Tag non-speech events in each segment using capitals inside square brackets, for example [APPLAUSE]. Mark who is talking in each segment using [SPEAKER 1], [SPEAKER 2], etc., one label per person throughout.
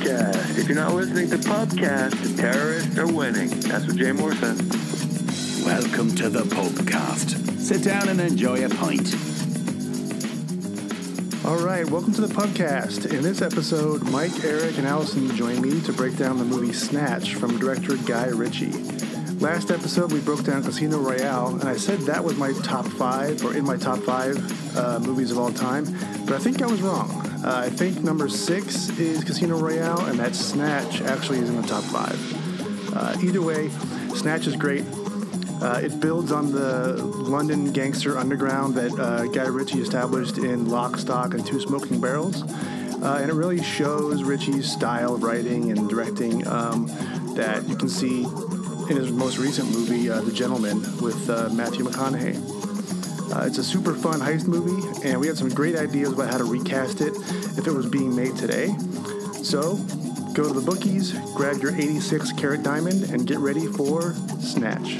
[SPEAKER 1] If you're not listening to podcasts, the terrorists are winning. That's what Jay Moore says.
[SPEAKER 2] Welcome to the Pubcast. Sit down and enjoy a pint.
[SPEAKER 3] All right, welcome to the podcast. In this episode, Mike, Eric, and Allison join me to break down the movie Snatch from director Guy Ritchie. Last episode, we broke down Casino Royale, and I said that was my top five, or in my top five uh, movies of all time, but I think I was wrong. Uh, I think number six is Casino Royale, and that Snatch actually is in the top five. Uh, either way, Snatch is great. Uh, it builds on the London gangster underground that uh, Guy Ritchie established in Lock, Stock, and Two Smoking Barrels. Uh, and it really shows Ritchie's style of writing and directing um, that you can see in his most recent movie, uh, The Gentleman, with uh, Matthew McConaughey. Uh, it's a super fun heist movie, and we had some great ideas about how to recast it if it was being made today. So, go to the bookies, grab your 86 carat diamond, and get ready for Snatch.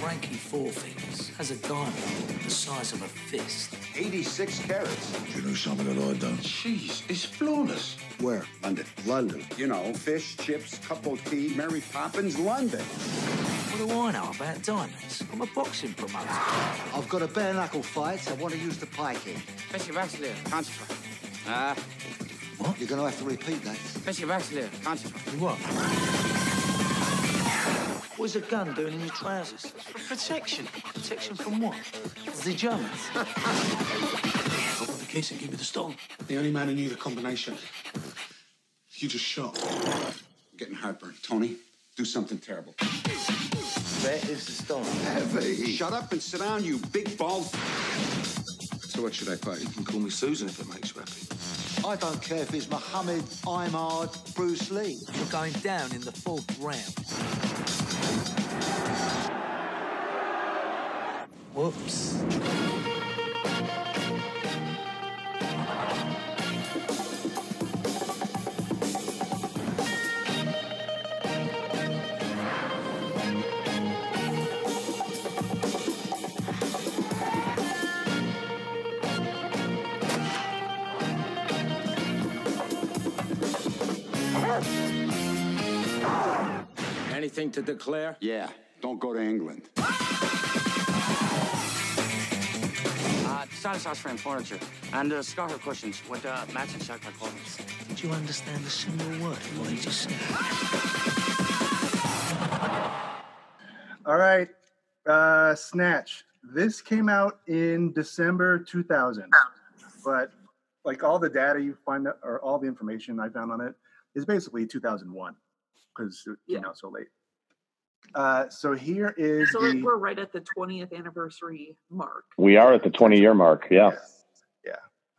[SPEAKER 4] Frankie Four Fingers has a diamond the size of a fist.
[SPEAKER 5] 86 carats.
[SPEAKER 6] You know something that I don't.
[SPEAKER 7] Jeez, it's flawless.
[SPEAKER 5] Where?
[SPEAKER 7] London. London.
[SPEAKER 5] You know, fish, chips, cup of tea, Mary Poppins, London.
[SPEAKER 4] What do I know about diamonds? I'm a boxing promoter.
[SPEAKER 8] I've got a bare knuckle fight, so I want to use the pike here.
[SPEAKER 9] Fetch your bachelor, concentrate.
[SPEAKER 8] You're going to have to repeat that.
[SPEAKER 9] Fetch your bachelor, concentrate.
[SPEAKER 4] You what? What's a gun doing in your trousers? Protection. Protection from what? The Germans. Open the case and give me the stone.
[SPEAKER 7] The only man who knew the combination. You just shot.
[SPEAKER 5] I'm getting heartburn. Tony, do something terrible.
[SPEAKER 8] Where is the stone?
[SPEAKER 5] Shut up and sit down, you big balls. So what should I play?
[SPEAKER 7] You can call me Susan if it makes you happy.
[SPEAKER 8] I don't care if it's Muhammad, Imard, Bruce Lee.
[SPEAKER 4] You're going down in the fourth round. Whoops.
[SPEAKER 10] Anything to declare?
[SPEAKER 5] Yeah, don't go to England.
[SPEAKER 9] Uh, satisfies frame furniture and uh, scarter cushions with uh, matching chocolate covers.
[SPEAKER 4] Did you understand a single word of what he just said?
[SPEAKER 3] All right, uh, Snatch. This came out in December 2000, but like all the data you find or all the information I found on it is basically 2001 because it came out so late. Uh, so here is
[SPEAKER 11] So
[SPEAKER 3] the,
[SPEAKER 11] we're we're right at the 20th anniversary mark.
[SPEAKER 12] We are at the 20 year mark. Yeah.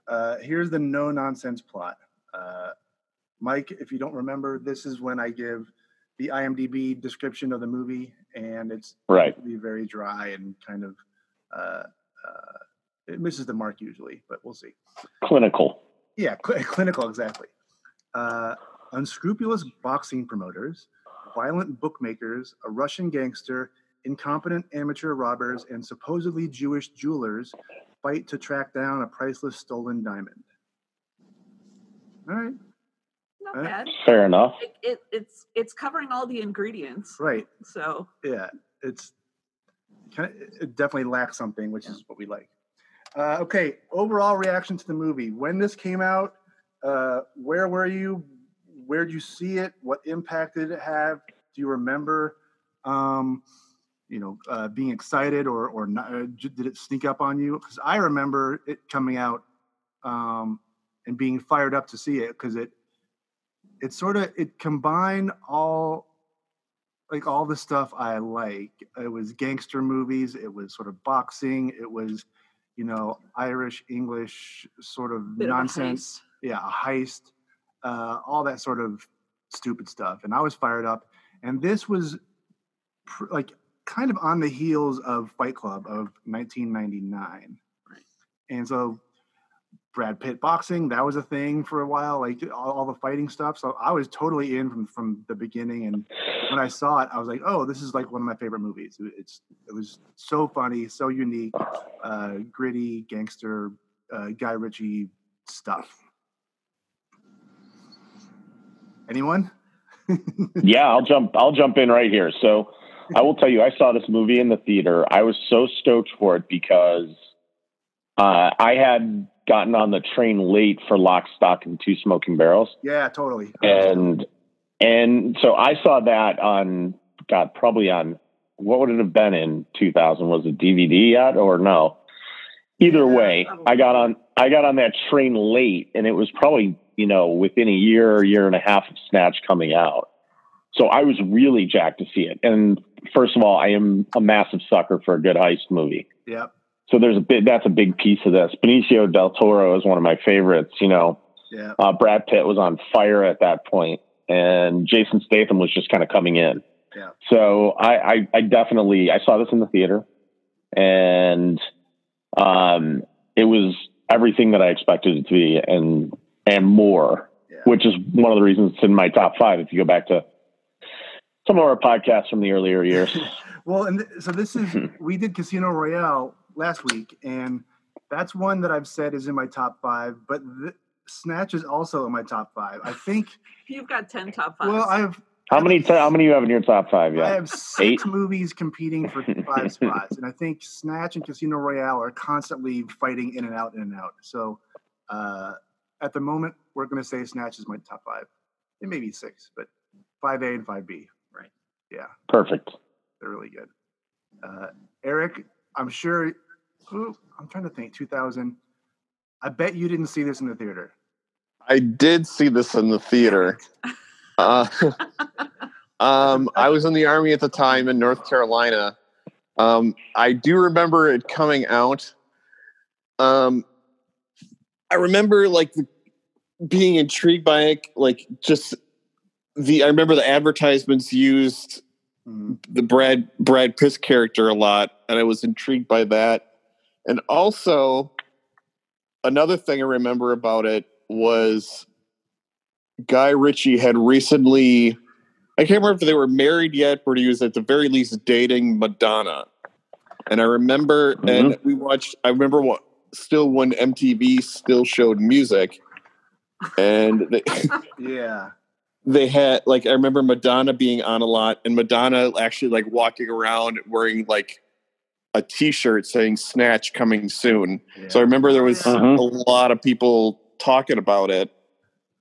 [SPEAKER 3] uh, here's the no nonsense plot. Uh, Mike, if you don't remember, this is when I give the IMDb description of the movie, and it's
[SPEAKER 12] Right.
[SPEAKER 3] be very dry and kind of uh, uh, it misses the mark usually, but we'll see.
[SPEAKER 12] Clinical.
[SPEAKER 3] Yeah, cl- [LAUGHS] clinical, exactly. Uh, unscrupulous boxing promoters, violent bookmakers, a Russian gangster, incompetent amateur robbers, and supposedly Jewish jewelers fight to track down a priceless stolen diamond. All right,
[SPEAKER 11] Not
[SPEAKER 3] Huh?
[SPEAKER 11] bad.
[SPEAKER 12] Fair enough.
[SPEAKER 11] It, it, it's it's covering all the ingredients.
[SPEAKER 3] right.
[SPEAKER 11] So
[SPEAKER 3] yeah, it's kind of, it definitely lacks something, which is what we like. Uh, okay, overall reaction to the movie. When this came out, uh, where were you? Where would you see it? What impact did it have? Do you remember, um, you know, uh, being excited or or not? uh, j- Did it sneak up on you? Because I remember it coming out um, and being fired up to see it because it it sort of it combined all like all the stuff I like. It was gangster movies. It was sort of boxing. It was, you know, Irish English sort of
[SPEAKER 11] bit
[SPEAKER 3] nonsense. yeah, a heist, uh, all that sort of stupid stuff. And I was fired up. And this was pr- like kind of on the heels of Fight Club of 1999. And so Brad Pitt boxing. That was a thing for a while, like all, all, the fighting stuff. So I was totally in from from the beginning. And when I saw it, I was like, "Oh, this is like one of my favorite movies." It's it was so funny, so unique, uh, gritty gangster uh, Guy Ritchie stuff. Anyone?
[SPEAKER 13] yeah, I'll jump. I'll jump in right here. So I will tell you, I saw this movie in the theater. I was so stoked for it because uh, I had gotten on the train late for Lock, Stock, and Two Smoking Barrels.
[SPEAKER 3] Yeah, totally.
[SPEAKER 13] And and so I saw that on God, probably on what would it have been in 2000? Was it DVD yet or no? Either yeah, way, I got on I got on that train late, and it was probably you know within a year, year and a half of Snatch coming out. So I was really jacked to see it. And first of all, I am a massive sucker for a good heist movie.
[SPEAKER 3] Yep.
[SPEAKER 13] So there's a bit that's a big piece of this. Benicio del Toro is one of my favorites. You know,
[SPEAKER 3] yep.
[SPEAKER 13] uh, Brad Pitt was on fire at that point, and Jason Statham was just kind of coming in.
[SPEAKER 3] Yep.
[SPEAKER 13] So I, I, I definitely I saw this in the theater, and um, it was everything that I expected it to be, and and more, yeah. which is one of the reasons it's in my top five. If you go back to some of our podcasts from the earlier [LAUGHS] years.
[SPEAKER 3] well, and th- so this is we did Casino Royale last week, and that's one that I've said is in my top five, but th- Snatch is also in my top five. I think
[SPEAKER 11] you've got ten top five.
[SPEAKER 3] Well, I've
[SPEAKER 13] how many t- how many you have in your top five? Yeah, I
[SPEAKER 3] have six Eight? movies competing for five spots, and I think Snatch and Casino Royale are constantly fighting in and out, in and out. So. Uh, at the moment, we're going to say Snatch is my top five. It may be six, but five A and five B.
[SPEAKER 11] Right.
[SPEAKER 3] Yeah.
[SPEAKER 13] Perfect.
[SPEAKER 3] They're really good. Uh, Eric, I'm sure. Ooh, I'm trying to think. 2000. I bet you didn't see this in the theater.
[SPEAKER 6] I did see this in the theater. uh, [LAUGHS] um, I was in the army at the time in North Carolina. Um, I do remember it coming out. Um, I remember like being intrigued by it, like just the. I remember the advertisements used mm. the Brad Brad Pitt character a lot, and I was intrigued by that. And also, another thing I remember about it was Guy Ritchie had recently. I can't remember if they were married yet, but he was at the very least dating Madonna. And I remember, mm-hmm. and we watched. I remember what still when MTV still showed music, and they, [LAUGHS]
[SPEAKER 3] yeah,
[SPEAKER 6] they had like I remember Madonna being on a lot, and Madonna actually like walking around wearing like a T-shirt saying "Snatch coming soon." Yeah. So I remember there was uh-huh. a lot of people talking about it,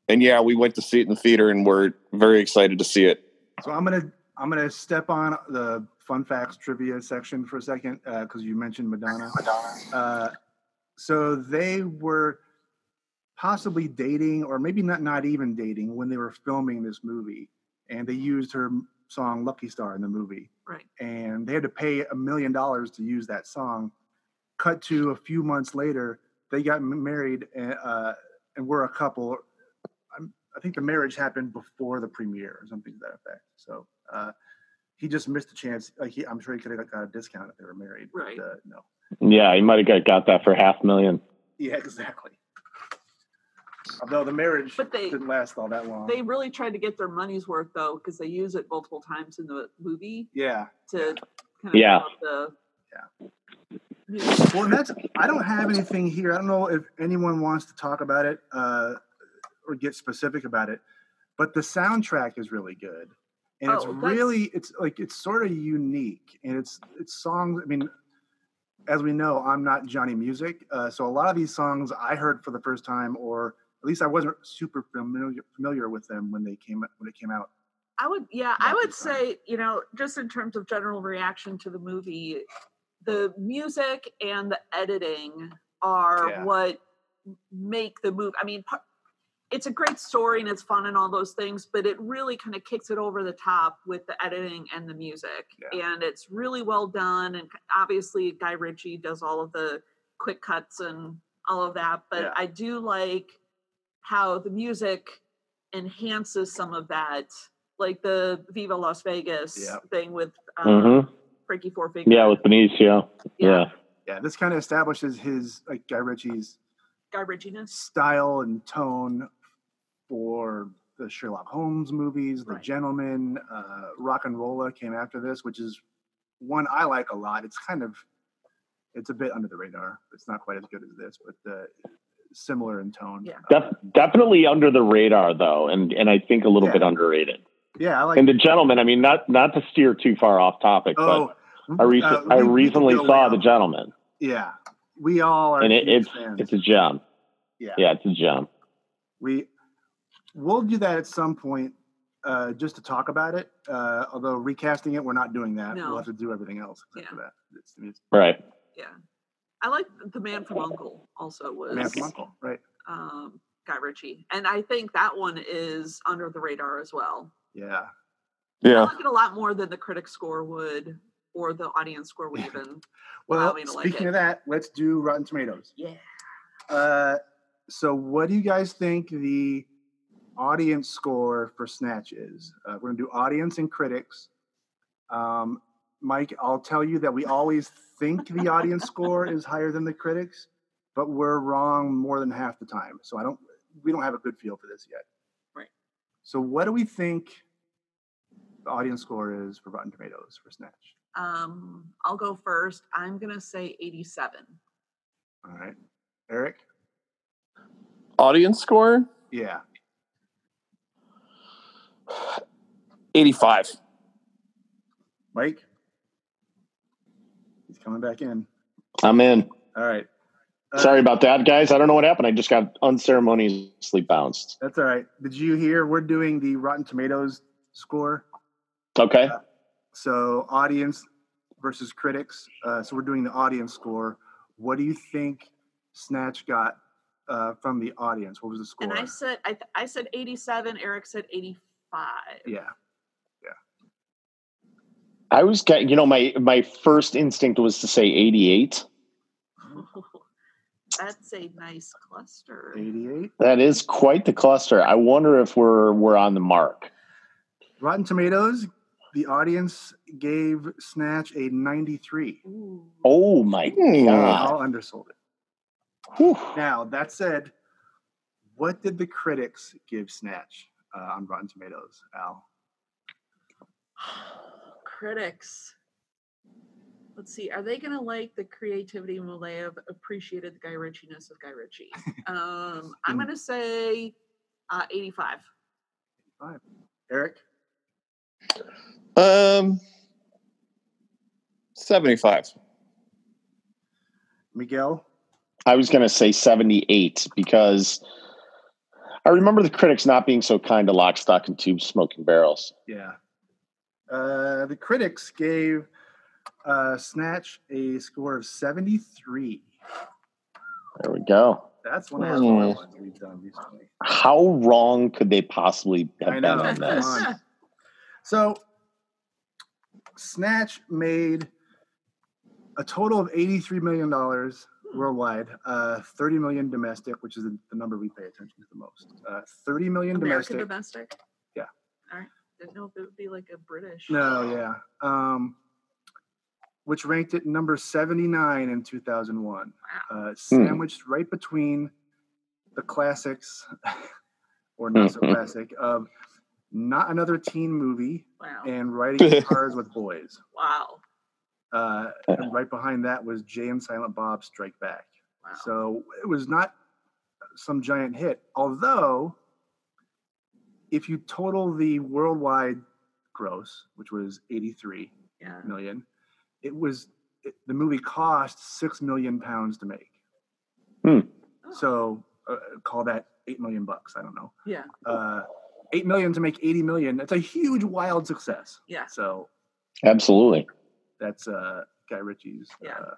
[SPEAKER 6] and yeah, we went to see it in the theater, and we're very excited to see it.
[SPEAKER 3] So I'm gonna I'm gonna step on the fun facts trivia section for a second because uh, you mentioned Madonna.
[SPEAKER 6] Madonna.
[SPEAKER 3] Uh, so they were possibly dating or maybe not not even dating when they were filming this movie and they used her song lucky star in the movie
[SPEAKER 11] right
[SPEAKER 3] and they had to pay a million dollars to use that song cut to a few months later they got married and, uh, and were a couple I'm, i think the marriage happened before the premiere or something to that effect so uh, he just missed a chance like he, i'm sure he could have got a discount if they were married
[SPEAKER 11] right
[SPEAKER 3] but, uh, no
[SPEAKER 13] yeah, he might have got, got that for half million.
[SPEAKER 3] Yeah, [LAUGHS] exactly. Although the marriage but they, didn't last all that long.
[SPEAKER 11] They really tried to get their money's worth though, because they use it multiple times in the movie.
[SPEAKER 3] Yeah.
[SPEAKER 11] To kind of
[SPEAKER 13] yeah.
[SPEAKER 11] The,
[SPEAKER 3] yeah. Well, that's. I don't have anything here. I don't know if anyone wants to talk about it uh, or get specific about it, but the soundtrack is really good, and it's oh, really it's like it's sort of unique, and it's it's songs. I mean, as we know, I'm not Johnny Music, uh, so a lot of these songs I heard for the first time, or at least I wasn't super familiar familiar with them when they came when it came out.
[SPEAKER 11] I would, yeah, I would say, time. you know, just in terms of general reaction to the movie, the music and the editing are yeah. what make the movie. I mean, it's a great story and it's fun and all those things, but it really kind of kicks it over the top with the editing and the music. Yeah. And it's really well done. And obviously, Guy Ritchie does all of the quick cuts and all of that. But yeah. I do like how the music enhances some of that, like the Viva Las Vegas yeah. thing with um, mm-hmm. Frankie Four Fingers.
[SPEAKER 13] Uh-huh. Yeah, with Benicio. Yeah.
[SPEAKER 3] yeah. this kind of establishes his, like Guy Ritchie's
[SPEAKER 11] Guy Ritchie-ness.
[SPEAKER 3] style and tone for the Sherlock Holmes movies, The
[SPEAKER 11] Right.
[SPEAKER 3] Gentleman, uh, Rock and Rolla came after this, which is one I like a lot. It's kind of, it's a bit under the radar. It's not quite as good as this, but uh, similar in tone. Yeah,
[SPEAKER 12] Def- definitely under the radar though, and and I think a little bit underrated.
[SPEAKER 3] yeah, I like.
[SPEAKER 12] and the gentleman, I mean, not not to steer too far off topic,
[SPEAKER 3] oh,
[SPEAKER 12] but I, rec-
[SPEAKER 3] uh,
[SPEAKER 12] I
[SPEAKER 3] we- we could
[SPEAKER 12] recently
[SPEAKER 3] go way
[SPEAKER 12] saw
[SPEAKER 3] off.
[SPEAKER 12] the gentleman,
[SPEAKER 3] yeah, we all are.
[SPEAKER 12] and it,
[SPEAKER 3] huge
[SPEAKER 12] it's
[SPEAKER 3] fans.
[SPEAKER 12] it's a gem.
[SPEAKER 3] Yeah.
[SPEAKER 12] yeah, it's a gem.
[SPEAKER 3] we we'll do that at some point uh, just to talk about it uh, although recasting it we're not doing that
[SPEAKER 11] No.
[SPEAKER 3] we'll have to do everything else except for that It's- it's-
[SPEAKER 12] Right.
[SPEAKER 11] Yeah. I like The Man from Uncle also was
[SPEAKER 3] Man from Uncle, right
[SPEAKER 11] um, Guy Ritchie. And I think that one is under the radar as well.
[SPEAKER 3] yeah
[SPEAKER 11] I
[SPEAKER 6] Yeah.
[SPEAKER 11] like it a lot more than the critic score would or the audience score would
[SPEAKER 3] [LAUGHS]
[SPEAKER 11] even.
[SPEAKER 3] well
[SPEAKER 11] Allow me to like
[SPEAKER 3] speaking
[SPEAKER 11] it.
[SPEAKER 3] of that let's do rotten tomatoes
[SPEAKER 11] Yeah.
[SPEAKER 3] uh, so what do you guys think the audience score for snatch is uh, we're going to do audience and critics um, mike i'll tell you that we always think the audience score is higher than the critics but we're wrong more than half the time so i don't we don't have a good feel for this yet
[SPEAKER 11] Right.
[SPEAKER 3] so what do we think the audience score is for rotten tomatoes for snatch
[SPEAKER 11] Um, I'll go first. I'm going to say 87.
[SPEAKER 3] all right eric
[SPEAKER 6] Audience score
[SPEAKER 3] yeah
[SPEAKER 6] 85.
[SPEAKER 3] mike he's coming back in
[SPEAKER 12] I'm in.
[SPEAKER 3] all right Uh,
[SPEAKER 12] Sorry about that, guys. I don't know what happened. I just got unceremoniously bounced.
[SPEAKER 3] That's all right. Did you hear? We're doing the Rotten Tomatoes score.
[SPEAKER 12] Okay.
[SPEAKER 3] So audience versus critics. Uh, so we're doing the audience score. What do you think Snatch got uh, from the audience? What was the score?
[SPEAKER 11] And I said, I, th- I said 87. Eric said 85.
[SPEAKER 3] yeah.
[SPEAKER 12] I was, ca- you know, my my first instinct was to say 88.
[SPEAKER 11] [LAUGHS] That's a nice cluster.
[SPEAKER 3] 88.
[SPEAKER 12] That is quite the cluster. I wonder if we're we're on the mark.
[SPEAKER 3] Rotten Tomatoes. The audience gave Snatch a 93.
[SPEAKER 12] Oh my
[SPEAKER 6] Hmm.
[SPEAKER 3] All
[SPEAKER 12] god!
[SPEAKER 3] undersold it. Now that said, what did the critics give Snatch uh, on Rotten Tomatoes? Al.
[SPEAKER 11] [SIGHS] critics. Let's see, are they going to like the creativity and will they have appreciated the Guy Ritchie-ness of
[SPEAKER 3] [LAUGHS]
[SPEAKER 11] Guy Ritchie? Um, I'm going to say uh, 85.
[SPEAKER 3] Five. Eric.
[SPEAKER 6] Um, 75.
[SPEAKER 3] Miguel.
[SPEAKER 12] I was going to say 78 because I remember the critics not being so kind to Lock, Stock, and Tube Smoking Barrels.
[SPEAKER 3] Yeah. Uh, the critics gave uh, Snatch a score of 73.
[SPEAKER 12] There we go.
[SPEAKER 3] That's one of the higher ones we've done recently.
[SPEAKER 12] How wrong could they possibly have
[SPEAKER 3] I
[SPEAKER 12] been
[SPEAKER 3] know.
[SPEAKER 12] on
[SPEAKER 3] Come
[SPEAKER 12] this?
[SPEAKER 3] on. So, Snatch made a total of $83 million worldwide, uh, 30 million domestic, which is the, the number we pay attention to the most. Uh, 30 million
[SPEAKER 11] American
[SPEAKER 3] domestic.
[SPEAKER 11] domestic.
[SPEAKER 3] Yeah.
[SPEAKER 11] All right. Didn't know if it would be like a British.
[SPEAKER 3] No, yeah. Um, which ranked it number 79 in 2001, uh, sandwiched right between the classics [LAUGHS] or not so classic of Not Another Teen Movie
[SPEAKER 11] Wow.
[SPEAKER 3] and Riding Cars with Boys.
[SPEAKER 11] Wow.
[SPEAKER 3] Uh, and right behind that was Jay and Silent Bob Strike Back. So it was not some giant hit. Although, if you total the worldwide gross, which was eighty-three million,
[SPEAKER 11] Yeah.
[SPEAKER 3] it was it, the movie cost six million pounds to make.
[SPEAKER 12] Hmm.
[SPEAKER 3] So uh, call that eight million bucks. I don't know.
[SPEAKER 11] Yeah.
[SPEAKER 3] Uh, eight million to make eighty million. That's a huge, wild success.
[SPEAKER 11] Yeah.
[SPEAKER 3] So
[SPEAKER 12] Absolutely.
[SPEAKER 3] that's uh, Guy Ritchie's.
[SPEAKER 11] Yeah.
[SPEAKER 3] Uh,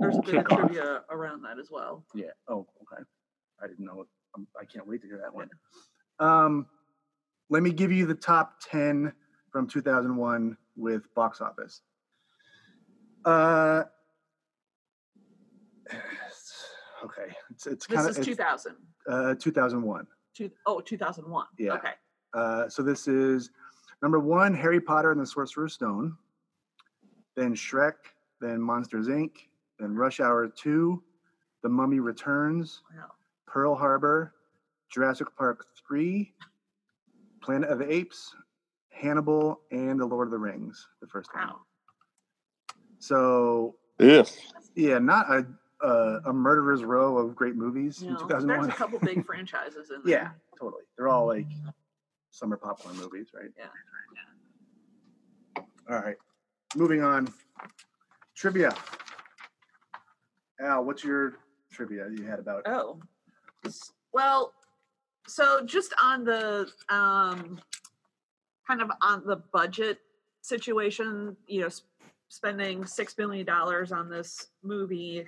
[SPEAKER 11] There's a bit of
[SPEAKER 3] Kickoff.
[SPEAKER 11] trivia around that as well.
[SPEAKER 3] Yeah. Oh, okay. I didn't know. I'm, I can't wait to hear that one. Um, let me give you the top 10 from 2001 with box office. Uh, [SIGHS] okay. It's, it's
[SPEAKER 11] This
[SPEAKER 3] kind
[SPEAKER 11] is 2000.
[SPEAKER 3] Uh, 2001.
[SPEAKER 11] Two, oh, 2001.
[SPEAKER 3] Yeah.
[SPEAKER 11] Okay.
[SPEAKER 3] Uh, so this is number one Harry Potter and the Sorcerer's Stone, then Shrek, then Monsters Inc., then Rush Hour 2, The Mummy Returns, Pearl Harbor, Jurassic Park 3, Planet of the Apes, Hannibal, and The Lord of the Rings, the first one. Wow. So,
[SPEAKER 6] yes.
[SPEAKER 3] yeah, not a, a, a murderer's row of great movies no, in 2001.
[SPEAKER 11] There's a couple [LAUGHS] big franchises in
[SPEAKER 3] there. Yeah, totally. They're all like summer popcorn movies, right?
[SPEAKER 11] Yeah.
[SPEAKER 3] yeah. All right. Moving on. Trivia. Al, what's your trivia you had about?
[SPEAKER 11] Oh, well, so just on the um, kind of on the budget situation, you know, sp- spending six million dollars on this movie,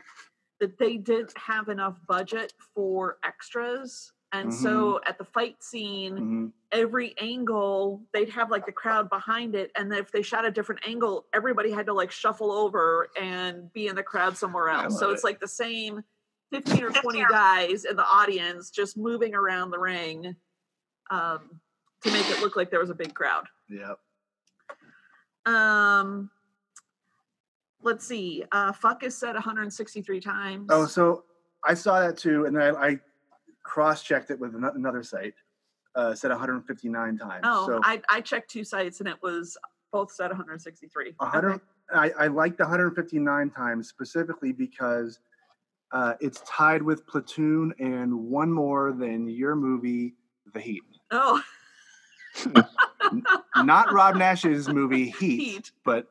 [SPEAKER 11] that they didn't have enough budget for extras. And mm-hmm. so at the fight scene, mm-hmm. every angle, they'd have like the crowd behind it. And if they shot a different angle, everybody had to like shuffle over and be in the crowd somewhere else. So it's it. like the same 15 or 20 guys in the audience just moving around the ring um, to make it look like there was a big crowd.
[SPEAKER 3] Yep.
[SPEAKER 11] Um, let's see. Uh, fuck is said 163 times.
[SPEAKER 3] Oh, so I saw that too. And then I, I cross-checked it with another site uh, said 159 times
[SPEAKER 11] oh so I, I checked two sites and it was both said 163
[SPEAKER 3] 100, okay. I, I liked 159 times specifically because uh, it's tied with platoon and one more than your movie the heat
[SPEAKER 11] oh [LAUGHS]
[SPEAKER 3] not rob nash's movie heat, heat, but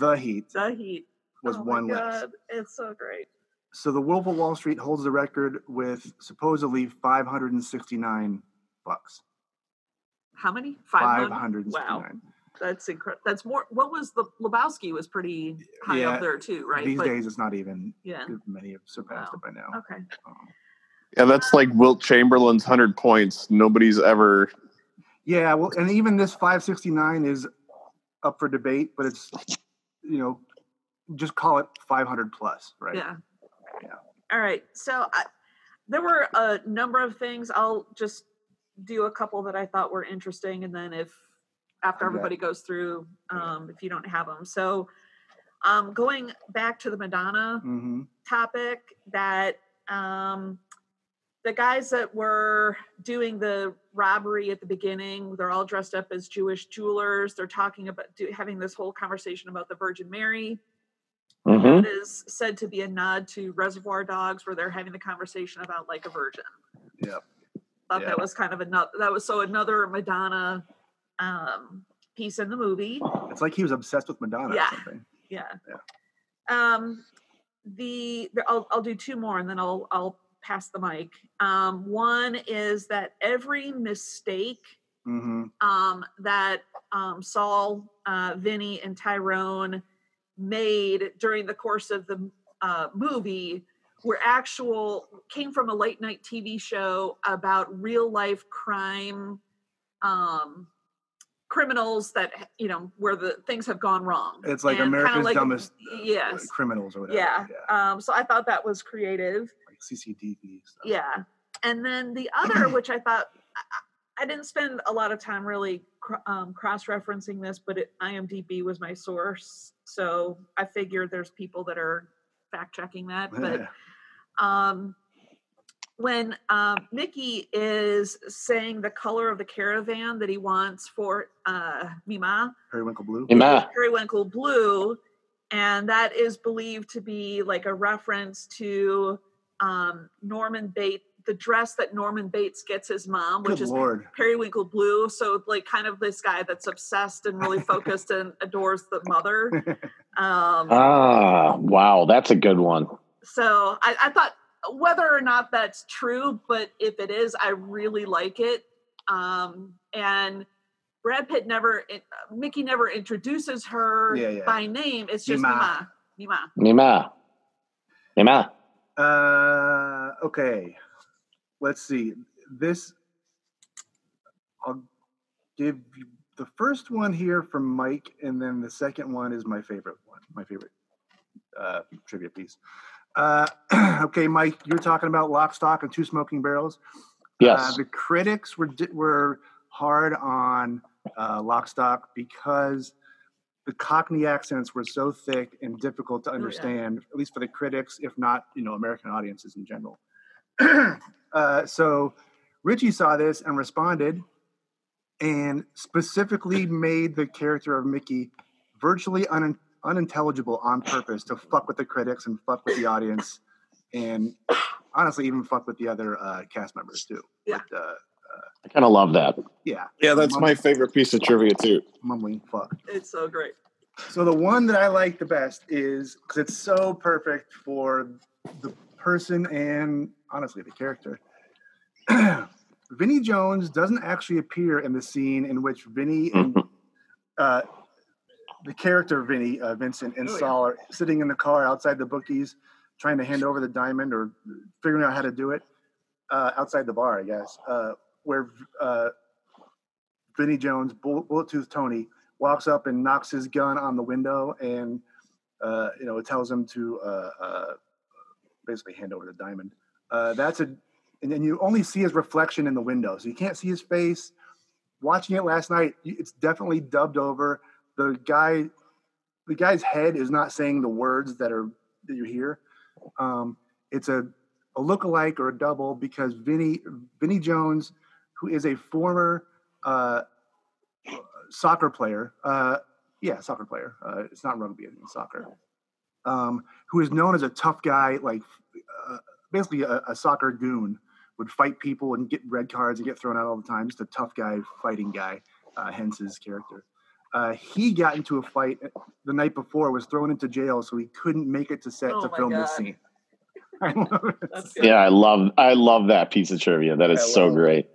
[SPEAKER 3] the heat
[SPEAKER 11] the heat
[SPEAKER 3] was
[SPEAKER 11] oh
[SPEAKER 3] one
[SPEAKER 11] less it's so great
[SPEAKER 3] so the Wolf of Wall Street holds the record with supposedly 569 bucks.
[SPEAKER 11] How many?
[SPEAKER 3] 569.
[SPEAKER 11] Wow. That's incredible. That's more. What was the Lebowski was pretty high yeah. up there too, right?
[SPEAKER 3] These but, days, it's not even.
[SPEAKER 11] Yeah.
[SPEAKER 3] Many have surpassed wow. it by
[SPEAKER 11] now. Okay. Um,
[SPEAKER 6] yeah, that's like Wilt Chamberlain's hundred points. Nobody's ever.
[SPEAKER 3] Yeah, well, and even this 569 is up for debate, but it's you know just call it 500 plus, right?
[SPEAKER 11] Yeah. Yeah. All right. So I, there were a number of things. I'll just do a couple that I thought were interesting, and then if after everybody goes through, um, if you don't have them. So um, going back to the Madonna
[SPEAKER 3] mm-hmm.
[SPEAKER 11] topic, that um, the guys that were doing the robbery at the beginning, they're all dressed up as Jewish jewelers. They're talking about do, having this whole conversation about the Virgin Mary. Mm-hmm. That is said to be a nod to Reservoir Dogs, where they're having the conversation about like a virgin.
[SPEAKER 3] Yep.
[SPEAKER 11] Thought yep. that was kind of another. That was so another Madonna um, piece in the movie.
[SPEAKER 3] It's like he was obsessed with Madonna.
[SPEAKER 11] Yeah.
[SPEAKER 3] Yeah.
[SPEAKER 11] yeah. Um, the, the I'll I'll do two more and then I'll I'll pass the mic. Um, one is that every mistake
[SPEAKER 3] mm-hmm.
[SPEAKER 11] um, that um, Saul, uh, Vinny, and Tyrone made during the course of the uh, movie were actual came from a late night TV show about real life crime um, criminals that you know where the things have gone wrong.
[SPEAKER 3] It's like and America's like, dumbest
[SPEAKER 11] yes.
[SPEAKER 3] criminals or whatever.
[SPEAKER 11] Yeah. yeah. Um, so I thought that was creative.
[SPEAKER 3] Like CCTV E stuff. [LAUGHS]
[SPEAKER 11] Yeah, and then the other, which I thought. I, I didn't spend a lot of time really um, cross-referencing this, but it, IMDb was my source, so I figure there's people that are fact-checking
[SPEAKER 3] [LAUGHS]
[SPEAKER 11] that. But um, when um, Mickey is saying the color of the caravan that he wants for uh, Mima,
[SPEAKER 3] periwinkle blue,
[SPEAKER 12] Mima,
[SPEAKER 11] periwinkle blue, and that is believed to be like a reference to um, Norman Bates the dress that Norman Bates gets his mom, which
[SPEAKER 3] Good
[SPEAKER 11] is
[SPEAKER 3] Lord.
[SPEAKER 11] periwinkle blue. So like kind of this guy that's obsessed and really focused and adores the
[SPEAKER 3] [LAUGHS]
[SPEAKER 11] mother. Um,
[SPEAKER 12] ah, wow, that's a good one.
[SPEAKER 11] So I, I, thought whether or not that's true, but if it is, I really like it. Um, and Brad Pitt never, it, Mickey never introduces her
[SPEAKER 3] yeah, yeah.
[SPEAKER 11] by name. It's just Mima. Mima.
[SPEAKER 12] Mima. Mima.
[SPEAKER 3] Uh, okay let's see this i'll give the first one here from mike and then the second one is my favorite one my favorite uh, trivia piece uh, [CLEARS THROAT] okay mike you're talking about lock stock and two smoking barrels
[SPEAKER 12] yes uh,
[SPEAKER 3] the critics were were hard on uh, lock stock because the cockney accents were so thick and difficult to understand oh, yeah. at least for the critics if not you know american audiences in general [CLEARS THROAT] uh, so Richie saw this and responded and specifically made the character of Mickey virtually un- unintelligible on purpose to fuck with the critics and fuck with the audience and honestly even fuck with the other uh, cast members too.
[SPEAKER 11] Yeah.
[SPEAKER 3] But, uh,
[SPEAKER 12] I kind of love that.
[SPEAKER 3] yeah.
[SPEAKER 6] Yeah, that's my favorite piece of trivia too.
[SPEAKER 3] Mumbling fuck.
[SPEAKER 11] It's so great.
[SPEAKER 3] So the one that I like the best is because it's so perfect for the person and honestly the character. [CLEARS THROAT] Vinny Jones doesn't actually appear in the scene in which Vinny and uh, the character Vinny uh, Vincent and Saul are sitting in the car outside the bookies, trying to hand over the diamond or figuring out how to do it uh, outside the bar, I guess. Uh, where uh, Vinny Jones, Bull- Bullet Tooth Tony, walks up and knocks his gun on the window, and uh, you know it tells him to uh, uh, basically hand over the diamond. Uh, that's a, and then you only see his reflection in the window, so you can't see his face. Watching it last night, y- it's definitely dubbed over. The guy, the guy's head is not saying the words that are that you hear. Um, it's a a lookalike or a double because Vinny Vinny Jones, who is a former uh, soccer player, uh, yeah, soccer player. Uh, it's not rugby, it's soccer. Um, who is known as a tough guy, like uh, basically a, a soccer goon, would fight people and get red cards and get thrown out all the time. Just a tough guy, fighting guy, uh, hence his character. Uh, he got into a fight the night before, was thrown into jail, so he couldn't make it to set
[SPEAKER 11] Oh
[SPEAKER 3] to
[SPEAKER 11] my
[SPEAKER 3] film this
[SPEAKER 11] God.
[SPEAKER 3] scene. [LAUGHS] I love it.
[SPEAKER 11] That's good.
[SPEAKER 12] Yeah, I love I love that piece of trivia. That is
[SPEAKER 3] I
[SPEAKER 12] so
[SPEAKER 3] love it.
[SPEAKER 12] great.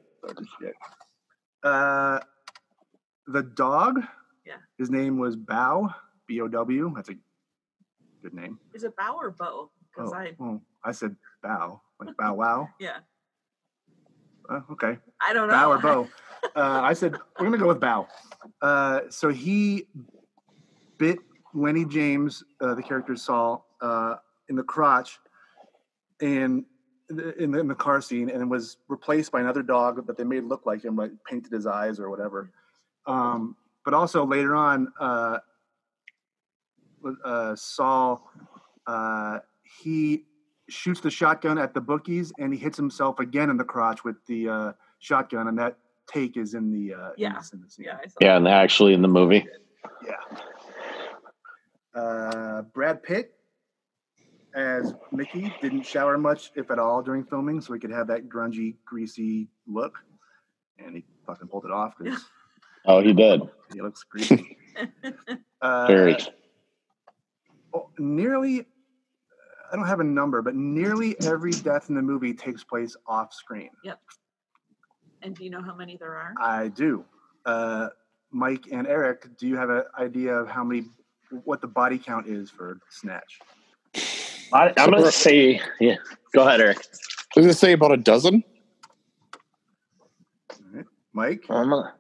[SPEAKER 3] Uh, the dog.
[SPEAKER 11] Yeah.
[SPEAKER 3] His name was Bow. B O W. That's a good name.
[SPEAKER 11] Is it bow or bow? Because
[SPEAKER 3] Oh,
[SPEAKER 11] I
[SPEAKER 3] oh, I said Bow, like Bow Wow.
[SPEAKER 11] yeah.
[SPEAKER 3] Uh, okay.
[SPEAKER 11] I don't know.
[SPEAKER 3] Bow or Bow. Uh, I said we're gonna go with Bow. Uh, so he bit Lenny James, uh, the character Saul, uh, in the crotch, and in the, in the car scene, and was replaced by another dog that they made look like him, like painted his eyes or whatever. Um, but also later on, uh, uh, Saul uh, he shoots the shotgun at the bookies, and he hits himself again in the crotch with the uh, shotgun, and that take is in the uh, in
[SPEAKER 11] Yeah.
[SPEAKER 3] the- in the scene.
[SPEAKER 11] [LAUGHS] Yeah, I saw
[SPEAKER 12] Yeah,
[SPEAKER 11] that.
[SPEAKER 12] and actually in the movie.
[SPEAKER 3] uh, Brad Pitt as Mickey didn't shower much, if at all, during filming, so he could have that grungy, greasy look. And he fucking pulled it off because
[SPEAKER 12] Oh, he did.
[SPEAKER 3] he looks
[SPEAKER 11] [LAUGHS]
[SPEAKER 3] greasy. uh,
[SPEAKER 12] Very.
[SPEAKER 3] oh, nearly, I don't have a number, but nearly every death in the movie takes place off screen.
[SPEAKER 11] And do you know how many there are?
[SPEAKER 3] I do. Uh, Mike and Eric, do you have an idea of how many, what the body count is for Snatch?
[SPEAKER 12] I, I'm gonna say. Yeah. Go ahead, Eric.
[SPEAKER 6] Does it say about a dozen?
[SPEAKER 3] Mike?
[SPEAKER 12] I'm gonna,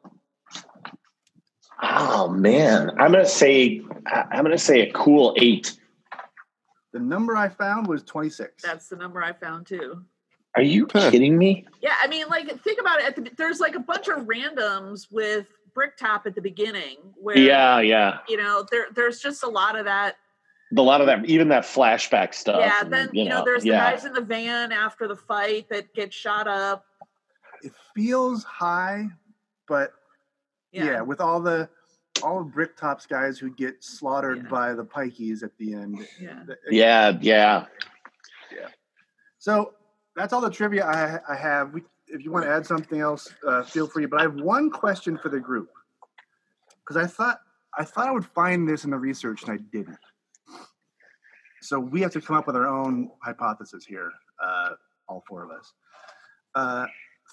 [SPEAKER 12] oh man, I'm gonna say. I- I'm gonna say a cool eight.
[SPEAKER 3] The number I found was 26.
[SPEAKER 11] That's the number I found too.
[SPEAKER 12] Are you
[SPEAKER 6] Huh.
[SPEAKER 12] kidding me?
[SPEAKER 11] Yeah, I mean, like think about it. At the, there's like a bunch of randoms with Bricktop at the beginning, where
[SPEAKER 12] Yeah, yeah.
[SPEAKER 11] you know there there's just a lot of that.
[SPEAKER 12] A lot of that, even that flashback stuff.
[SPEAKER 11] yeah,
[SPEAKER 12] and,
[SPEAKER 11] then you know, there's
[SPEAKER 12] yeah.
[SPEAKER 11] the guys in the van after the fight that get shot up.
[SPEAKER 3] It feels high, but yeah.
[SPEAKER 11] Yeah,
[SPEAKER 3] with all the all of Bricktop's guys who get slaughtered
[SPEAKER 11] Yeah.
[SPEAKER 3] by the pikeys at the end.
[SPEAKER 11] yeah.
[SPEAKER 3] The-
[SPEAKER 12] Yeah, yeah.
[SPEAKER 3] So that's all the trivia I, I have. We, if you want to add something else, uh, feel free. But I have one question for the group because I thought I thought I would find this in the research and I didn't. So we have to come up with our own hypothesis here, uh, all four of us. Uh,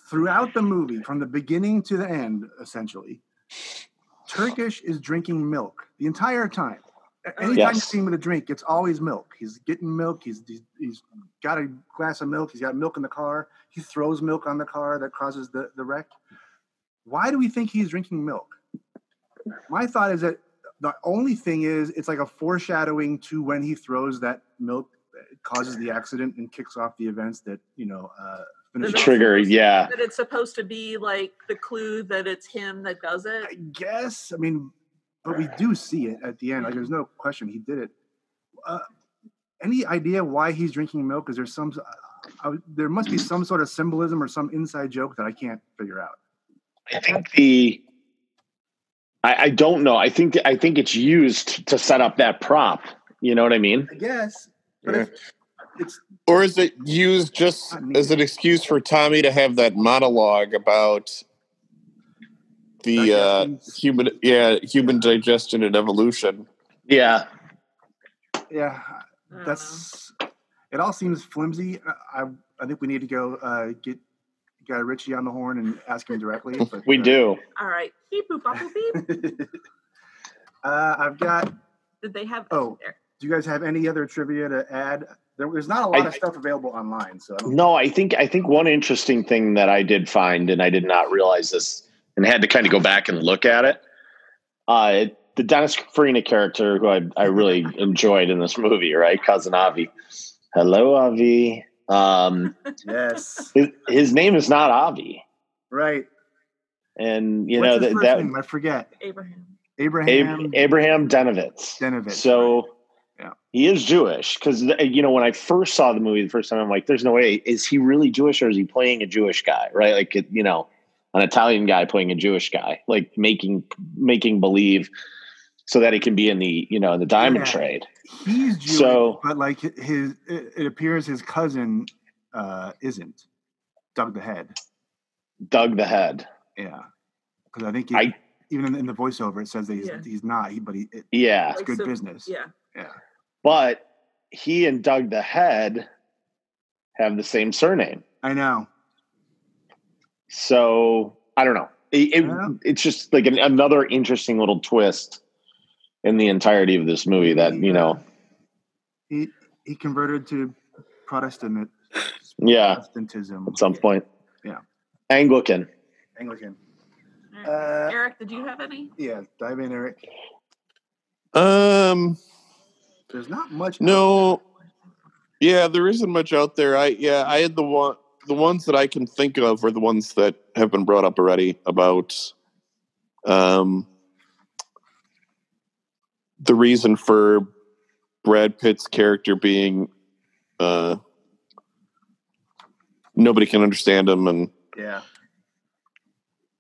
[SPEAKER 3] throughout the movie, from the beginning to the end, essentially, Turkish is drinking milk the entire time. A- Anytime you
[SPEAKER 12] Yes.
[SPEAKER 3] see him with a drink, it's always milk. He's getting milk. He's, he's he's got a glass of milk. He's got milk in the car. He throws milk on the car that causes the, the wreck. Why do we think he's drinking milk? My thought is that the only thing is it's like a foreshadowing to when he throws that milk it causes the accident and kicks off the events that you know uh, finish off.
[SPEAKER 12] Trigger, yeah.
[SPEAKER 11] That it's supposed to be like the clue that it's him that does
[SPEAKER 3] I
[SPEAKER 11] it.
[SPEAKER 3] guess. I mean, but we do see it at the end. Like, there's no question he did it. Uh, any idea why he's drinking milk? Is there some? I, there must be some sort of symbolism or some inside joke that I can't figure out.
[SPEAKER 13] I think the I, I don't know. I think I think it's used to set up that prop. You know what I mean?
[SPEAKER 3] I guess. But yeah. if it's
[SPEAKER 6] or is it used just as an excuse for Tommy to have that monologue about the uh, human yeah human digestion and evolution?
[SPEAKER 13] Yeah.
[SPEAKER 3] Yeah, that's it. All seems flimsy. I I think we need to go uh, get Guy Ritchie on the horn and ask him directly.
[SPEAKER 13] [LAUGHS]
[SPEAKER 3] But,
[SPEAKER 13] we
[SPEAKER 3] uh,
[SPEAKER 13] do.
[SPEAKER 11] All right. Beep
[SPEAKER 3] [LAUGHS]
[SPEAKER 11] boop boop
[SPEAKER 3] beep. [LAUGHS] uh, I've got.
[SPEAKER 11] Did they have?
[SPEAKER 3] Oh, do you guys have any other trivia to add? There, there's not a lot I, of stuff available online.
[SPEAKER 13] [LAUGHS]
[SPEAKER 3] So
[SPEAKER 13] I no, I think I think one interesting thing that I did find, and I did not realize this, and had to kind of go back and look at it. Uh, the Dennis Farina character, who I, I really enjoyed in this movie, right? Cousin Avi. Hello, Avi. Um,
[SPEAKER 3] yes.
[SPEAKER 13] His, his, name is not Avi.
[SPEAKER 3] Right.
[SPEAKER 13] And you What's know that, that
[SPEAKER 3] name? I forget.
[SPEAKER 11] Abraham.
[SPEAKER 3] Abraham.
[SPEAKER 13] Abraham Denovitz.
[SPEAKER 3] Denovitz.
[SPEAKER 13] So.
[SPEAKER 3] Right. Yeah.
[SPEAKER 13] He is Jewish because you know when I first saw the movie the first time I'm like, "There's no way is he really Jewish or is he playing a Jewish guy?" Right? Like it, you know, an Italian guy playing a Jewish guy, like making making believe so that he can be in the you know in the diamond yeah. trade.
[SPEAKER 3] He's Jewish, so, but like his, it appears his cousin uh, isn't Doug the Head.
[SPEAKER 13] Doug the Head.
[SPEAKER 3] Yeah, because I think he, I, even in the voiceover it says that he's yeah. he's not, but he it,
[SPEAKER 13] yeah,
[SPEAKER 3] it's like good so, business.
[SPEAKER 11] Yeah,
[SPEAKER 3] yeah.
[SPEAKER 13] But he and Doug the Head have the same surname.
[SPEAKER 3] I know.
[SPEAKER 13] So I don't know. It, it, yeah. It's just like an, another interesting little twist in the entirety of this movie that you know
[SPEAKER 3] he he converted to protestant
[SPEAKER 13] yeah
[SPEAKER 3] protestantism
[SPEAKER 13] at some point
[SPEAKER 3] yeah
[SPEAKER 13] anglican
[SPEAKER 3] anglican
[SPEAKER 11] right. uh, eric did you have any
[SPEAKER 3] yeah dive in eric
[SPEAKER 6] um
[SPEAKER 3] there's not much
[SPEAKER 6] no yeah there isn't much out there i yeah i had the one the ones that i can think of are the ones that have been brought up already about um the reason for Brad Pitt's character being uh, nobody can understand him, and
[SPEAKER 3] yeah,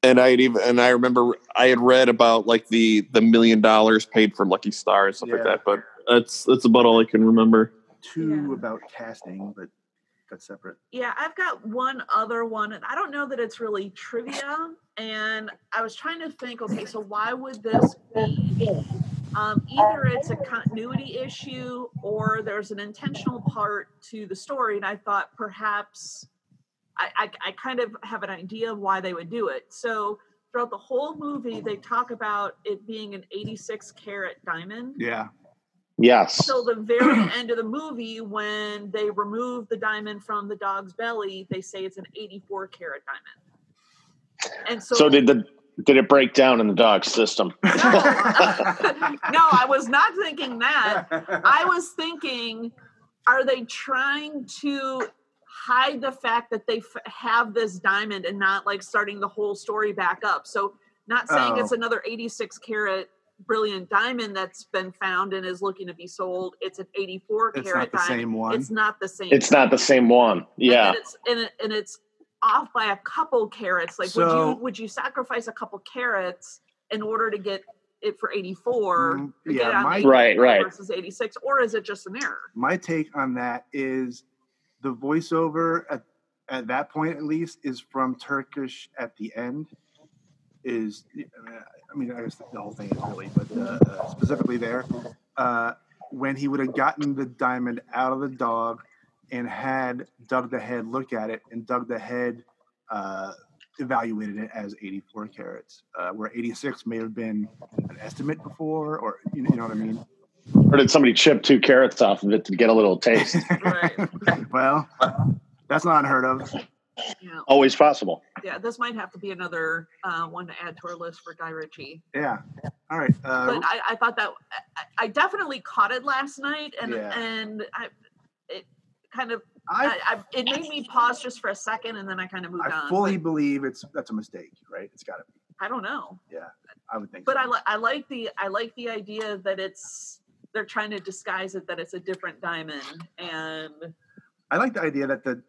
[SPEAKER 6] and I had even and I remember I had read about like the the million dollars paid for Lucky Star and stuff yeah. like that, but that's that's about all I can remember.
[SPEAKER 3] Two yeah. about casting, but that's separate.
[SPEAKER 11] Yeah, I've got one other one, and I don't know that it's really trivia. And I was trying to think, okay, so why would this be? Um, either it's a continuity issue or there's an intentional part to the story. And I thought perhaps I, I, I, kind of have an idea of why they would do it. So throughout the whole movie, they talk about it being an 86 carat diamond.
[SPEAKER 3] [LAUGHS] Yeah.
[SPEAKER 13] Yes.
[SPEAKER 11] So the very [CLEARS THROAT] end of the movie, when they remove the diamond from the dog's belly, they say it's an 84 carat diamond. And so,
[SPEAKER 13] so
[SPEAKER 11] [LAUGHS]
[SPEAKER 13] did the did it break down in the dog's system?
[SPEAKER 11] no,
[SPEAKER 3] [LAUGHS]
[SPEAKER 11] I was not thinking that. I was thinking, are they trying to hide the fact that they f- have this diamond and not like starting the whole story back up? So, not saying oh. it's another 86 carat brilliant diamond that's been found and is looking to be sold. It's an 84
[SPEAKER 3] it's diamond.
[SPEAKER 11] carat
[SPEAKER 3] It's not the same one.
[SPEAKER 11] It's not the same.
[SPEAKER 13] It's diamond. not the same one. Yeah.
[SPEAKER 11] and it's, and it, and it's off by a couple carrots. Like, so, would you would you sacrifice a couple carrots in order to get it for eighty four?
[SPEAKER 13] Yeah, my, right, right.
[SPEAKER 11] Versus eighty six, or is it just an error?
[SPEAKER 3] [LAUGHS] My take on that is the voiceover at at that point, at least, is from Turkish at the end. Is I mean, I guess the whole thing is really, but uh, specifically there, uh, when he would have gotten the diamond out of the dog, and had Doug the Head look at it, and Doug the Head uh, evaluated it as 84 carats, uh, where 86 may have been an estimate before, or you know, you know what I mean.
[SPEAKER 13] Or did somebody chip two carrots off of it to get a little taste?
[SPEAKER 11] right.
[SPEAKER 3] well, that's not unheard of.
[SPEAKER 11] Yeah.
[SPEAKER 13] Always possible.
[SPEAKER 11] Yeah, this might have to be another uh, one to add to our list for Guy Ritchie.
[SPEAKER 3] Yeah. All right. uh,
[SPEAKER 11] but I, I, thought that I, I, definitely caught it last night, and yeah. and I, it, kind of I, I, it made me pause just for a second and then I kind of moved
[SPEAKER 3] I
[SPEAKER 11] on.
[SPEAKER 3] I fully but, believe it's that's a mistake, right? It's got to be.
[SPEAKER 11] I don't know.
[SPEAKER 3] Yeah, I would think.
[SPEAKER 11] But
[SPEAKER 3] so.
[SPEAKER 11] I like I like the I like the idea that it's they're trying to disguise it that it's a different diamond and.
[SPEAKER 3] I like the idea that the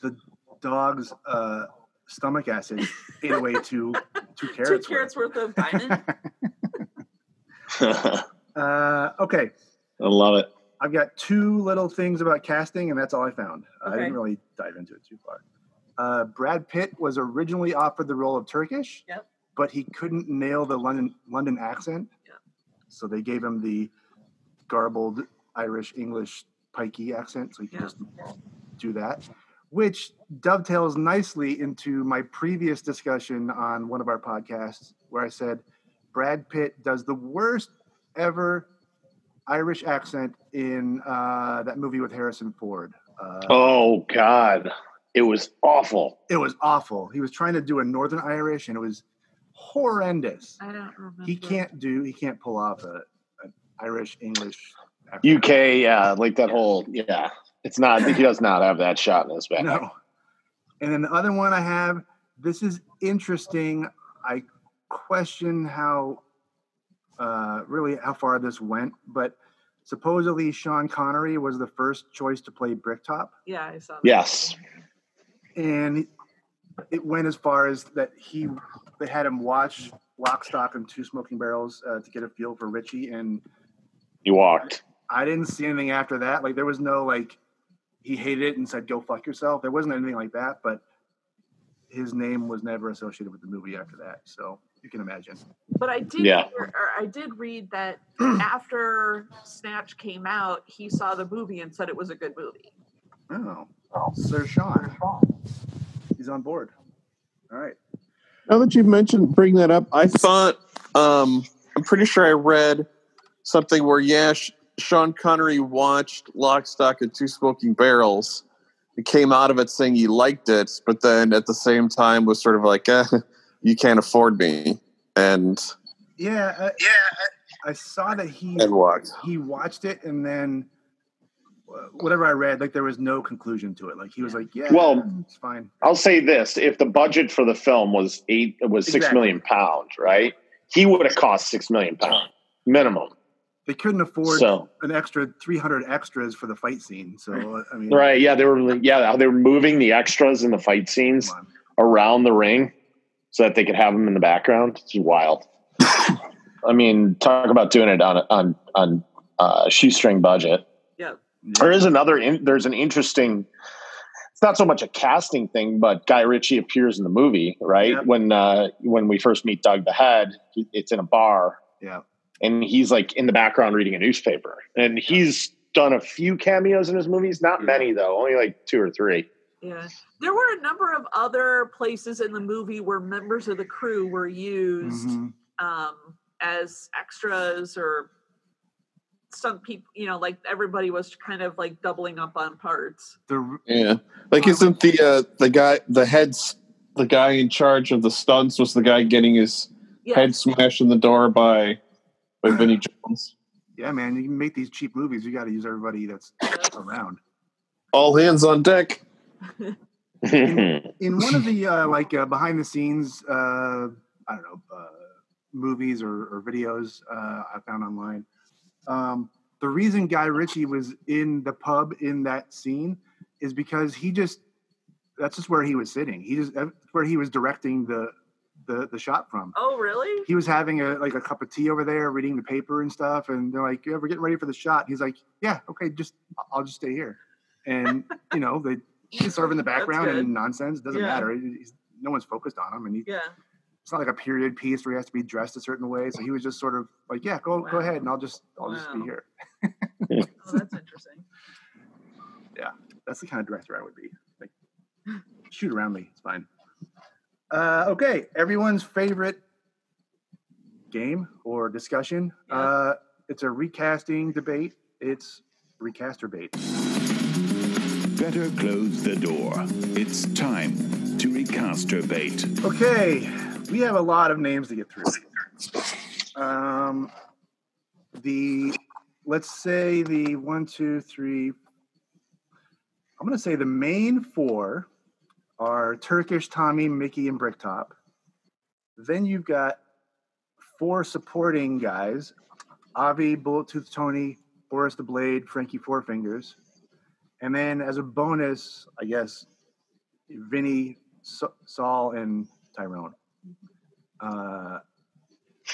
[SPEAKER 3] the dog's uh, stomach acid ate away
[SPEAKER 11] [LAUGHS]
[SPEAKER 3] two two carrots.
[SPEAKER 11] Two carrots worth, worth
[SPEAKER 3] [LAUGHS]
[SPEAKER 11] of vitamin.
[SPEAKER 3] uh, okay.
[SPEAKER 6] I love it.
[SPEAKER 3] I've got two little things about casting, and that's all I found. Okay. I didn't really dive into it too far. Uh, Brad Pitt was originally offered the role of Turkish,
[SPEAKER 11] yep.
[SPEAKER 3] but he couldn't nail the London London accent,
[SPEAKER 11] yep.
[SPEAKER 3] so they gave him the garbled Irish English pikey accent. So he yep. can just do that, which dovetails nicely into my previous discussion on one of our podcasts, where I said Brad Pitt does the worst ever Irish accent in uh, that movie with Harrison Ford. Uh,
[SPEAKER 6] oh God, it was awful.
[SPEAKER 3] It was awful. He was trying to do a Northern Irish, and it was horrendous.
[SPEAKER 11] I don't remember.
[SPEAKER 3] He can't do. He can't pull off a, an Irish English.
[SPEAKER 6] Accent. UK, yeah, like that yeah. whole yeah. It's not. He does not have that shot in his back.
[SPEAKER 3] No. And then the other one I have. This is interesting. I question how uh, really how far this went, but supposedly Sean Connery was the first choice to play Bricktop.
[SPEAKER 11] Yeah, I saw that.
[SPEAKER 6] Yes.
[SPEAKER 3] And it went as far as that he they had him watch Lock, Stock, and Two Smoking Barrels uh, to get a feel for Richie, and
[SPEAKER 6] he walked.
[SPEAKER 3] I didn't see anything after that. Like there was no like he hated it and said go fuck yourself. There wasn't anything like that, but his name was never associated with the movie after that. So you can imagine.
[SPEAKER 11] But I did yeah. hear, I did
[SPEAKER 3] [CLEARS THROAT]
[SPEAKER 11] read that after Snatch came out, he saw the movie and said it was a good movie.
[SPEAKER 3] Oh, oh. Sir Sean, he's on board. All right.
[SPEAKER 6] Now that you mentioned bring that up, I thought um, I'm pretty sure I read something where yeah, Sh- Sean Connery watched Lock, Stock, and Two Smoking Barrels. He came out of it saying he liked it, but then at the same time was sort of like, eh, [LAUGHS] you can't afford me and
[SPEAKER 3] yeah I,
[SPEAKER 6] yeah
[SPEAKER 3] I, I saw that he
[SPEAKER 6] and walked.
[SPEAKER 3] he watched it and then whatever i read like there was no conclusion to it like he was like yeah
[SPEAKER 6] well
[SPEAKER 3] it's fine
[SPEAKER 12] i'll say this if the budget for the film was eight was exactly. six million pounds right he would have cost six million pounds minimum
[SPEAKER 3] they couldn't afford so. an extra 300 extras for the fight scene so i mean
[SPEAKER 12] right yeah they were yeah they were moving the extras in the fight scenes around the ring so that they could have them in the background. It's wild. I mean, talk about doing it on on on uh, shoestring budget.
[SPEAKER 11] Yeah.
[SPEAKER 12] There is another. In, there's an interesting. It's not so much a casting thing, but Guy Ritchie appears in the movie, right? Yep. When uh, when we first meet Doug the Head, it's in a bar.
[SPEAKER 3] Yeah.
[SPEAKER 12] And he's like in the background reading a newspaper, and he's done a few cameos in his movies. Not yeah. many though, only like two or three. [LAUGHS]
[SPEAKER 11] Yeah. There were a number of other places in the movie where members of the crew were used mm-hmm. um, as extras or some people, you know, like everybody was kind of like doubling up on parts.
[SPEAKER 3] The,
[SPEAKER 6] yeah. Like, isn't the, uh, the guy, the heads, the guy in charge of the stunts was the guy getting his yes. head smashed in the door by, by Vinnie Jones?
[SPEAKER 3] Yeah, man. You can make these cheap movies. You got to use everybody that's around.
[SPEAKER 6] All hands on deck.
[SPEAKER 3] in, in, one of the uh, like uh, behind the scenes, uh, I don't know, uh, movies or, or videos uh, I found online, um, the reason Guy Ritchie was in the pub in that scene is because he just that's just where he was sitting. He just where he was directing the. The, the shot from
[SPEAKER 11] oh really
[SPEAKER 3] he was having a like a cup of tea over there reading the paper and stuff and they're like yeah we're getting ready for the shot he's like yeah okay just i'll just stay here and you know they he can serve in [LAUGHS] the background and nonsense. It doesn't yeah. matter. He's, no one's focused on him, and he,
[SPEAKER 11] yeah.
[SPEAKER 3] it's not like a period piece where he has to be dressed a certain way. So he was just sort of like, yeah, go wow. go ahead, and I'll just I'll wow. just be here.
[SPEAKER 11] oh, that's interesting.
[SPEAKER 3] Yeah, that's the kind of director I would be. Like, shoot around me, it's fine. Uh, okay, everyone's favorite game or discussion. Yeah. Uh, it's a recasting debate. It's recaster bait
[SPEAKER 2] better close the door. It's time to recasturbate.
[SPEAKER 3] Okay, we have a lot of names to get through. Um, the let's say the one, two, three. I'm going to say the main four are Turkish, Tommy, Mickey, and Bricktop. Then you've got four supporting guys: Avi, Bullet Tooth Tony, Boris the Blade, Frankie Four Fingers. And then as a bonus, I guess Vinny, so- Saul, and Tyrone. Uh,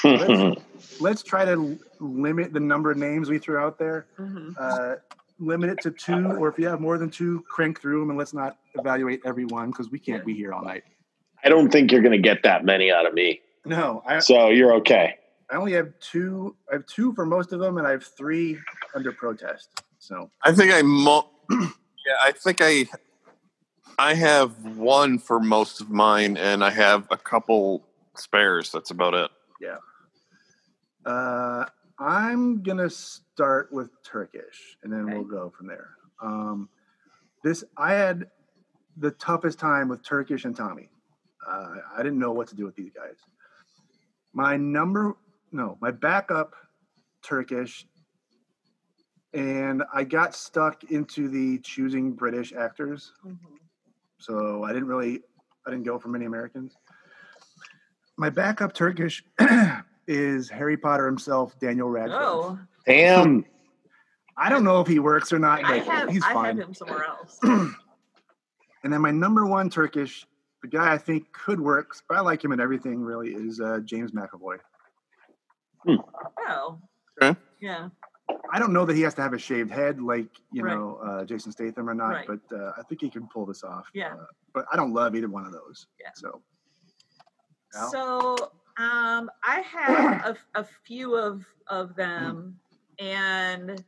[SPEAKER 3] let's, let's try to limit the number of names we threw out there.
[SPEAKER 11] Mhm.
[SPEAKER 3] Uh, limit it to two, or if you have more than two, crank through them, and let's not evaluate everyone because we can't be here all night.
[SPEAKER 13] I don't think you're going to get that many out of me.
[SPEAKER 3] No, I,
[SPEAKER 13] So you're okay.
[SPEAKER 3] I only have two. I have two for most of them, and I have three under protest. So
[SPEAKER 6] I think I mo- yeah, I think I I have one for most of mine and I have a couple spares. That's about it.
[SPEAKER 3] yeah, uh, I'm gonna start with Turkish, and then we'll go from there. Um, this I had the toughest time with Turkish and Tommy. Uh, I didn't know what to do with these guys. My number, no, my backup Turkish, and I got stuck into the choosing British actors.
[SPEAKER 11] Mm-hmm.
[SPEAKER 3] So I didn't really, I didn't go for many Americans. My backup Turkish [CLEARS THROAT] is Harry Potter himself, Daniel Radcliffe.
[SPEAKER 11] Oh,
[SPEAKER 13] Damn.
[SPEAKER 3] I don't know if he works or not,
[SPEAKER 11] I
[SPEAKER 3] but
[SPEAKER 11] have
[SPEAKER 3] he's
[SPEAKER 11] I
[SPEAKER 3] fine.
[SPEAKER 11] have him somewhere [CLEARS THROAT] else. Oh.
[SPEAKER 3] And then my number one Turkish, the guy I think could work, but I like him in everything really, is uh, James McAvoy.
[SPEAKER 11] Oh,
[SPEAKER 6] Okay.
[SPEAKER 11] yeah.
[SPEAKER 3] I don't know that he has to have a shaved head like, you
[SPEAKER 11] Right.
[SPEAKER 3] know, uh, Jason Statham or not,
[SPEAKER 11] Right.
[SPEAKER 3] but uh, I think he can pull this off. uh,
[SPEAKER 11] Yeah.
[SPEAKER 3] But I don't love either one of those.
[SPEAKER 11] Yeah.
[SPEAKER 3] So, Al?
[SPEAKER 11] So um, I have a, a few of of them, and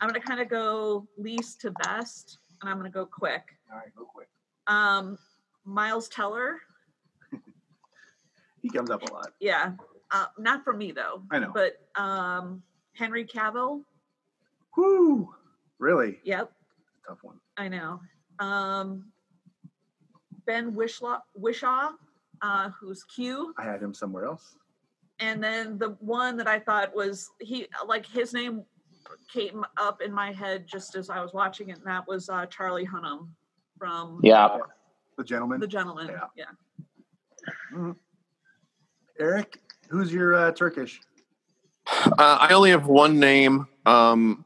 [SPEAKER 11] I'm gonna kind of go least to best, and I'm gonna go quick.
[SPEAKER 3] all right, go quick.
[SPEAKER 11] Um, Miles Teller,
[SPEAKER 3] He comes up a lot.
[SPEAKER 11] yeah, uh, not for me though.
[SPEAKER 3] I know.
[SPEAKER 11] but um, Henry Cavill,
[SPEAKER 3] Whoo! Really?
[SPEAKER 11] yep,
[SPEAKER 3] Tough one.
[SPEAKER 11] I know. Um, ben Wishlaw, Wishaw, uh, who's Q,
[SPEAKER 3] I had him somewhere else.
[SPEAKER 11] and then the one that I thought was he like his name came up in my head just as I was watching it, and that was uh, Charlie Hunnam from
[SPEAKER 13] Yeah.
[SPEAKER 3] The gentleman.
[SPEAKER 11] The Gentleman.
[SPEAKER 3] Yeah.
[SPEAKER 11] Yeah.
[SPEAKER 3] Eric, who's your uh, Turkish?
[SPEAKER 6] Uh, I only have one name. Um,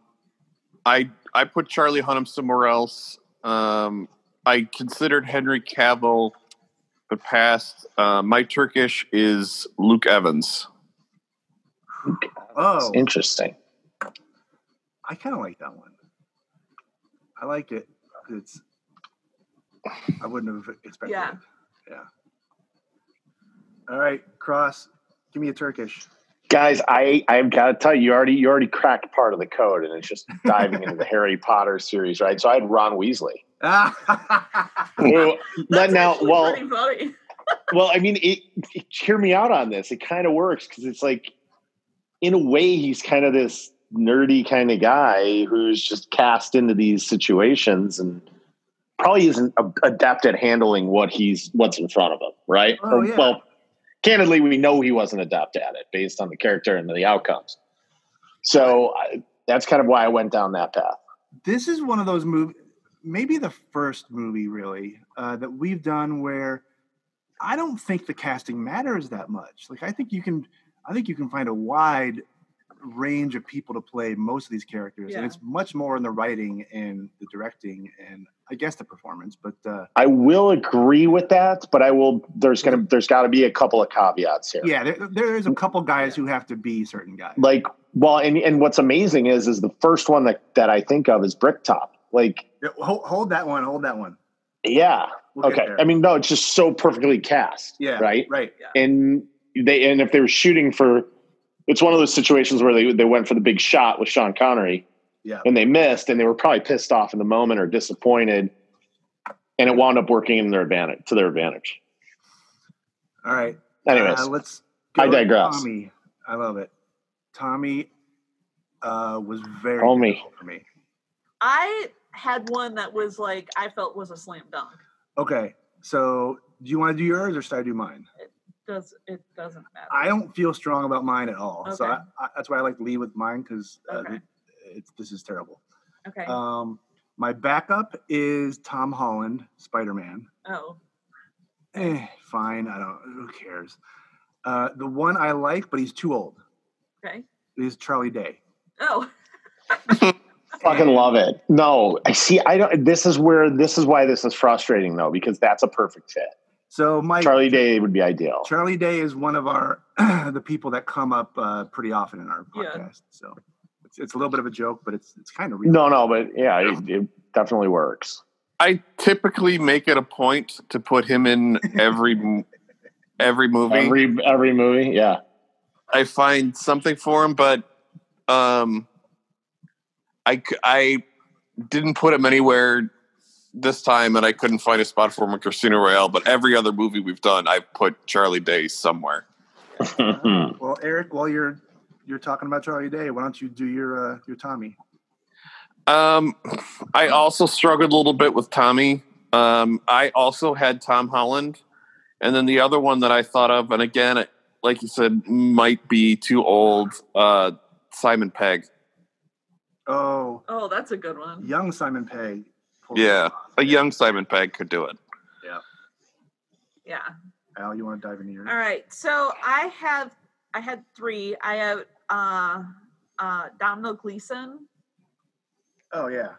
[SPEAKER 6] I I put Charlie Hunnam somewhere else. Um, I considered Henry Cavill the past. Uh, my Turkish is Luke Evans.
[SPEAKER 3] Oh,
[SPEAKER 13] Interesting.
[SPEAKER 3] I kind of like that one. I like it. It's. I wouldn't have expected.
[SPEAKER 11] Yeah.
[SPEAKER 3] It. Yeah. All right, cross. Give me a Turkish.
[SPEAKER 13] Guys, I I've got to tell you, you already you already cracked part of the code, and it's
[SPEAKER 11] [LAUGHS]
[SPEAKER 13] just diving into the Harry Potter series, right? So I had Ron Weasley.
[SPEAKER 3] Ah! [LAUGHS]
[SPEAKER 13] Who,
[SPEAKER 11] That's
[SPEAKER 13] now,
[SPEAKER 11] actually
[SPEAKER 13] well,
[SPEAKER 11] pretty funny.
[SPEAKER 13] well, I mean, it, it, hear me out on this. It kind of works because it's like, in a way, he's kind of this nerdy kind of guy who's just cast into these situations and probably isn't a, adept at handling what he's what's in front of him, right?
[SPEAKER 3] Oh, yeah.
[SPEAKER 13] Well, candidly, we know he wasn't adept at it based on the character and the outcomes. So I, that's kind of why I went down that path.
[SPEAKER 3] this is one of those movies, maybe the first movie really uh, that we've done where I don't think the casting matters that much. Like I think you can, I think you can find a wide range of people to play most of these characters,
[SPEAKER 11] Yeah.
[SPEAKER 3] and it's much more in the writing and the directing and I guess the performance. But uh,
[SPEAKER 13] I will agree with that, but I will. There's gonna there's got to be a couple of caveats here.
[SPEAKER 3] yeah, there, there's a couple guys who have to be certain guys.
[SPEAKER 13] like well and and what's amazing is is the first one that that i think of is bricktop like
[SPEAKER 3] Yeah, Hold, hold that one. Hold that one.
[SPEAKER 13] yeah
[SPEAKER 3] We'll get
[SPEAKER 13] okay
[SPEAKER 3] there.
[SPEAKER 13] i mean no it's just so perfectly cast
[SPEAKER 3] yeah.
[SPEAKER 13] right
[SPEAKER 3] Right.
[SPEAKER 13] and they and if they were shooting for it's one of those situations where they they went for the big shot with sean connery
[SPEAKER 3] Yeah.
[SPEAKER 13] and they missed and they were probably pissed off in the moment or disappointed and it wound up working in their advantage to their advantage
[SPEAKER 3] All right.
[SPEAKER 13] anyways
[SPEAKER 3] Uh, let's go
[SPEAKER 13] I
[SPEAKER 3] with
[SPEAKER 13] digress.
[SPEAKER 3] Tommy. I love it. Tommy uh, was very
[SPEAKER 13] Tommy.
[SPEAKER 3] difficult for me.
[SPEAKER 11] I had one that was like I felt was a slam dunk.
[SPEAKER 3] Okay. So do you want to do yours or should I do mine?
[SPEAKER 11] Does it doesn't matter?
[SPEAKER 3] I don't feel strong about mine at all. So I,
[SPEAKER 11] Okay.
[SPEAKER 3] I, that's why I like to lead with mine because uh,
[SPEAKER 11] Okay.
[SPEAKER 3] th- it's, this is terrible.
[SPEAKER 11] Okay.
[SPEAKER 3] Um, my backup is Tom Holland, Spider Man.
[SPEAKER 11] oh.
[SPEAKER 3] Eh, fine. I don't, who cares? Uh, the one I like, but he's too old,
[SPEAKER 11] Okay.
[SPEAKER 3] is Charlie Day.
[SPEAKER 11] Oh.
[SPEAKER 13] Fucking love it. No, I see. I don't. This is where this is why this is frustrating though, because that's a perfect fit.
[SPEAKER 14] So Mike
[SPEAKER 13] Charlie Day would be ideal.
[SPEAKER 14] Charlie Day is one of
[SPEAKER 3] [CLEARS THROAT]
[SPEAKER 14] our the people that come up uh, pretty often in our podcast. Yeah. So it's, it's a little bit of a joke, but it's it's kind of
[SPEAKER 13] real. No, no, but yeah, it, it definitely works.
[SPEAKER 6] I typically make it a point to put him in every every movie.
[SPEAKER 13] Every every movie, yeah. [LAUGHS]
[SPEAKER 6] I find something for him, but um, I I didn't put him anywhere this time, and I couldn't find a spot for him in Casino Royale. But every other movie we've done, I've put Charlie Day somewhere.
[SPEAKER 3] uh, well, Eric, while you're you're talking about Charlie Day, why don't you do your uh, your Tommy?
[SPEAKER 6] Um, I also struggled a little bit with Tommy. Um, I also had Tom Holland, and then the other one that I thought of, and again, it, like you said, might be too old. Uh, Simon Pegg.
[SPEAKER 3] Oh,
[SPEAKER 11] [LAUGHS] oh, that's a good one.
[SPEAKER 3] Young Simon Pegg.
[SPEAKER 6] Yeah, a young Simon Pegg could do it.
[SPEAKER 3] Yeah.
[SPEAKER 11] Yeah.
[SPEAKER 3] Al, you want to dive into yours?
[SPEAKER 11] All right. So I have, I had three. I have uh, uh, Domino Gleason.
[SPEAKER 3] Oh yeah.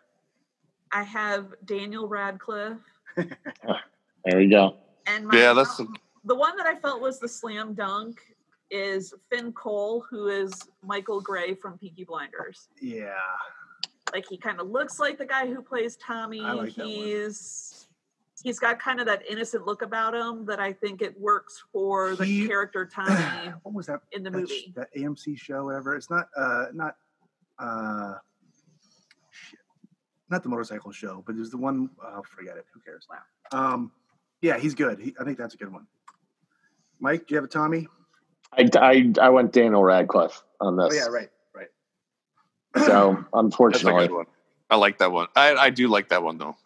[SPEAKER 11] I have Daniel Radcliffe.
[SPEAKER 13] there we go.
[SPEAKER 11] And yeah, that's mom, the one that I felt was the slam dunk is Finn Cole, who is Michael Gray from Peaky Blinders.
[SPEAKER 3] Yeah.
[SPEAKER 11] Like he kind of looks like the guy who plays Tommy. Like he's he's got kind of that innocent look about him that I think it works for the he, character Tommy.
[SPEAKER 3] [SIGHS] what was that
[SPEAKER 11] in the
[SPEAKER 3] that
[SPEAKER 11] movie?
[SPEAKER 3] Sh- that AMC show, whatever. It's not uh not uh not the motorcycle show, but there's the one. Oh, forget it. Who cares? Wow. Um, yeah, he's good. He, I think that's a good one. Mike, do you have a Tommy?
[SPEAKER 13] I, I, I went Daniel Radcliffe on this.
[SPEAKER 3] Oh, yeah, right, right.
[SPEAKER 13] [CLEARS THROAT] So unfortunately,
[SPEAKER 6] I like that one. I, I do like that one though.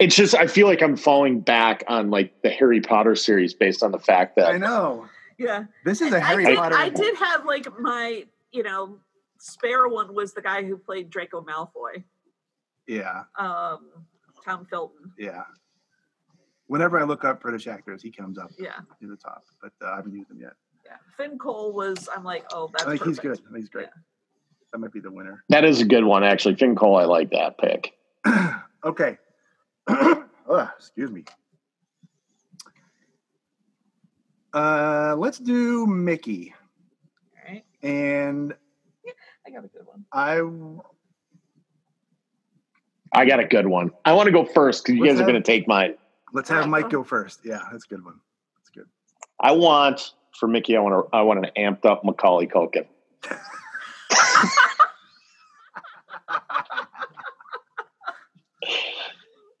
[SPEAKER 13] It's just I feel like I'm falling back on like the Harry Potter series based on the fact that
[SPEAKER 3] I know.
[SPEAKER 11] Yeah,
[SPEAKER 3] this is a Harry
[SPEAKER 11] I did,
[SPEAKER 3] Potter.
[SPEAKER 11] I did have like my you know spare one was the guy who played Draco Malfoy.
[SPEAKER 3] Yeah.
[SPEAKER 11] Um, Tom Felton.
[SPEAKER 3] Yeah. Whenever I look up British actors, he comes up.
[SPEAKER 11] Yeah.
[SPEAKER 3] To the top, but uh, I haven't used him yet.
[SPEAKER 11] Yeah. Finn Cole was. I'm like, oh, that's.
[SPEAKER 3] I think
[SPEAKER 11] perfect.
[SPEAKER 3] he's good. I think he's great. Yeah. That might be the winner.
[SPEAKER 13] That is a good one, actually. Finn Cole, I like that pick.
[SPEAKER 3] [CLEARS THROAT] okay. oh, excuse me. Uh, let's do Mickey.
[SPEAKER 11] All right.
[SPEAKER 3] And
[SPEAKER 11] I got a good one.
[SPEAKER 3] I
[SPEAKER 13] I got a good one. I want to go first because you
[SPEAKER 3] Let's
[SPEAKER 13] guys
[SPEAKER 3] have-
[SPEAKER 13] are going to take mine.
[SPEAKER 3] Let's have Mike go first. Yeah, that's a good one. That's good.
[SPEAKER 13] I want for Mickey. I want to. I want an amped up Macaulay Culkin.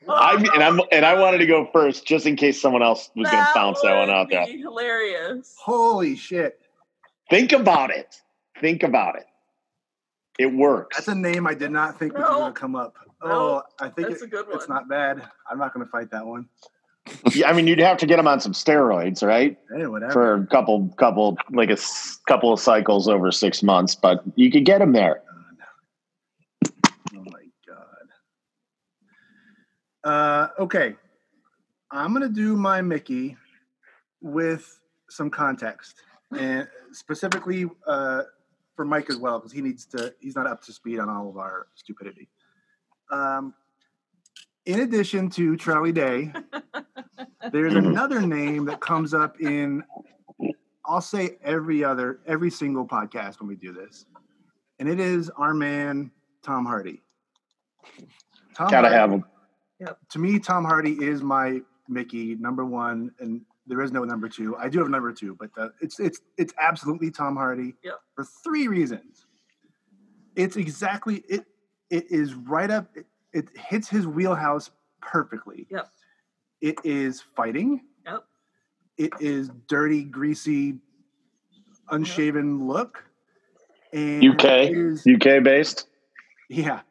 [SPEAKER 11] Oh,
[SPEAKER 13] I and I'm and I wanted to go first just in case someone else was going to bounce that one out there.
[SPEAKER 11] Hilarious!
[SPEAKER 3] Holy shit!
[SPEAKER 13] Think about it. Think about it. It works.
[SPEAKER 3] That's a name I did not think was
[SPEAKER 11] No.
[SPEAKER 3] going to come up.
[SPEAKER 11] No,
[SPEAKER 3] Oh, I think
[SPEAKER 11] that's
[SPEAKER 3] it-
[SPEAKER 11] a good
[SPEAKER 3] it's
[SPEAKER 11] one.
[SPEAKER 3] not bad. I'm not going to fight that one.
[SPEAKER 13] Yeah, I mean, you'd have to get him on some steroids, right?
[SPEAKER 3] Hey, whatever.
[SPEAKER 13] For a couple, couple, like a s- couple of cycles over six months, but you could get him there.
[SPEAKER 3] Oh my god. Uh, okay, I'm gonna do my Mickey with some context, and specifically uh, for Mike as well, because he needs to. He's not up to speed on all of our stupidity. Um, in addition to Charlie Day, there's another name that comes up in. I'll say every other, every single podcast when we do this, and it is our man Tom Hardy. Tom
[SPEAKER 13] Gotta
[SPEAKER 3] Hardy-
[SPEAKER 13] have him.
[SPEAKER 3] to me, Tom Hardy is my Mickey number one, and there is no number two. I do have number two, but uh it's it's it's absolutely Tom Hardy
[SPEAKER 11] Yeah.
[SPEAKER 3] for three reasons. It's exactly it. It is right up. It, it hits his wheelhouse perfectly.
[SPEAKER 11] Yep.
[SPEAKER 3] It is fighting.
[SPEAKER 11] Yep.
[SPEAKER 3] It is dirty, greasy, unshaven look. And
[SPEAKER 13] UK,
[SPEAKER 3] it is-
[SPEAKER 13] UK based.
[SPEAKER 3] yeah.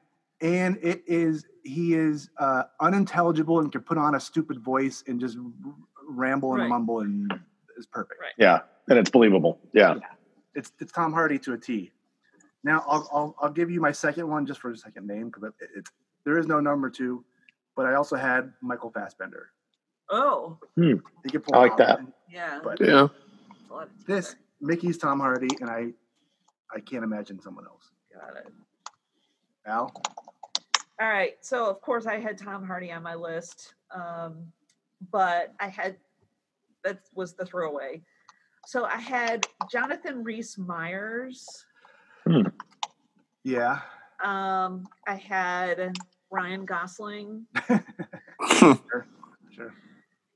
[SPEAKER 3] And it is, he is uh, unintelligible and can put on a stupid voice and just r- ramble and
[SPEAKER 11] Right.
[SPEAKER 3] mumble and is perfect.
[SPEAKER 11] Right.
[SPEAKER 13] Yeah, and it's believable. Yeah,
[SPEAKER 3] It's, it's Tom Hardy to a T. Now, I'll, I'll, I'll give you my second one just for the second name because it, it's there is no number two, but I also had Michael Fassbender.
[SPEAKER 11] Oh,
[SPEAKER 3] He could
[SPEAKER 13] I like that.
[SPEAKER 11] yeah.
[SPEAKER 3] But
[SPEAKER 6] Yeah.
[SPEAKER 11] That's a lot of
[SPEAKER 3] this, Mickey's Tom Hardy, and I, I can't imagine someone else.
[SPEAKER 11] teeth. Got it.
[SPEAKER 3] Al.
[SPEAKER 11] All right. So of course I had Tom Hardy on my list, um, but I had that was the throwaway. So I had Jonathan Reese Myers.
[SPEAKER 6] Hmm.
[SPEAKER 3] Yeah.
[SPEAKER 11] Um, I had Ryan Gosling.
[SPEAKER 3] sure. Sure.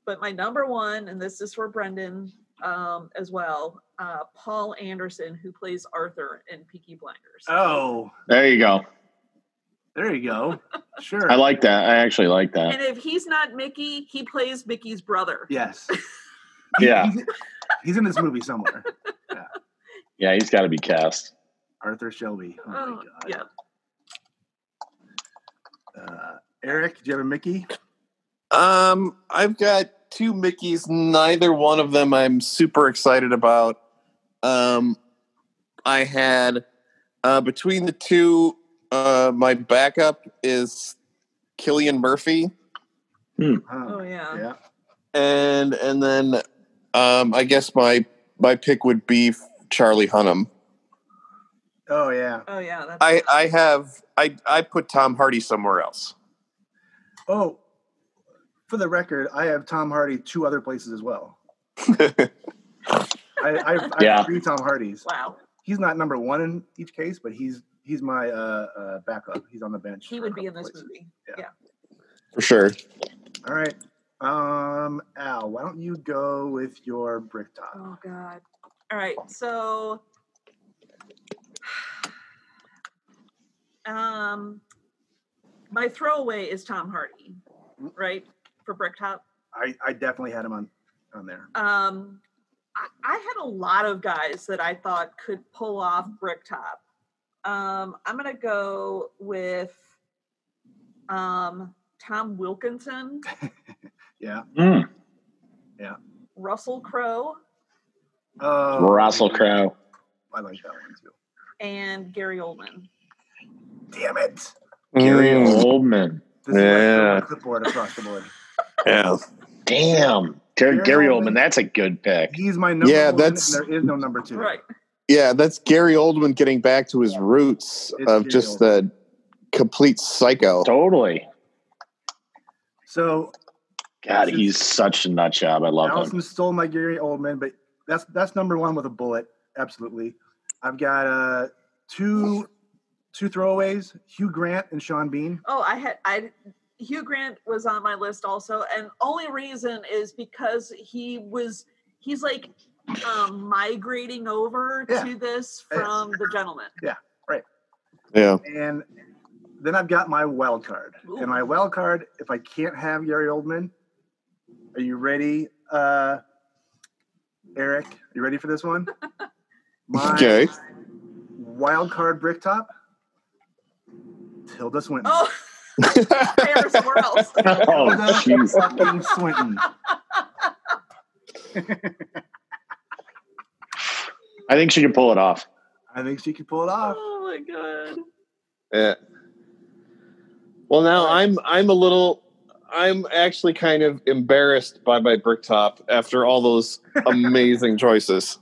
[SPEAKER 11] But my number one, and this is for Brendan um, as well, uh, Paul Anderson, who plays Arthur in Peaky Blinders.
[SPEAKER 3] Oh,
[SPEAKER 6] There you go.
[SPEAKER 3] there you go. Sure.
[SPEAKER 6] I like that. I actually like
[SPEAKER 11] And
[SPEAKER 6] that.
[SPEAKER 11] if he's not Mickey, he plays Mickey's brother. [LAUGHS]
[SPEAKER 3] Yes.
[SPEAKER 6] Yeah.
[SPEAKER 3] He's in this movie somewhere.
[SPEAKER 6] Yeah, he's got to be cast.
[SPEAKER 3] Arthur Shelby. Oh, my
[SPEAKER 11] Oh,
[SPEAKER 3] God.
[SPEAKER 11] yeah.
[SPEAKER 3] Uh, Eric, do you have a Mickey?
[SPEAKER 6] Um, I've got two Mickeys. Neither one of them I'm super excited about. Um, I had uh, between the two, uh, my backup is Killian Murphy,
[SPEAKER 11] Oh yeah.
[SPEAKER 3] Yeah.
[SPEAKER 6] and and then um, I guess my my pick would be Charlie Hunnam.
[SPEAKER 3] Oh, yeah.
[SPEAKER 11] Oh yeah. That's,
[SPEAKER 6] I I have I I put Tom Hardy somewhere else. [LAUGHS]
[SPEAKER 3] Oh, for the record, I have Tom Hardy two other places as well. I, I, have, I
[SPEAKER 6] Yeah.
[SPEAKER 3] have three Tom Hardys.
[SPEAKER 11] wow.
[SPEAKER 3] He's not number one in each case, but he's he's my uh, uh, backup. He's on the bench.
[SPEAKER 11] He
[SPEAKER 3] for
[SPEAKER 11] would
[SPEAKER 3] a
[SPEAKER 11] be in
[SPEAKER 3] couple
[SPEAKER 11] this
[SPEAKER 3] places.
[SPEAKER 11] movie.
[SPEAKER 6] For sure.
[SPEAKER 3] All right. Um, Al, why don't you go with your brick top?
[SPEAKER 11] Oh God. All right. So, [SIGHS] um, my throwaway is Tom Hardy, right? For Bricktop.
[SPEAKER 3] I, I definitely had him on on there.
[SPEAKER 11] Um, I, I had a lot of guys that I thought could pull off Bricktop. Um, I'm gonna go with um Tom Wilkinson,
[SPEAKER 3] Yeah.
[SPEAKER 13] Hmm.
[SPEAKER 6] Mm.
[SPEAKER 11] Russell Crowe,
[SPEAKER 3] Oh,
[SPEAKER 6] Russell Crowe.
[SPEAKER 3] I like that one too.
[SPEAKER 11] and Gary Oldman.
[SPEAKER 3] Damn it!
[SPEAKER 6] Gary
[SPEAKER 13] Hmm.
[SPEAKER 15] Mm.
[SPEAKER 6] Oldman.
[SPEAKER 3] This is like throwing
[SPEAKER 6] Yeah.
[SPEAKER 3] my clipboard across
[SPEAKER 6] [LAUGHS]
[SPEAKER 3] the board.
[SPEAKER 6] Yeah. Damn. Gary,
[SPEAKER 3] Gary
[SPEAKER 6] Gary
[SPEAKER 3] Oldman.
[SPEAKER 6] Oldman, that's a good pick.
[SPEAKER 3] He's my number
[SPEAKER 6] Yeah,
[SPEAKER 3] one,
[SPEAKER 6] that's-
[SPEAKER 3] and there is no number two.
[SPEAKER 11] Right.
[SPEAKER 6] Yeah, that's Gary Oldman getting back to his roots
[SPEAKER 3] It's
[SPEAKER 6] of
[SPEAKER 3] Gary
[SPEAKER 6] just the complete psycho.
[SPEAKER 13] Totally.
[SPEAKER 3] So
[SPEAKER 13] God,
[SPEAKER 3] This is-
[SPEAKER 13] he's such a nut job. I love him.
[SPEAKER 3] Allison stole my Gary Oldman, but that's that's number one with a bullet. Absolutely. I've got uh two two throwaways: Hugh Grant and Sean Bean.
[SPEAKER 11] Oh, I had I Hugh Grant was on my list also, and only reason is because he was he's like um migrating over
[SPEAKER 3] Yeah.
[SPEAKER 11] to this
[SPEAKER 13] Uh,
[SPEAKER 3] Yeah.
[SPEAKER 11] from the gentleman.
[SPEAKER 6] Yeah.
[SPEAKER 3] And then I've got my wild card.
[SPEAKER 11] Ooh.
[SPEAKER 3] And my wild card, if I can't have Gary Oldman, are you ready, uh, Eric? You ready for this one? My
[SPEAKER 6] Okay.
[SPEAKER 3] wild card brick top, Tilda Swinton.
[SPEAKER 11] Oh, [LAUGHS]
[SPEAKER 6] [LAUGHS]
[SPEAKER 11] there
[SPEAKER 13] [LAUGHS]
[SPEAKER 11] somewhere else.
[SPEAKER 13] Oh,
[SPEAKER 3] [LAUGHS] Tilda
[SPEAKER 13] jeez.
[SPEAKER 3] fucking Swinton.
[SPEAKER 13] I think she can pull it off.
[SPEAKER 3] I think she could pull it off.
[SPEAKER 11] Oh my god.
[SPEAKER 6] Yeah. Well, now I'm I'm a little I'm actually kind of embarrassed by my brick top after all those [LAUGHS] amazing choices.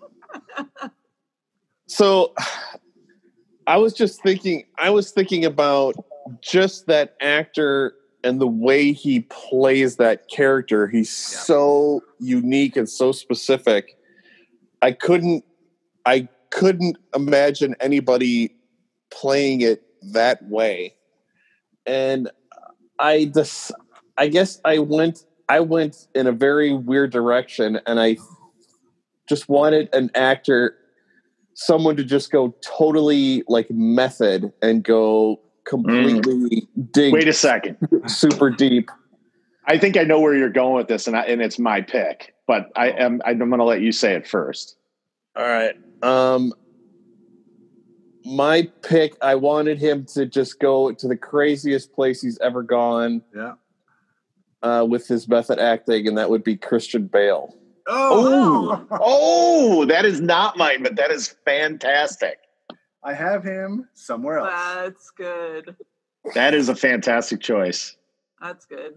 [SPEAKER 6] So I was just thinking I was thinking about just that actor and the way he plays that character. He's so unique and so specific. I couldn't I couldn't imagine anybody playing it that way and i just i guess i went i went in a very weird direction and i just wanted an actor someone to just go totally like method and go completely dig
[SPEAKER 13] Wait a second.
[SPEAKER 6] super deep
[SPEAKER 13] I think I know where you're going with this, and I, and it's my pick. But I am I'm going to let you say it first.
[SPEAKER 6] all right um my pick i wanted him to just go to the craziest place he's ever gone
[SPEAKER 3] Yeah.
[SPEAKER 6] uh, with his method acting and that would be christian bale
[SPEAKER 3] Oh,
[SPEAKER 13] Oh, that is not mine, but that is fantastic.
[SPEAKER 3] I have him somewhere else.
[SPEAKER 11] That's good.
[SPEAKER 13] That is a fantastic choice.
[SPEAKER 11] That's good.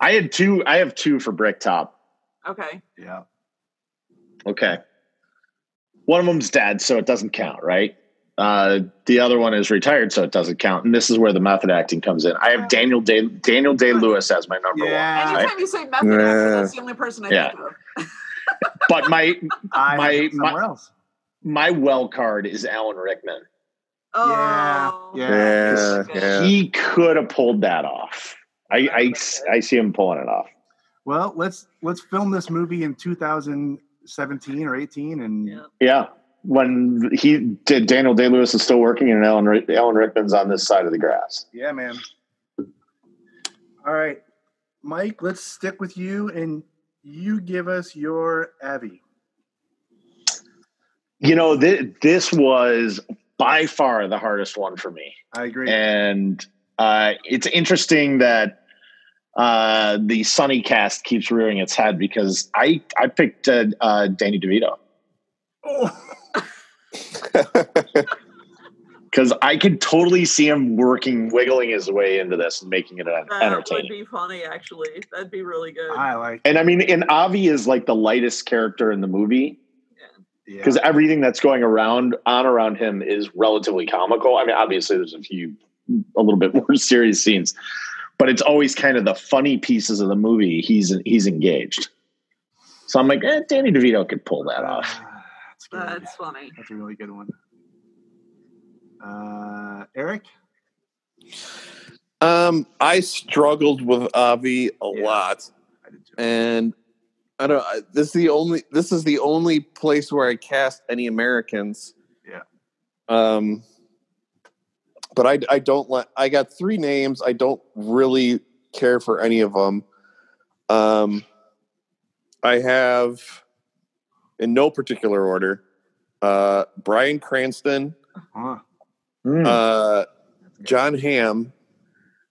[SPEAKER 13] I had two. I have two for Bricktop.
[SPEAKER 11] Okay.
[SPEAKER 3] Yeah.
[SPEAKER 13] Okay. One of them's dead, so it doesn't count, right? Uh, the other one is retired, so it doesn't count. And this is where the method acting comes in. I have Daniel Day Daniel Day Lewis as my number
[SPEAKER 11] yeah.
[SPEAKER 13] one.
[SPEAKER 11] Anytime you say method actor, that's the only person I
[SPEAKER 13] Yeah.
[SPEAKER 11] think of.
[SPEAKER 13] But my
[SPEAKER 3] I
[SPEAKER 13] my
[SPEAKER 3] have somewhere
[SPEAKER 13] my,
[SPEAKER 3] else.
[SPEAKER 13] my well card is Alan Rickman.
[SPEAKER 11] Oh,
[SPEAKER 6] Yeah, yeah.
[SPEAKER 13] He could have pulled that off. I, I s- I see him pulling it off.
[SPEAKER 3] Well, let's let's film this movie in 2017 or 18, and
[SPEAKER 13] Yeah. When he did Daniel Day Lewis is still working and Alan, Rick- Alan Rickman's on this side of the grass.
[SPEAKER 3] yeah, man. All right, Mike, let's stick with you, and you give us your Abby.
[SPEAKER 13] You know, th- this was by far the hardest one for me.
[SPEAKER 3] I agree.
[SPEAKER 13] And uh, it's interesting that uh, the Sunny cast keeps rearing its head because I, I picked uh, uh, Danny DeVito.
[SPEAKER 3] Oh,
[SPEAKER 13] Because I could totally see him working, wiggling his way into this and making it an
[SPEAKER 11] that Uh, would
[SPEAKER 13] entertaining.
[SPEAKER 11] be funny. Actually, that'd be really good.
[SPEAKER 3] like.
[SPEAKER 13] And I mean, and Avi is like the lightest character in the movie
[SPEAKER 3] Yeah.
[SPEAKER 13] because everything that's going around on around him is relatively comical. I mean, obviously, there's a few a little bit [LAUGHS] more serious scenes, but it's always kind of the funny pieces of the movie. He's he's engaged. So I'm like, eh, Danny DeVito could pull that off.
[SPEAKER 11] That's funny.
[SPEAKER 3] Ah, That's a really good one. Uh, Eric,
[SPEAKER 6] Um, I struggled with Avi a lot, and I don't. I- This is the only. This is the only place where I cast any Americans.
[SPEAKER 3] Yeah.
[SPEAKER 6] Um, but I I don't like. I got three names. I don't really care for any of them. Um, I have, in no particular order, uh, Brian Cranston,
[SPEAKER 3] Huh.
[SPEAKER 6] uh, John Hamm,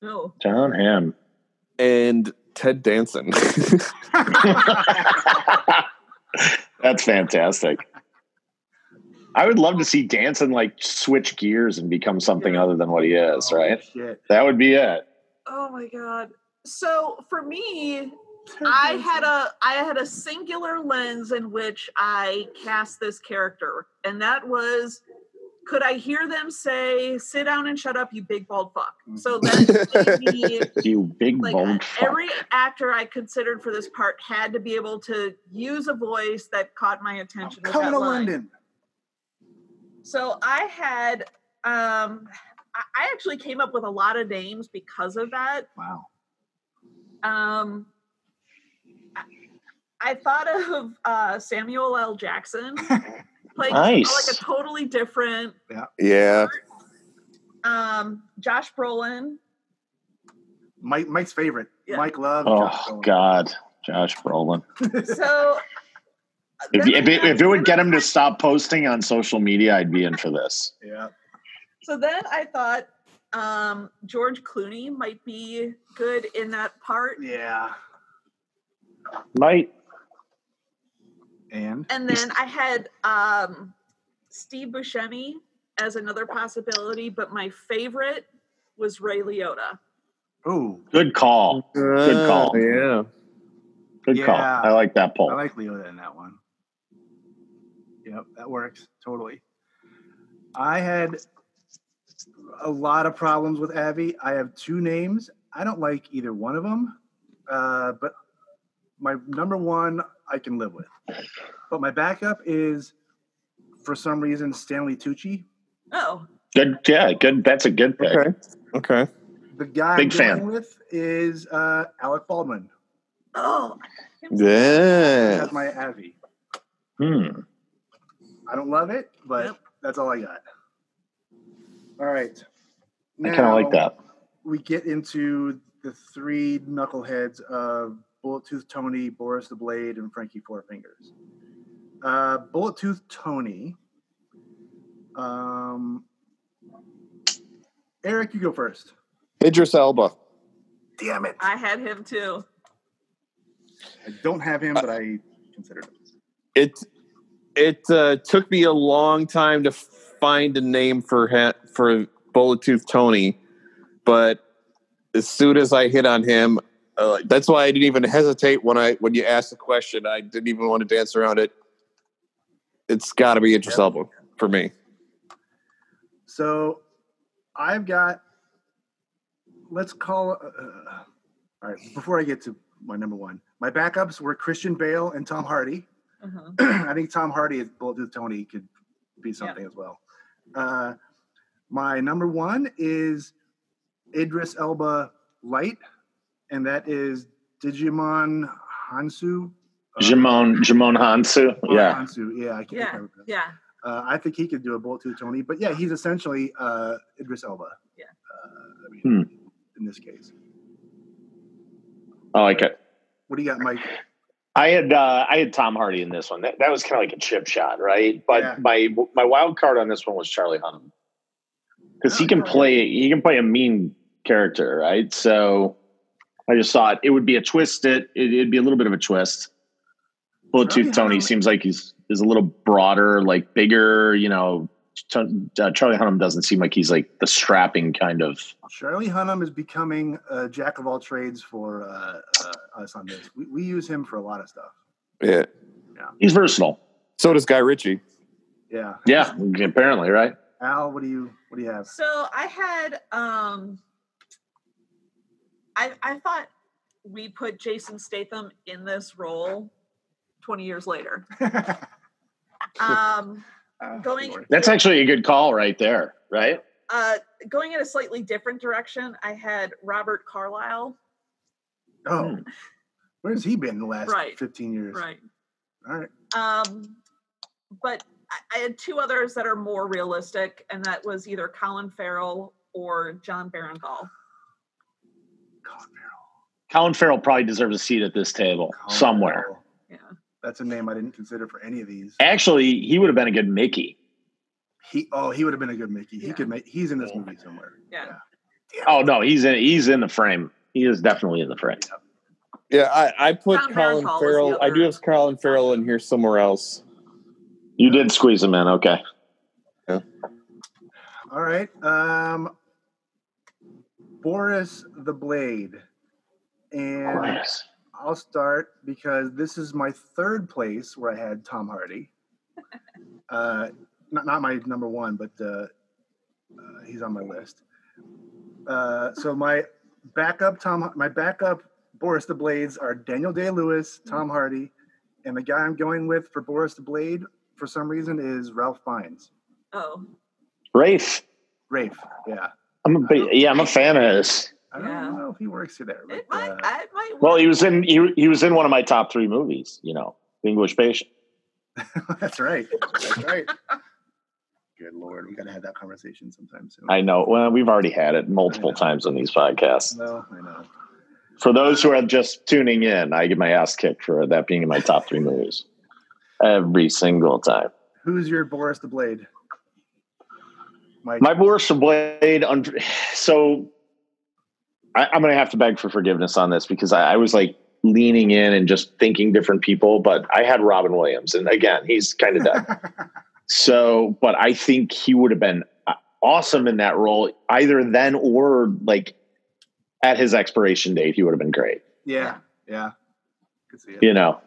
[SPEAKER 11] No.
[SPEAKER 13] John Hamm, [LAUGHS]
[SPEAKER 6] and Ted Danson. [LAUGHS]
[SPEAKER 13] That's fantastic. I would love to see Danson like switch gears and become something other than what he is,
[SPEAKER 3] Oh.
[SPEAKER 13] right?
[SPEAKER 3] shit.
[SPEAKER 13] That would be it.
[SPEAKER 11] Oh my god. So for me, I had a I had a singular lens in which I cast this character, and that was could I hear them say, sit down and shut up, you big bald fuck. So that
[SPEAKER 13] [LAUGHS]
[SPEAKER 11] made me
[SPEAKER 13] Mm-hmm. You big
[SPEAKER 11] like uh,
[SPEAKER 13] bald fuck.
[SPEAKER 11] every actor I considered for this part had to be able to use a voice that caught my attention. with
[SPEAKER 3] coming
[SPEAKER 11] that
[SPEAKER 3] to
[SPEAKER 11] line.
[SPEAKER 3] London.
[SPEAKER 11] So I had, um, I I actually came up with a lot of names because of that.
[SPEAKER 3] Wow.
[SPEAKER 11] Um, I- I thought of uh, Samuel
[SPEAKER 13] [LAUGHS]
[SPEAKER 11] L. Jackson, like
[SPEAKER 6] Nice.
[SPEAKER 11] like a totally different.
[SPEAKER 6] yeah.
[SPEAKER 11] Um, Josh Brolin,
[SPEAKER 13] [LAUGHS]
[SPEAKER 3] Mike, Mike's favorite. Mike loves. Josh
[SPEAKER 13] Oh
[SPEAKER 3] Brolin.
[SPEAKER 13] God, Josh Brolin.
[SPEAKER 11] so uh,
[SPEAKER 13] If, if, it, if it would get him to stop posting on social media, I'd be in for this.
[SPEAKER 3] yeah.
[SPEAKER 11] So then I thought um, George Clooney might be good in that part.
[SPEAKER 3] Yeah.
[SPEAKER 13] Might
[SPEAKER 3] And
[SPEAKER 11] And then I had um, Steve Buscemi as another possibility, but my favorite was Ray Liotta.
[SPEAKER 3] oh,
[SPEAKER 13] good call. Good call.
[SPEAKER 6] yeah.
[SPEAKER 13] Good call.
[SPEAKER 3] Yeah.
[SPEAKER 13] I like that
[SPEAKER 3] I
[SPEAKER 13] poll.
[SPEAKER 3] like Leota in that one. Yep, that works totally. I had a lot of problems with Abby. I have two names. I don't like either one of them, uh, but my number one I can live with. But my backup is, for some reason, Stanley Tucci.
[SPEAKER 11] Oh,
[SPEAKER 13] Good. Yeah. Good. That's a good pick.
[SPEAKER 6] Okay. Okay.
[SPEAKER 3] The guy
[SPEAKER 13] Big
[SPEAKER 3] I'm going
[SPEAKER 13] fan.
[SPEAKER 3] with is uh, Alec Baldwin.
[SPEAKER 11] oh,
[SPEAKER 6] Yeah.
[SPEAKER 3] That's my Abby.
[SPEAKER 13] Hmm.
[SPEAKER 3] I don't love it, but that's all I got. All right.
[SPEAKER 13] I kind of like
[SPEAKER 3] Now-
[SPEAKER 13] that.
[SPEAKER 3] we get into the three knuckleheads of Bullet Tooth Tony, Boris the Blade, and Frankie Four Fingers. Uh, Bullet Tooth Tony. Um, Eric, you go first.
[SPEAKER 6] Idris Elba.
[SPEAKER 3] Damn it!
[SPEAKER 11] I had him too.
[SPEAKER 3] I don't have him, but I considered him.
[SPEAKER 6] It it uh, took me a long time to find a name for ha- for Bullet Tooth Tony, but as soon as I hit on him, uh, that's why I didn't even hesitate when I when you asked the question. I didn't even want to dance around it. It's got to be Idris Elba for me.
[SPEAKER 3] So I've got, let's call, uh, all right, before I get to my number one, my backups were Christian Bale and Tom Hardy. [CLEARS THROAT]
[SPEAKER 11] Uh-huh.
[SPEAKER 3] I think Tom Hardy as Bulletooth Tony could be something as well. Uh, my number one is Idris Elba Light, and that is Digimon Hansu.
[SPEAKER 13] Uh, Jamon Jamon Hansu.
[SPEAKER 3] Digimon
[SPEAKER 13] Yeah.
[SPEAKER 3] Hansu. Yeah, I can't
[SPEAKER 11] Yeah,
[SPEAKER 3] remember.
[SPEAKER 11] yeah.
[SPEAKER 3] Uh, I think he could do a Bulletooth Tony, but yeah, he's essentially uh, Idris Elba.
[SPEAKER 11] Yeah.
[SPEAKER 3] Uh, I mean,
[SPEAKER 13] Hmm.
[SPEAKER 3] in this case,
[SPEAKER 13] I like it.
[SPEAKER 3] what do you got, Mike?
[SPEAKER 13] I had uh, I had Tom Hardy in this one. That, that was kind of like a chip shot, right? But my my wild card on this one was Charlie Hunnam because he can play he can play a mean character, right? So I just thought it would be a twist. It, it it'd be a little bit of a twist.
[SPEAKER 3] Charlie
[SPEAKER 13] Bulletooth Tony seems like he's is a little broader, like bigger. You know, Ton- uh, Charlie Hunnam doesn't seem like he's like the strapping kind of.
[SPEAKER 3] Charlie Hunnam is becoming a jack of all trades for uh, uh, us on this. We, we use him for a lot of stuff.
[SPEAKER 6] Yeah.
[SPEAKER 13] He's versatile.
[SPEAKER 6] So does Guy Ritchie.
[SPEAKER 3] Yeah.
[SPEAKER 13] Yeah, apparently, right?
[SPEAKER 3] Al, what do you what do you have?
[SPEAKER 11] So I had um I I thought we put Jason Statham in this role 20 years [LAUGHS] later. um going
[SPEAKER 13] That's actually a good call right there, right?
[SPEAKER 11] uh going in a slightly different direction, I had Robert Carlyle.
[SPEAKER 13] Hmm.
[SPEAKER 3] Oh, where's he been the last
[SPEAKER 11] Right.
[SPEAKER 3] 15 years?
[SPEAKER 11] Right.
[SPEAKER 3] All right.
[SPEAKER 11] Um but I- I had two others that are more realistic, and that was either Colin Farrell or John Barengal.
[SPEAKER 13] Colin Farrell probably deserves a seat at this table somewhere.
[SPEAKER 3] That's a name I didn't consider for any of these.
[SPEAKER 13] Actually, he would have been a good Mickey.
[SPEAKER 3] He oh, he would have been a good Mickey. He could make he's in this movie somewhere.
[SPEAKER 11] Yeah.
[SPEAKER 13] Oh no, he's in he's in the frame. He is definitely in the frame.
[SPEAKER 6] Yeah, I, I put Colin
[SPEAKER 11] Tom Barenthal was the
[SPEAKER 6] Farrell. I
[SPEAKER 11] other-
[SPEAKER 6] do have Colin Farrell in here somewhere else.
[SPEAKER 13] You did squeeze him in, okay.
[SPEAKER 3] All right. Um Boris the Blade. And I'll start because this is my third place where I had Tom Hardy. Uh not not my number one, but uh, uh he's on my list. Uh so my backup Tom my backup Boris the Blades are Daniel Day Lewis, Tom Hardy, and the guy I'm going with for Boris the Blade for some reason is Ralph Fiennes.
[SPEAKER 11] Oh,
[SPEAKER 13] Rafe.
[SPEAKER 3] Rafe, yeah.
[SPEAKER 13] I'm a big, yeah, I'm a fan of his.
[SPEAKER 3] I don't know if he works there. But, uh, [LAUGHS]
[SPEAKER 13] Well, he was in he, he was in one of my top three movies, you know, The English Patient.
[SPEAKER 3] That's right. That's right. Good lord, we gotta have that conversation sometime soon.
[SPEAKER 13] I know. Well, we've already had it multiple times on these podcasts.
[SPEAKER 3] No, I know.
[SPEAKER 13] For those who are just tuning in, I get my ass kicked for that being in my top three movies every single time.
[SPEAKER 3] Who's your Boris the Blade? Mike.
[SPEAKER 13] My Boris the Blade. un- So I, I'm going to have to beg for forgiveness on this because I, I was like leaning in and just thinking different people, but I had Robin Williams, and again, he's kind of dead. so, but I think he would have been uh, awesome in that role, either then or like at his expiration date, he would have been great.
[SPEAKER 3] Yeah, yeah. Could see it.
[SPEAKER 13] You know.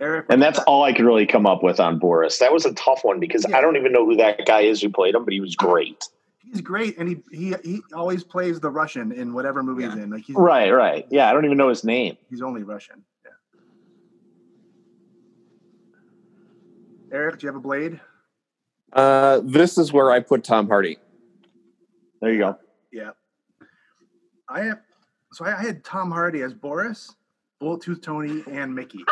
[SPEAKER 3] Eric,
[SPEAKER 13] And that's all I could really come up with on Boris. That was a tough one because I don't even know who that guy is who played him, but he was great.
[SPEAKER 3] He's great, and he, he he always plays the Russian in whatever movie he's in. Like he's
[SPEAKER 13] Right, right. Yeah, I don't even know his name.
[SPEAKER 3] he's only Russian. Yeah. Eric, do you have a blade?
[SPEAKER 6] Uh, this is where I put Tom Hardy.
[SPEAKER 13] There you go.
[SPEAKER 3] Yeah. I have. So I I had Tom Hardy as Boris, Bulletooth Tony, and
[SPEAKER 11] [LAUGHS]
[SPEAKER 3] Mickey.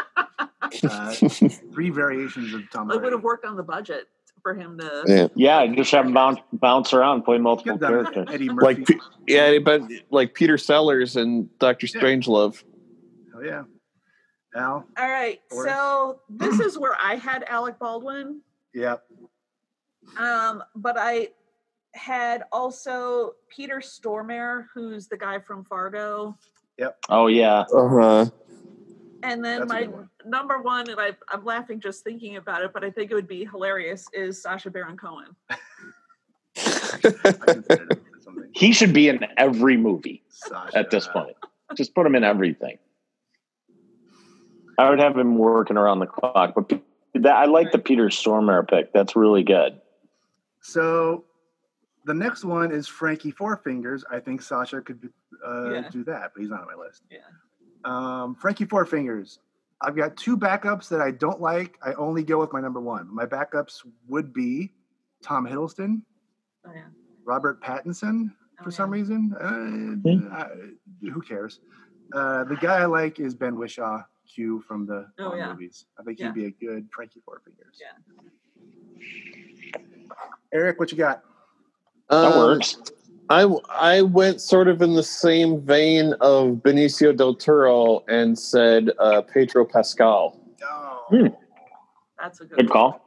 [SPEAKER 3] Uh, three variations of Tom
[SPEAKER 11] it would
[SPEAKER 3] Hardy.
[SPEAKER 11] have worked on the budget for him to.
[SPEAKER 13] Yeah, just have him bounce, bounce around, play multiple
[SPEAKER 11] Get them,
[SPEAKER 13] characters.
[SPEAKER 3] Eddie
[SPEAKER 6] Like, Pe- yeah, but like Peter Sellers and Doctor Strangelove.
[SPEAKER 3] Hell Oh, yeah. Al.
[SPEAKER 11] All right,
[SPEAKER 3] Boris.
[SPEAKER 11] so this is where I had Alec Baldwin,
[SPEAKER 3] Yeah.
[SPEAKER 11] um, but I had also Peter Stormare, who's the guy from Fargo,
[SPEAKER 13] Oh yeah.
[SPEAKER 6] [LAUGHS] Uh huh.
[SPEAKER 11] and then
[SPEAKER 13] That's a
[SPEAKER 11] my
[SPEAKER 13] good one.
[SPEAKER 11] number one, and I, I'm laughing just thinking about it, but I think it would be hilarious is Sasha Baron Cohen.
[SPEAKER 13] He should be in every movie
[SPEAKER 3] Sasha.
[SPEAKER 13] [LAUGHS] at this point. Just put him in everything. I would have him working around the clock, but that, I like the Peter Stormare pick. That's really good.
[SPEAKER 3] So the next one is Frankie Four Fingers. I think Sasha could uh,
[SPEAKER 11] Yeah.
[SPEAKER 3] do that, but he's not on my list.
[SPEAKER 11] Yeah.
[SPEAKER 3] Um, Frankie Four Fingers. I've got two backups that I don't like. I only go with my number one. My backups would be Tom Hiddleston,
[SPEAKER 11] Oh, yeah.
[SPEAKER 3] Robert Pattinson.
[SPEAKER 11] Oh,
[SPEAKER 3] For some reason, uh,
[SPEAKER 13] Hmm?
[SPEAKER 3] I- who cares? Uh, the guy I like is Ben Wishaw, Q from the
[SPEAKER 11] Oh,
[SPEAKER 3] Bond
[SPEAKER 11] yeah.
[SPEAKER 3] movies. I think he'd
[SPEAKER 11] Yeah.
[SPEAKER 3] be a good Frankie Four Fingers.
[SPEAKER 11] Yeah.
[SPEAKER 3] Eric, what you got?
[SPEAKER 6] Um, I I went sort of in the same vein of Benicio del Toro and said uh, Pedro Pascal.
[SPEAKER 13] Hmm.
[SPEAKER 11] That's a good,
[SPEAKER 6] Good call.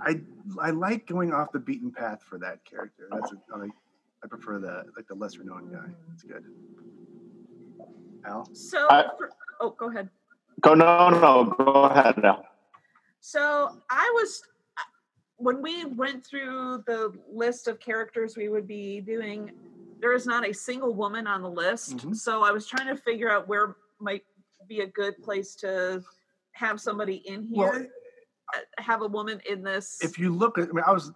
[SPEAKER 3] I I like going off the beaten path for that character. That's a, I, like- I prefer that, like the lesser known guy. It's good. Al,
[SPEAKER 11] So,
[SPEAKER 13] I-
[SPEAKER 11] for- oh, go ahead.
[SPEAKER 13] Go no no. Go ahead now.
[SPEAKER 11] So I was when we went through the list of characters we would be doing. There is not a single woman on the list,
[SPEAKER 3] Mm-hmm.
[SPEAKER 11] so I was trying to figure out where might be a good place to have somebody in here,
[SPEAKER 3] Well,
[SPEAKER 11] uh, have a woman in this.
[SPEAKER 3] if you look at, I mean, I was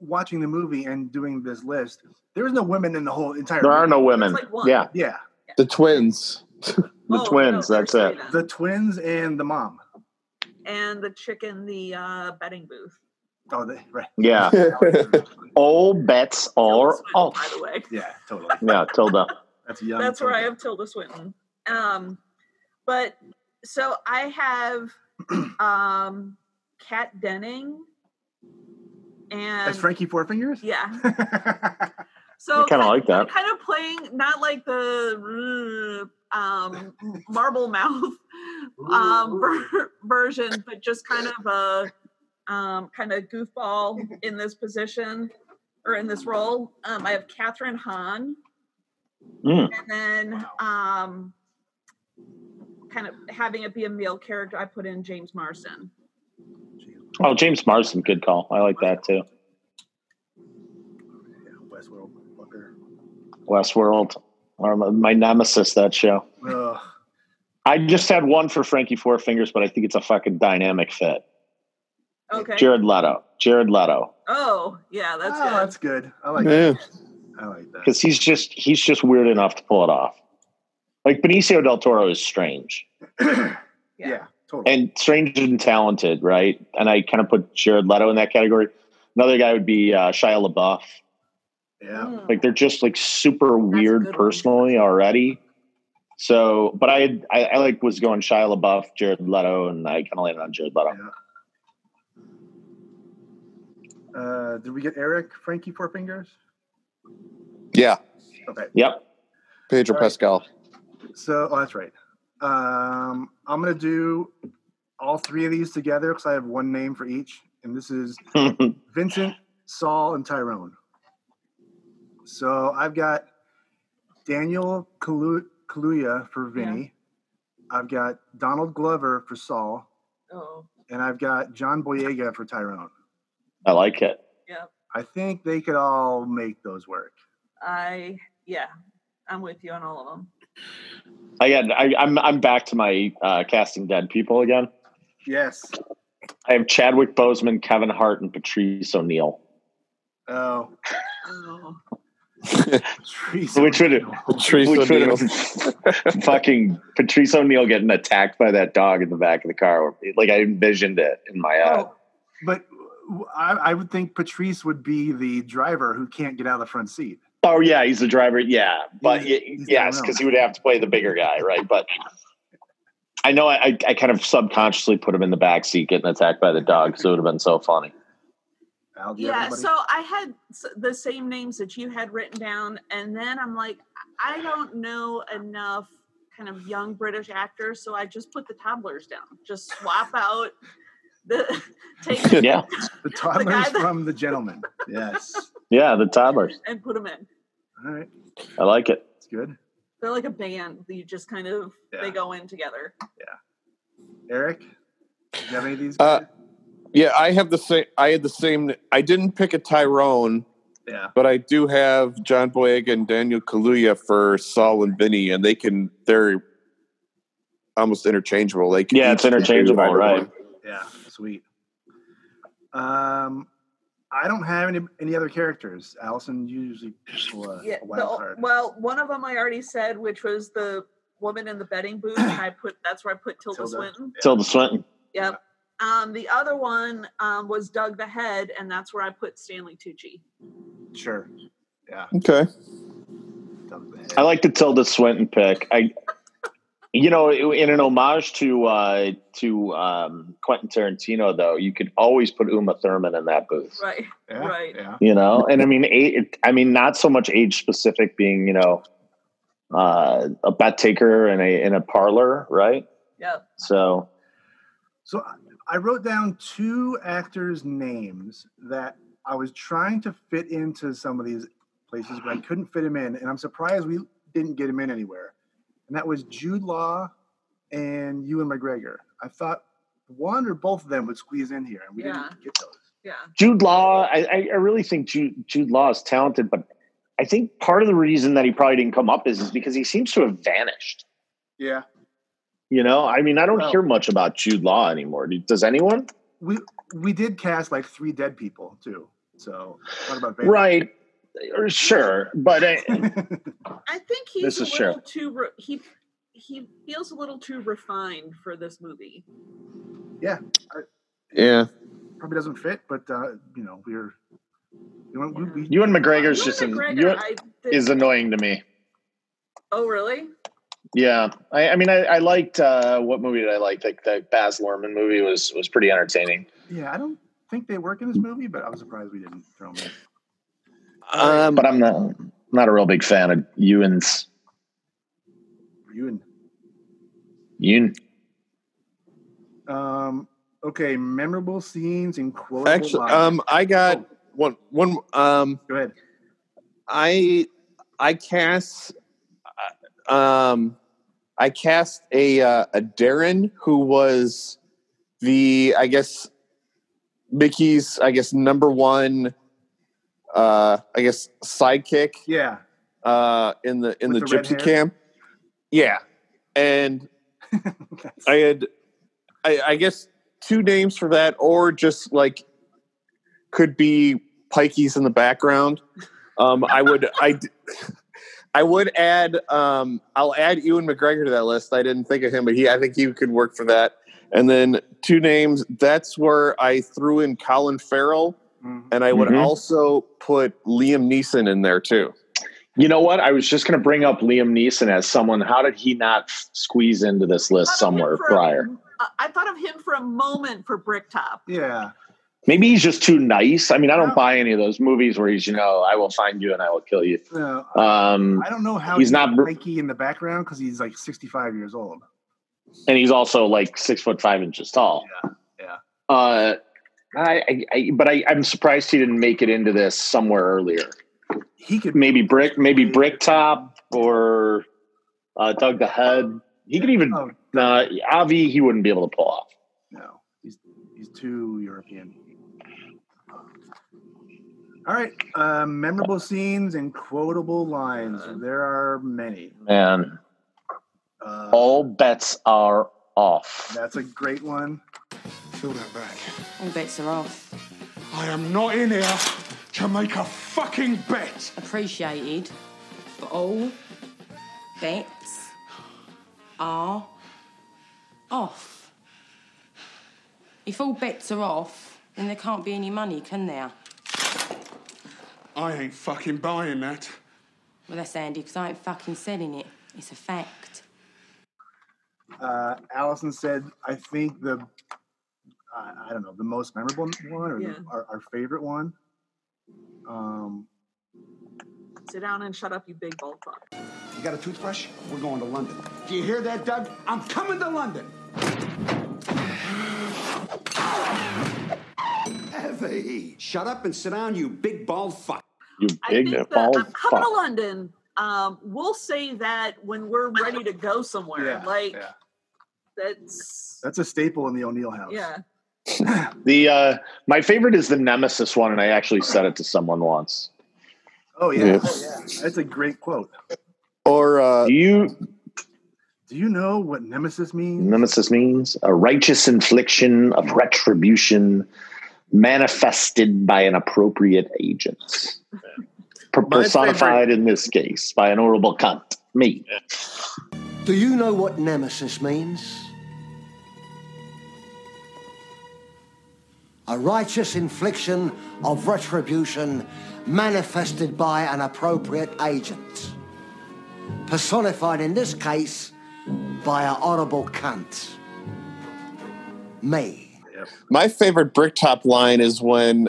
[SPEAKER 3] watching the movie and doing this list. There's no women in the whole entire.
[SPEAKER 13] There
[SPEAKER 3] movie.
[SPEAKER 13] are no women. There's like one. Yeah.
[SPEAKER 3] yeah.
[SPEAKER 6] The twins.
[SPEAKER 13] The
[SPEAKER 11] Oh,
[SPEAKER 13] twins. that's it.
[SPEAKER 3] The twins and the mom.
[SPEAKER 11] and the chick in the uh, betting booth.
[SPEAKER 3] Oh, they, right.
[SPEAKER 13] [LAUGHS] Yeah. all bets are off.
[SPEAKER 11] By the way,
[SPEAKER 3] Yeah. Totally.
[SPEAKER 13] [LAUGHS] Yeah. Tilda.
[SPEAKER 3] That's young.
[SPEAKER 11] That's where I have Tilda Swinton. Um, but so I have um Kat Denning and
[SPEAKER 3] As Frankie Four Fingers. [LAUGHS]
[SPEAKER 11] Yeah. so
[SPEAKER 3] I kinda like that.
[SPEAKER 11] Kind of playing not like the uh, um marble mouth [LAUGHS] um ver- version, but just kind of a um kind of goofball
[SPEAKER 3] [LAUGHS]
[SPEAKER 11] in this position or in this role. Um I have Catherine Hahn
[SPEAKER 13] Mm.
[SPEAKER 11] and then um kind of having it be a male character i put in james marsden
[SPEAKER 13] Oh, James Marsden. Good call. I like that too.
[SPEAKER 3] Westworld fucker.
[SPEAKER 13] Westworld. Or my- my nemesis. That show.
[SPEAKER 3] Ugh.
[SPEAKER 13] I just had one for Frankie Four Fingers, but I think it's a fucking dynamic fit.
[SPEAKER 11] okay
[SPEAKER 13] Jared Leto. Jared Leto.
[SPEAKER 11] oh yeah that's
[SPEAKER 3] Oh,
[SPEAKER 11] good
[SPEAKER 3] that's good. I like.
[SPEAKER 13] Yeah.
[SPEAKER 3] That. I like that. [COUGHS]
[SPEAKER 13] [LAUGHS] Because he's just he's just weird enough to pull it off. Like Benicio del Toro is strange
[SPEAKER 3] Yeah. Totally.
[SPEAKER 13] and strange and talented, right? And I kind of put Jared Leto in that category. Another guy would be uh, Shia LaBeouf.
[SPEAKER 3] Yeah.
[SPEAKER 11] Hmm.
[SPEAKER 13] Like they're just like super weird personally already. So, but I, had, I I like was going Shia LaBeouf, Jared Leto, and I kind of landed on Jared Leto.
[SPEAKER 3] Uh, did we get Eric Frankie Four Fingers?
[SPEAKER 6] Yeah.
[SPEAKER 3] Okay.
[SPEAKER 13] Yep.
[SPEAKER 6] Pedro
[SPEAKER 3] All right.
[SPEAKER 6] Pascal.
[SPEAKER 3] So, oh, that's right. Um, I'm gonna do all three of these together because I have one name for each, and this is Vincent, Saul, and Tyrone. So I've got Daniel Kalu- Kaluuya for Vinny. I've got Donald Glover for Saul,
[SPEAKER 11] oh
[SPEAKER 3] and I've got John Boyega for Tyrone.
[SPEAKER 13] [LAUGHS] I like it.
[SPEAKER 11] yeah
[SPEAKER 3] I think they could all make those work.
[SPEAKER 11] i yeah i'm with you on all of them
[SPEAKER 13] I got. I, I'm I'm back to my uh, casting dead people again.
[SPEAKER 3] Yes.
[SPEAKER 13] I have Chadwick Boseman, Kevin Hart, and
[SPEAKER 3] [LAUGHS]
[SPEAKER 13] Patrice O'Neill.
[SPEAKER 3] Oh.
[SPEAKER 11] Oh.
[SPEAKER 13] which would
[SPEAKER 6] Patrice
[SPEAKER 13] which would
[SPEAKER 6] O'Neal.
[SPEAKER 13] have fucking Patrice O'Neill getting attacked by that dog in the back of the car. Like I envisioned it in my uh,
[SPEAKER 3] Oh.
[SPEAKER 13] head.
[SPEAKER 3] But w- I, I would think Patrice would be the driver who can't get out of the front seat.
[SPEAKER 13] Oh yeah, he's the driver. Yeah, but y
[SPEAKER 3] he's
[SPEAKER 13] yes,
[SPEAKER 3] Tyrone.
[SPEAKER 13] because he would have to play the bigger guy, right? But I know I, I, I kind of subconsciously put him in the back seat getting attacked by the dog, so it would have been
[SPEAKER 3] [LAUGHS]
[SPEAKER 13] so funny.
[SPEAKER 3] Al, do you have
[SPEAKER 11] yeah
[SPEAKER 3] anybody?
[SPEAKER 11] so i had s- the same names that you had written down and then i'm like i don't know enough kind of young british actors so i just put the toddlers down just
[SPEAKER 3] [LAUGHS]
[SPEAKER 11] swap out the [LAUGHS] take
[SPEAKER 13] yeah,
[SPEAKER 11] [LAUGHS]
[SPEAKER 3] the toddlers
[SPEAKER 11] guy that-
[SPEAKER 3] from the gentleman. Yes.
[SPEAKER 13] yeah, the toddlers.
[SPEAKER 11] and put them in
[SPEAKER 3] All right.
[SPEAKER 13] I like it.
[SPEAKER 3] It's good.
[SPEAKER 11] They're like a band. that You just kind of
[SPEAKER 3] Yeah. Uh,
[SPEAKER 11] they go in together.
[SPEAKER 3] Eric, do you have any of these?
[SPEAKER 6] Uh, yeah, I have the same. I had the same. I didn't pick a Tyrone,
[SPEAKER 3] yeah.
[SPEAKER 6] but I do have John Boyega and Daniel Kaluuya for Saul and Vinny, and they can. They're almost interchangeable. They can
[SPEAKER 13] Yeah,
[SPEAKER 6] each
[SPEAKER 13] it's
[SPEAKER 6] do
[SPEAKER 13] interchangeable,
[SPEAKER 6] either
[SPEAKER 13] right?
[SPEAKER 6] one.
[SPEAKER 3] Yeah. Sweet. Um, I don't have any any other characters. Allison usually a,
[SPEAKER 11] yeah,
[SPEAKER 3] a
[SPEAKER 11] the-
[SPEAKER 3] wild card.
[SPEAKER 11] well, one of them I already said, which was the woman in the betting booth, and I put that's where I put Tilda,
[SPEAKER 3] Tilda.
[SPEAKER 11] Swinton.
[SPEAKER 13] Tilda Swinton.
[SPEAKER 11] Yep. Um, the other one um, was Doug the Head, and that's where I put Stanley Tucci.
[SPEAKER 3] Sure. Yeah.
[SPEAKER 6] Okay.
[SPEAKER 13] I like the Tilda Swinton pick. I, you know, in an homage to uh, to um, Quentin Tarantino, though, you could always put Uma Thurman in that booth.
[SPEAKER 11] Right. right.
[SPEAKER 3] Yeah.
[SPEAKER 13] You know, and I mean, eight, I mean, not so much age specific, being you know, uh, a bet taker and a in a parlor, right?
[SPEAKER 11] Yep.
[SPEAKER 13] So
[SPEAKER 3] So I- I wrote down two actors' names that I was trying to fit into some of these places, but I couldn't fit him in, and I'm surprised we didn't get him in anywhere. And that was Jude Law and Ewan McGregor. I thought one or both of them would squeeze in here, and we
[SPEAKER 11] Yeah.
[SPEAKER 3] didn't get those.
[SPEAKER 11] Yeah.
[SPEAKER 13] Jude Law, I, I- I really think Jude, Jude Law is talented, but I think part of the reason that he probably didn't come up is, is because he seems to have vanished.
[SPEAKER 3] Yeah.
[SPEAKER 13] You know, I mean, I don't
[SPEAKER 3] Well-
[SPEAKER 13] hear much about Jude Law anymore. Do- Does anyone?
[SPEAKER 3] We we did cast like three dead people too. So talk about Vader.
[SPEAKER 13] Right. Or Sure. But uh, I,
[SPEAKER 11] I think he's
[SPEAKER 13] This
[SPEAKER 11] a
[SPEAKER 13] is
[SPEAKER 11] little
[SPEAKER 13] Cher.
[SPEAKER 11] too re- he he feels a little too refined for this movie.
[SPEAKER 3] Yeah.
[SPEAKER 6] Yeah.
[SPEAKER 3] Probably doesn't fit, but uh, you know, we're you know, we, we,
[SPEAKER 13] Ewan McGregor's
[SPEAKER 11] Ewan
[SPEAKER 13] just an,
[SPEAKER 11] McGregor,
[SPEAKER 13] Ewan
[SPEAKER 11] I did-
[SPEAKER 13] is annoying to me.
[SPEAKER 11] Oh, really?
[SPEAKER 13] Yeah. I, I mean, I, I liked, uh, what movie did I like? Like the Baz Luhrmann movie was, was pretty entertaining.
[SPEAKER 3] yeah, I don't think they work in this movie, but I was surprised we didn't throw them in.
[SPEAKER 13] Um, but I'm not, not a real big fan of Ewan's
[SPEAKER 3] Ewan.
[SPEAKER 13] Ewan.
[SPEAKER 3] Um, okay, memorable scenes and quotable
[SPEAKER 6] Actually,
[SPEAKER 3] lines.
[SPEAKER 6] um, I got
[SPEAKER 13] Oh.
[SPEAKER 6] one. One. Um,
[SPEAKER 3] Go ahead.
[SPEAKER 6] I I cast uh, um I cast a uh, a Darren who was the I guess Mickey's I guess number one uh I guess sidekick
[SPEAKER 3] yeah,
[SPEAKER 6] uh in the in
[SPEAKER 3] With
[SPEAKER 6] the,
[SPEAKER 3] the red
[SPEAKER 6] gypsy
[SPEAKER 3] hair?
[SPEAKER 6] camp. Yeah. And I had I, I guess two names for that or just like could be pikeys in the background. Um I would I d- [LAUGHS] I would add um I'll add Ewan McGregor to that list. I didn't think of him, but he I think he could work for that. And then two names, that's where I threw in Colin Farrell
[SPEAKER 3] mm-hmm.
[SPEAKER 6] and I would
[SPEAKER 13] Mhm.
[SPEAKER 6] also put Liam Neeson in there too.
[SPEAKER 13] You know what? I was just going to bring up Liam Neeson as someone. How did he not f- squeeze into this list somewhere
[SPEAKER 11] for a-
[SPEAKER 13] prior?
[SPEAKER 11] I- I thought of him for a moment for Bricktop.
[SPEAKER 3] Yeah.
[SPEAKER 13] Maybe he's just too nice. I mean, I don't buy any of those movies where he's, you know, I will find you and I will kill you.
[SPEAKER 3] No,
[SPEAKER 13] Um,
[SPEAKER 3] Uh, I don't know how
[SPEAKER 13] he's not, br-
[SPEAKER 3] Mikey in the background because he's like 65 years old.
[SPEAKER 13] and he's also like six foot five inches tall.
[SPEAKER 3] Yeah,
[SPEAKER 13] Uh, I, I, I but I, I'm surprised he didn't make it into this somewhere earlier.
[SPEAKER 3] He could
[SPEAKER 13] maybe brick, maybe Bricktop or uh, Doug the Head. He could even
[SPEAKER 3] Oh.
[SPEAKER 13] uh, Avi. He wouldn't be able to pull off.
[SPEAKER 3] no, he's he's too European. All right, uh, memorable scenes and quotable lines. There are many.
[SPEAKER 13] Man,
[SPEAKER 3] Uh,
[SPEAKER 13] all bets are off.
[SPEAKER 3] That's a great one.
[SPEAKER 16] Fill that back.
[SPEAKER 17] All bets are off.
[SPEAKER 16] I am not in here to make a fucking bet.
[SPEAKER 17] Appreciated. But all bets are off. If all bets are off, then there can't be any money, can there?
[SPEAKER 16] I ain't fucking buying that.
[SPEAKER 17] Well, that's handy because I ain't fucking selling it. It's a fact.
[SPEAKER 3] Uh, Allison said, "I think the I, I don't know the most memorable one or the-
[SPEAKER 11] Yeah.
[SPEAKER 3] our, our favorite one." Um,
[SPEAKER 11] Sit down and shut up, you big bald fuck.
[SPEAKER 5] You got a toothbrush? We're going to London. Do you hear that, Doug? I'm coming to London. Evie, shut up and sit down, you big bald fuck.
[SPEAKER 13] You
[SPEAKER 11] I
[SPEAKER 13] big
[SPEAKER 11] think that
[SPEAKER 13] bald
[SPEAKER 11] I'm coming to
[SPEAKER 13] fuck.
[SPEAKER 11] London. Um, we'll say that when we're ready to go somewhere.
[SPEAKER 3] Yeah,
[SPEAKER 11] like
[SPEAKER 3] yeah.
[SPEAKER 11] that's
[SPEAKER 3] that's a staple in the O'Neill house.
[SPEAKER 11] yeah.
[SPEAKER 13] The uh, my favorite is the Nemesis one, and I actually said it to someone once.
[SPEAKER 3] Oh yeah,
[SPEAKER 6] Yeah.
[SPEAKER 3] Oh, yeah. that's a great quote.
[SPEAKER 6] Or uh,
[SPEAKER 13] You
[SPEAKER 3] Do you know what nemesis means?
[SPEAKER 13] Nemesis means a righteous infliction of retribution manifested by an appropriate agent, P- personified in this case by an horrible cunt, me.
[SPEAKER 4] Do you know what nemesis means? A righteous infliction of retribution manifested by an appropriate agent, personified in this case by an honourable cunt. Me.
[SPEAKER 6] My favorite Bricktop line is when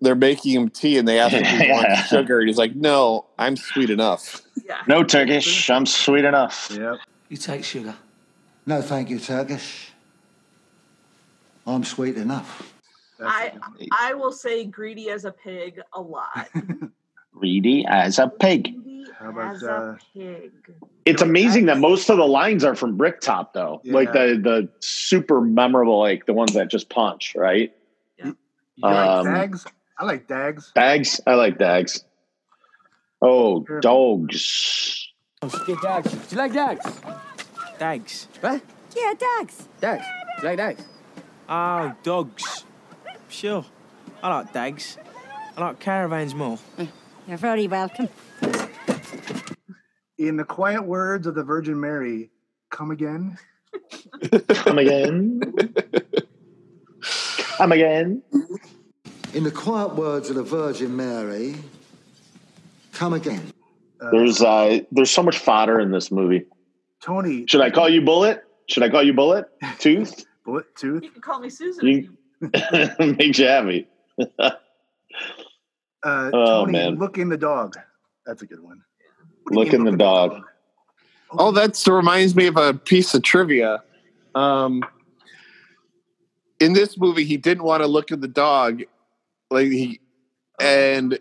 [SPEAKER 6] they're making him tea and they ask him if he wants sugar, and he's like, "No, I'm sweet enough."
[SPEAKER 13] No Turkish, I'm sweet enough.
[SPEAKER 3] Yep.
[SPEAKER 18] You take sugar.
[SPEAKER 4] No, thank you, Turkish. I'm sweet enough.
[SPEAKER 11] I I will say greedy as a pig
[SPEAKER 3] [LAUGHS]
[SPEAKER 11] a lot.
[SPEAKER 13] Greedy as a pig.
[SPEAKER 3] How about
[SPEAKER 11] as
[SPEAKER 3] uh,
[SPEAKER 11] a pig.
[SPEAKER 13] It's amazing that most of the lines are from Bricktop, though.
[SPEAKER 3] Yeah.
[SPEAKER 13] Like the the super memorable, like the ones that just punch, right?
[SPEAKER 3] you like
[SPEAKER 13] Um,
[SPEAKER 3] Dags? I like Dags.
[SPEAKER 13] Dags, I like Dags. Oh, dogs.
[SPEAKER 19] Get Dags. Do you like Dags? Dags. What?
[SPEAKER 20] Yeah, Dags.
[SPEAKER 19] Dags. Do you like Dags?
[SPEAKER 21] Oh, dogs. Sure. I like dags. I like caravans more.
[SPEAKER 20] You're very welcome.
[SPEAKER 3] In the quiet words of the Virgin Mary, come again.
[SPEAKER 13] Come again. Come again.
[SPEAKER 4] In the quiet words of the Virgin Mary, come again.
[SPEAKER 13] There's uh there's so much fodder in this movie.
[SPEAKER 3] Tony.
[SPEAKER 13] Should I call you Bullet? Should I call you Bullet? Tooth? [LAUGHS]
[SPEAKER 3] Bullet tooth.
[SPEAKER 11] You can call me Susan.
[SPEAKER 13] You makes you happy.
[SPEAKER 3] Uh,
[SPEAKER 13] Oh,
[SPEAKER 3] Tony,
[SPEAKER 13] man.
[SPEAKER 3] look in the dog. That's a good one.
[SPEAKER 13] Look in the dog.
[SPEAKER 6] Oh, that reminds me of a piece of trivia. Um, in this movie, he didn't want to look at the dog, like he, and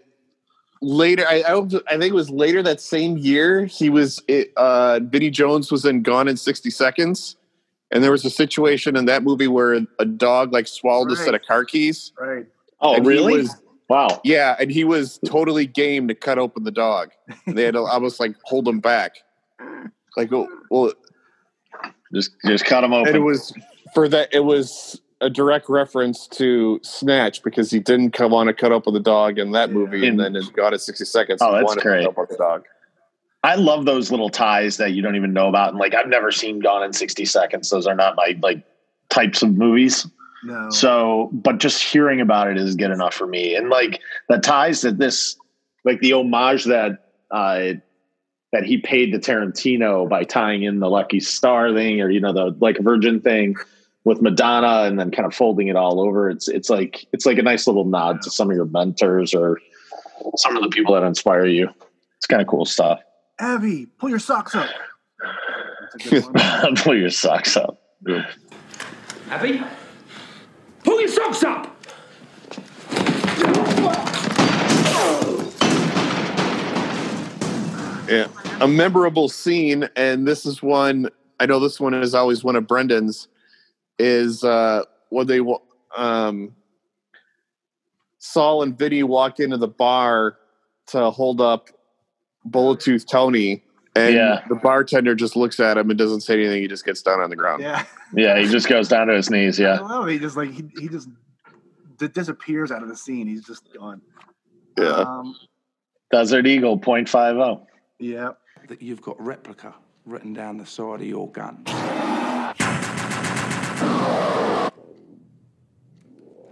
[SPEAKER 6] later, I I, don't- I think it was later that same year he was. It, uh, Vinnie Jones was in Gone in sixty seconds, and there was a situation in that movie where a dog like swallowed a set of car keys.
[SPEAKER 3] Right.
[SPEAKER 13] Oh,
[SPEAKER 6] And he
[SPEAKER 13] really?
[SPEAKER 6] was-
[SPEAKER 13] wow.
[SPEAKER 6] Yeah, and he was totally game to cut open the dog. And they had to almost like hold him back. Like, well, well
[SPEAKER 13] just just cut him open.
[SPEAKER 6] And it was for that. It was a direct reference to Snatch because he didn't come on to cut open the dog in that movie, and then it got it sixty seconds.
[SPEAKER 13] Oh,
[SPEAKER 6] he
[SPEAKER 13] that's
[SPEAKER 6] wanted to cut
[SPEAKER 13] great.
[SPEAKER 6] open the dog.
[SPEAKER 13] I love those little ties that you don't even know about. And like I've never seen Gone in 60 Seconds. Those are not my like types of movies.
[SPEAKER 3] No.
[SPEAKER 13] So, but just hearing about it is good enough for me. And like the ties that this, like the homage that uh, that he paid to Tarantino by tying in the Lucky Star thing, or you know the like Virgin thing with Madonna, and then kind of folding it all over. It's it's like it's like a nice little nod to some of your mentors or some of the people that inspire you. It's kind of cool stuff.
[SPEAKER 3] Abby, pull your socks
[SPEAKER 13] [LAUGHS]
[SPEAKER 3] up.
[SPEAKER 13] Pull your socks up.
[SPEAKER 22] Abby? Pull your socks up!
[SPEAKER 6] Yeah, a memorable scene, and this is one. I know this one is always one of Brendan's. Is uh, when they wa- um, Saul and Vinny walk into the bar to hold up Bulletooth Tony, and
[SPEAKER 13] Yeah.
[SPEAKER 6] the bartender just looks at him and doesn't say anything. He just gets down on the ground.
[SPEAKER 3] Yeah.
[SPEAKER 13] Yeah, he just goes down to his knees.
[SPEAKER 3] I
[SPEAKER 13] Yeah.
[SPEAKER 3] love it. He just like he, he just d- disappears out of the scene. He's just gone.
[SPEAKER 13] Yeah.
[SPEAKER 3] Um,
[SPEAKER 13] Desert Eagle oh. 0.50.
[SPEAKER 3] yeah.
[SPEAKER 2] That you've got replica written down the side of your gun. And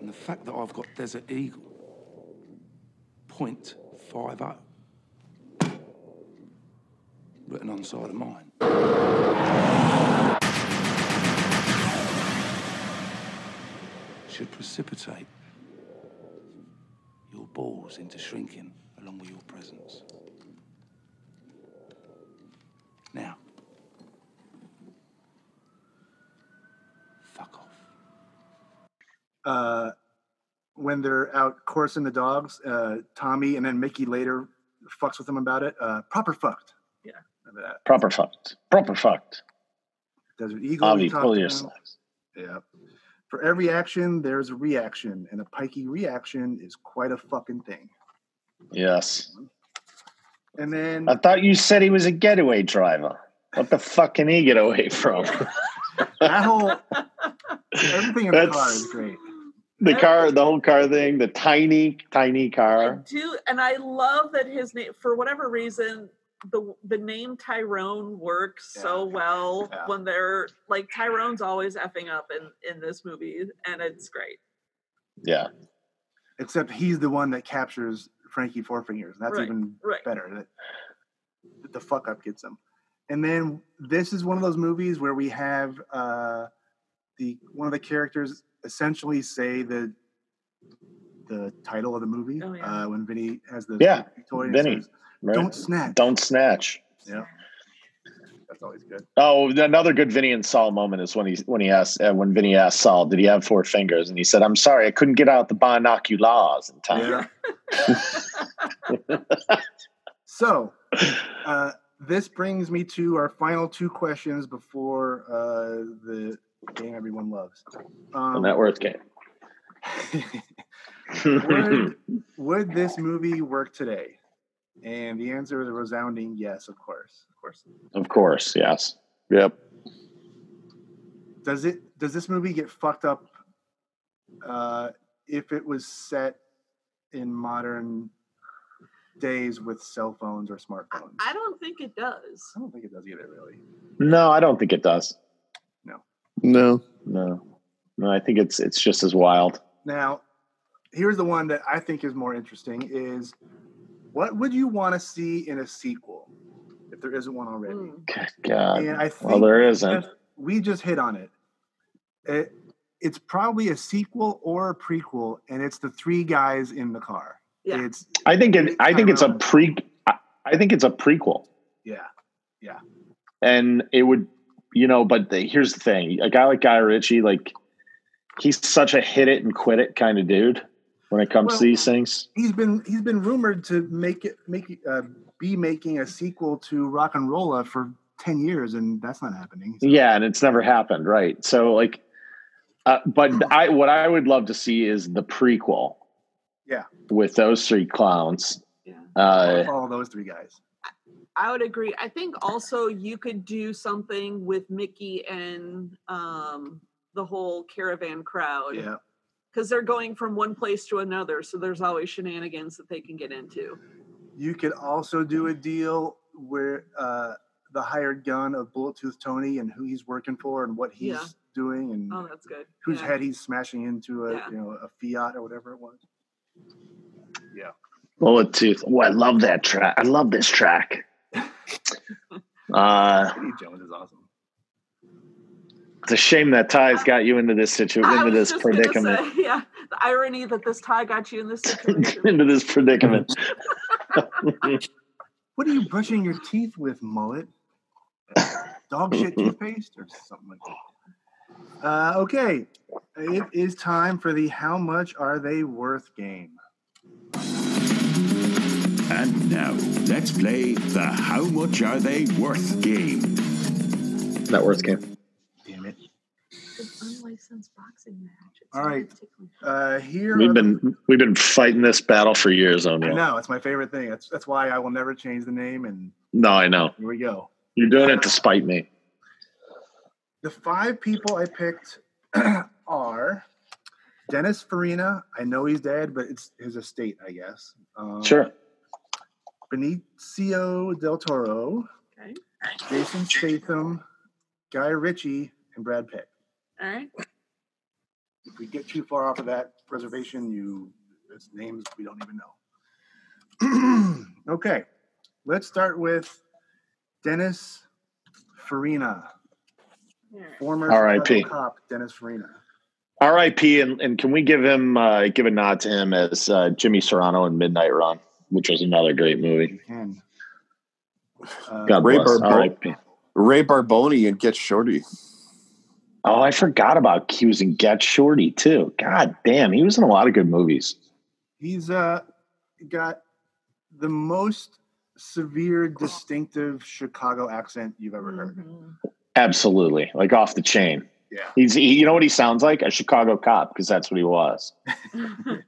[SPEAKER 2] the fact that I've got Desert Eagle point five oh written on the side of mine. Should precipitate your balls into shrinking along with your presence. Now.
[SPEAKER 3] Uh, when they're out coursing the dogs, uh, Tommy and then Mickey later fucks with them about it. Uh, proper fucked.
[SPEAKER 11] Yeah.
[SPEAKER 3] Remember that.
[SPEAKER 13] Proper fucked. Proper fucked.
[SPEAKER 3] Desert Eagle. we
[SPEAKER 13] Avi,
[SPEAKER 3] talked
[SPEAKER 13] pull your
[SPEAKER 3] about.
[SPEAKER 13] socks.
[SPEAKER 3] Yeah. For every action, there's a reaction, and a pikey reaction is quite a fucking thing.
[SPEAKER 13] Yes.
[SPEAKER 3] And
[SPEAKER 13] [LAUGHS]
[SPEAKER 3] then
[SPEAKER 13] I thought you said he was a getaway driver. What the fuck can he get away from?
[SPEAKER 3] that whole everything in the car
[SPEAKER 13] That's-
[SPEAKER 3] is great.
[SPEAKER 13] the car, the whole car thing, the tiny, tiny car.
[SPEAKER 11] do and I love that his name for whatever reason the the name Tyrone works so well
[SPEAKER 3] Yeah.
[SPEAKER 11] when they're like Tyrone's always effing up in in this movie and it's great.
[SPEAKER 13] Yeah.
[SPEAKER 3] Except he's the one that captures Frankie Four Fingers. That's
[SPEAKER 11] Right,
[SPEAKER 3] even
[SPEAKER 11] right.
[SPEAKER 3] better. That the fuck up gets him. And then this is one of those movies where we have uh, the one of the characters essentially say the the title of the movie uh, when Vinny has the
[SPEAKER 13] Yeah,
[SPEAKER 3] toy and
[SPEAKER 13] Vinny,
[SPEAKER 3] says,
[SPEAKER 13] right.
[SPEAKER 3] "Don't snatch."
[SPEAKER 13] Don't snatch.
[SPEAKER 3] Yeah, that's always good.
[SPEAKER 13] Oh, another good Vinny and Saul moment is when he when he asked uh, when Vinny asked Saul, "Did he have four fingers?" and he said, "I'm sorry, I couldn't get out the binoculars in time."
[SPEAKER 3] So, uh, this brings me to our final two questions before uh, the game everyone loves.
[SPEAKER 13] [LAUGHS] The
[SPEAKER 3] Um, [LAUGHS]
[SPEAKER 13] net worth game.
[SPEAKER 3] would, would this movie work today? And the answer is a resounding yes, of course. Of course.
[SPEAKER 13] [LAUGHS] of course, yes. Yep.
[SPEAKER 3] Does it? Does this movie get fucked up uh, if it was set in modern days with cell phones or smartphones?
[SPEAKER 11] I don't think it does.
[SPEAKER 3] I don't think it does either, really.
[SPEAKER 13] No, I don't think it does.
[SPEAKER 3] No.
[SPEAKER 6] No.
[SPEAKER 13] No. No, I think it's it's just as wild.
[SPEAKER 3] Now, here's the one that I think is more interesting is what would you want to see in a sequel if there isn't one already?
[SPEAKER 11] Hmm,
[SPEAKER 13] God.
[SPEAKER 3] And I think
[SPEAKER 13] Uh, well, there
[SPEAKER 3] we
[SPEAKER 13] isn't.
[SPEAKER 3] just- we just hit on it. it. It's probably a sequel or a prequel, and it's the three guys in the car. Yeah. It's
[SPEAKER 13] I think it. I think it's a pre. I I think it's a prequel,
[SPEAKER 3] yeah, yeah.
[SPEAKER 13] and it would, you know. But the, here's the thing: a guy like Guy Ritchie, like he's such a hit it and quit it kind of dude when it comes
[SPEAKER 3] Well,
[SPEAKER 13] to these things.
[SPEAKER 3] He's been he's been rumored to make it make uh, be making a sequel to Rock and Rolla for ten years, and that's not happening.
[SPEAKER 13] Yeah, and it's never happened, right? So like, uh,
[SPEAKER 3] Hmm.
[SPEAKER 13] but I what I would love to see is the prequel
[SPEAKER 3] Yeah,
[SPEAKER 13] with those three clowns. Uh,
[SPEAKER 3] all those three guys.
[SPEAKER 11] I would agree. I think also you could do something with Mickey and um, the whole caravan crowd.
[SPEAKER 3] Oh, Yeah.
[SPEAKER 11] Because they're going from one place to another, so there's always shenanigans that they can get into.
[SPEAKER 3] You could also do a deal where uh, the hired gun of Bullet Tooth Tony and who he's working for and what he's
[SPEAKER 11] Yeah.
[SPEAKER 3] doing and
[SPEAKER 11] Oh, that's good.
[SPEAKER 3] whose
[SPEAKER 11] Yeah.
[SPEAKER 3] head he's smashing into a
[SPEAKER 11] Yeah.
[SPEAKER 3] you know a Fiat or whatever it was. Yeah.
[SPEAKER 13] Bullet Tooth. Oh, I love that track. I love this track. Uh,
[SPEAKER 3] Eddie Jones is awesome.
[SPEAKER 13] it's a shame that Ty's got you into this situ-
[SPEAKER 11] I
[SPEAKER 13] into
[SPEAKER 11] was
[SPEAKER 13] this
[SPEAKER 11] just gonna
[SPEAKER 13] predicament,
[SPEAKER 11] Say, [LAUGHS] yeah, the irony that this tie got you in this
[SPEAKER 13] [LAUGHS]
[SPEAKER 11] situation.
[SPEAKER 13] into this predicament.
[SPEAKER 3] What are you brushing your teeth with, mullet? [LAUGHS] Dog shit toothpaste or something like that. Uh, okay, it is time for the "How much are they worth?" game.
[SPEAKER 2] And now, let's play the How Much Are They Worth game.
[SPEAKER 13] Not worth game.
[SPEAKER 3] Damn it!
[SPEAKER 11] Unlicensed boxing match. It's
[SPEAKER 3] All
[SPEAKER 11] not
[SPEAKER 3] right,
[SPEAKER 11] particularly-
[SPEAKER 3] uh, here
[SPEAKER 13] We've
[SPEAKER 3] are the-
[SPEAKER 13] been we've been fighting this battle for years,
[SPEAKER 3] I
[SPEAKER 13] O'Neill.
[SPEAKER 3] know it's my favorite thing. That's that's why I will never change the name. And
[SPEAKER 13] No, I know.
[SPEAKER 3] here we go.
[SPEAKER 13] You're doing it to spite me.
[SPEAKER 3] The five people I picked [CLEARS THROAT] are Dennis Farina. I know he's dead, but it's his estate, I guess. Um,
[SPEAKER 13] Sure.
[SPEAKER 3] Benicio del Toro,
[SPEAKER 11] Okay.
[SPEAKER 3] Jason Statham, Guy Ritchie, and Brad Pitt.
[SPEAKER 11] All right.
[SPEAKER 3] If we get too far off of that reservation, you it's names we don't even know. [CLEARS THROAT] okay, let's start with Dennis Farina, former
[SPEAKER 13] R.I.P..
[SPEAKER 3] Chicago cop Dennis Farina.
[SPEAKER 13] R.I.P. and, and can we give him uh, give a nod to him as uh, Jimmy Serrano in Midnight Run, which was another great movie.
[SPEAKER 3] And uh,
[SPEAKER 13] God
[SPEAKER 6] Ray
[SPEAKER 13] bless.
[SPEAKER 6] Barbo-
[SPEAKER 13] R.I.P.
[SPEAKER 6] Ray Barboni and Get Shorty.
[SPEAKER 13] Oh, I forgot about he was in Get Shorty too. God damn, he was in a lot of good movies.
[SPEAKER 3] He's uh got the most severe, distinctive Chicago accent you've ever
[SPEAKER 13] Mm-hmm.
[SPEAKER 3] heard.
[SPEAKER 11] Mm-hmm.
[SPEAKER 13] Absolutely, like off the chain.
[SPEAKER 3] Yeah.
[SPEAKER 13] He's he, you know what he sounds like? A Chicago cop because that's what he was.
[SPEAKER 11] [LAUGHS]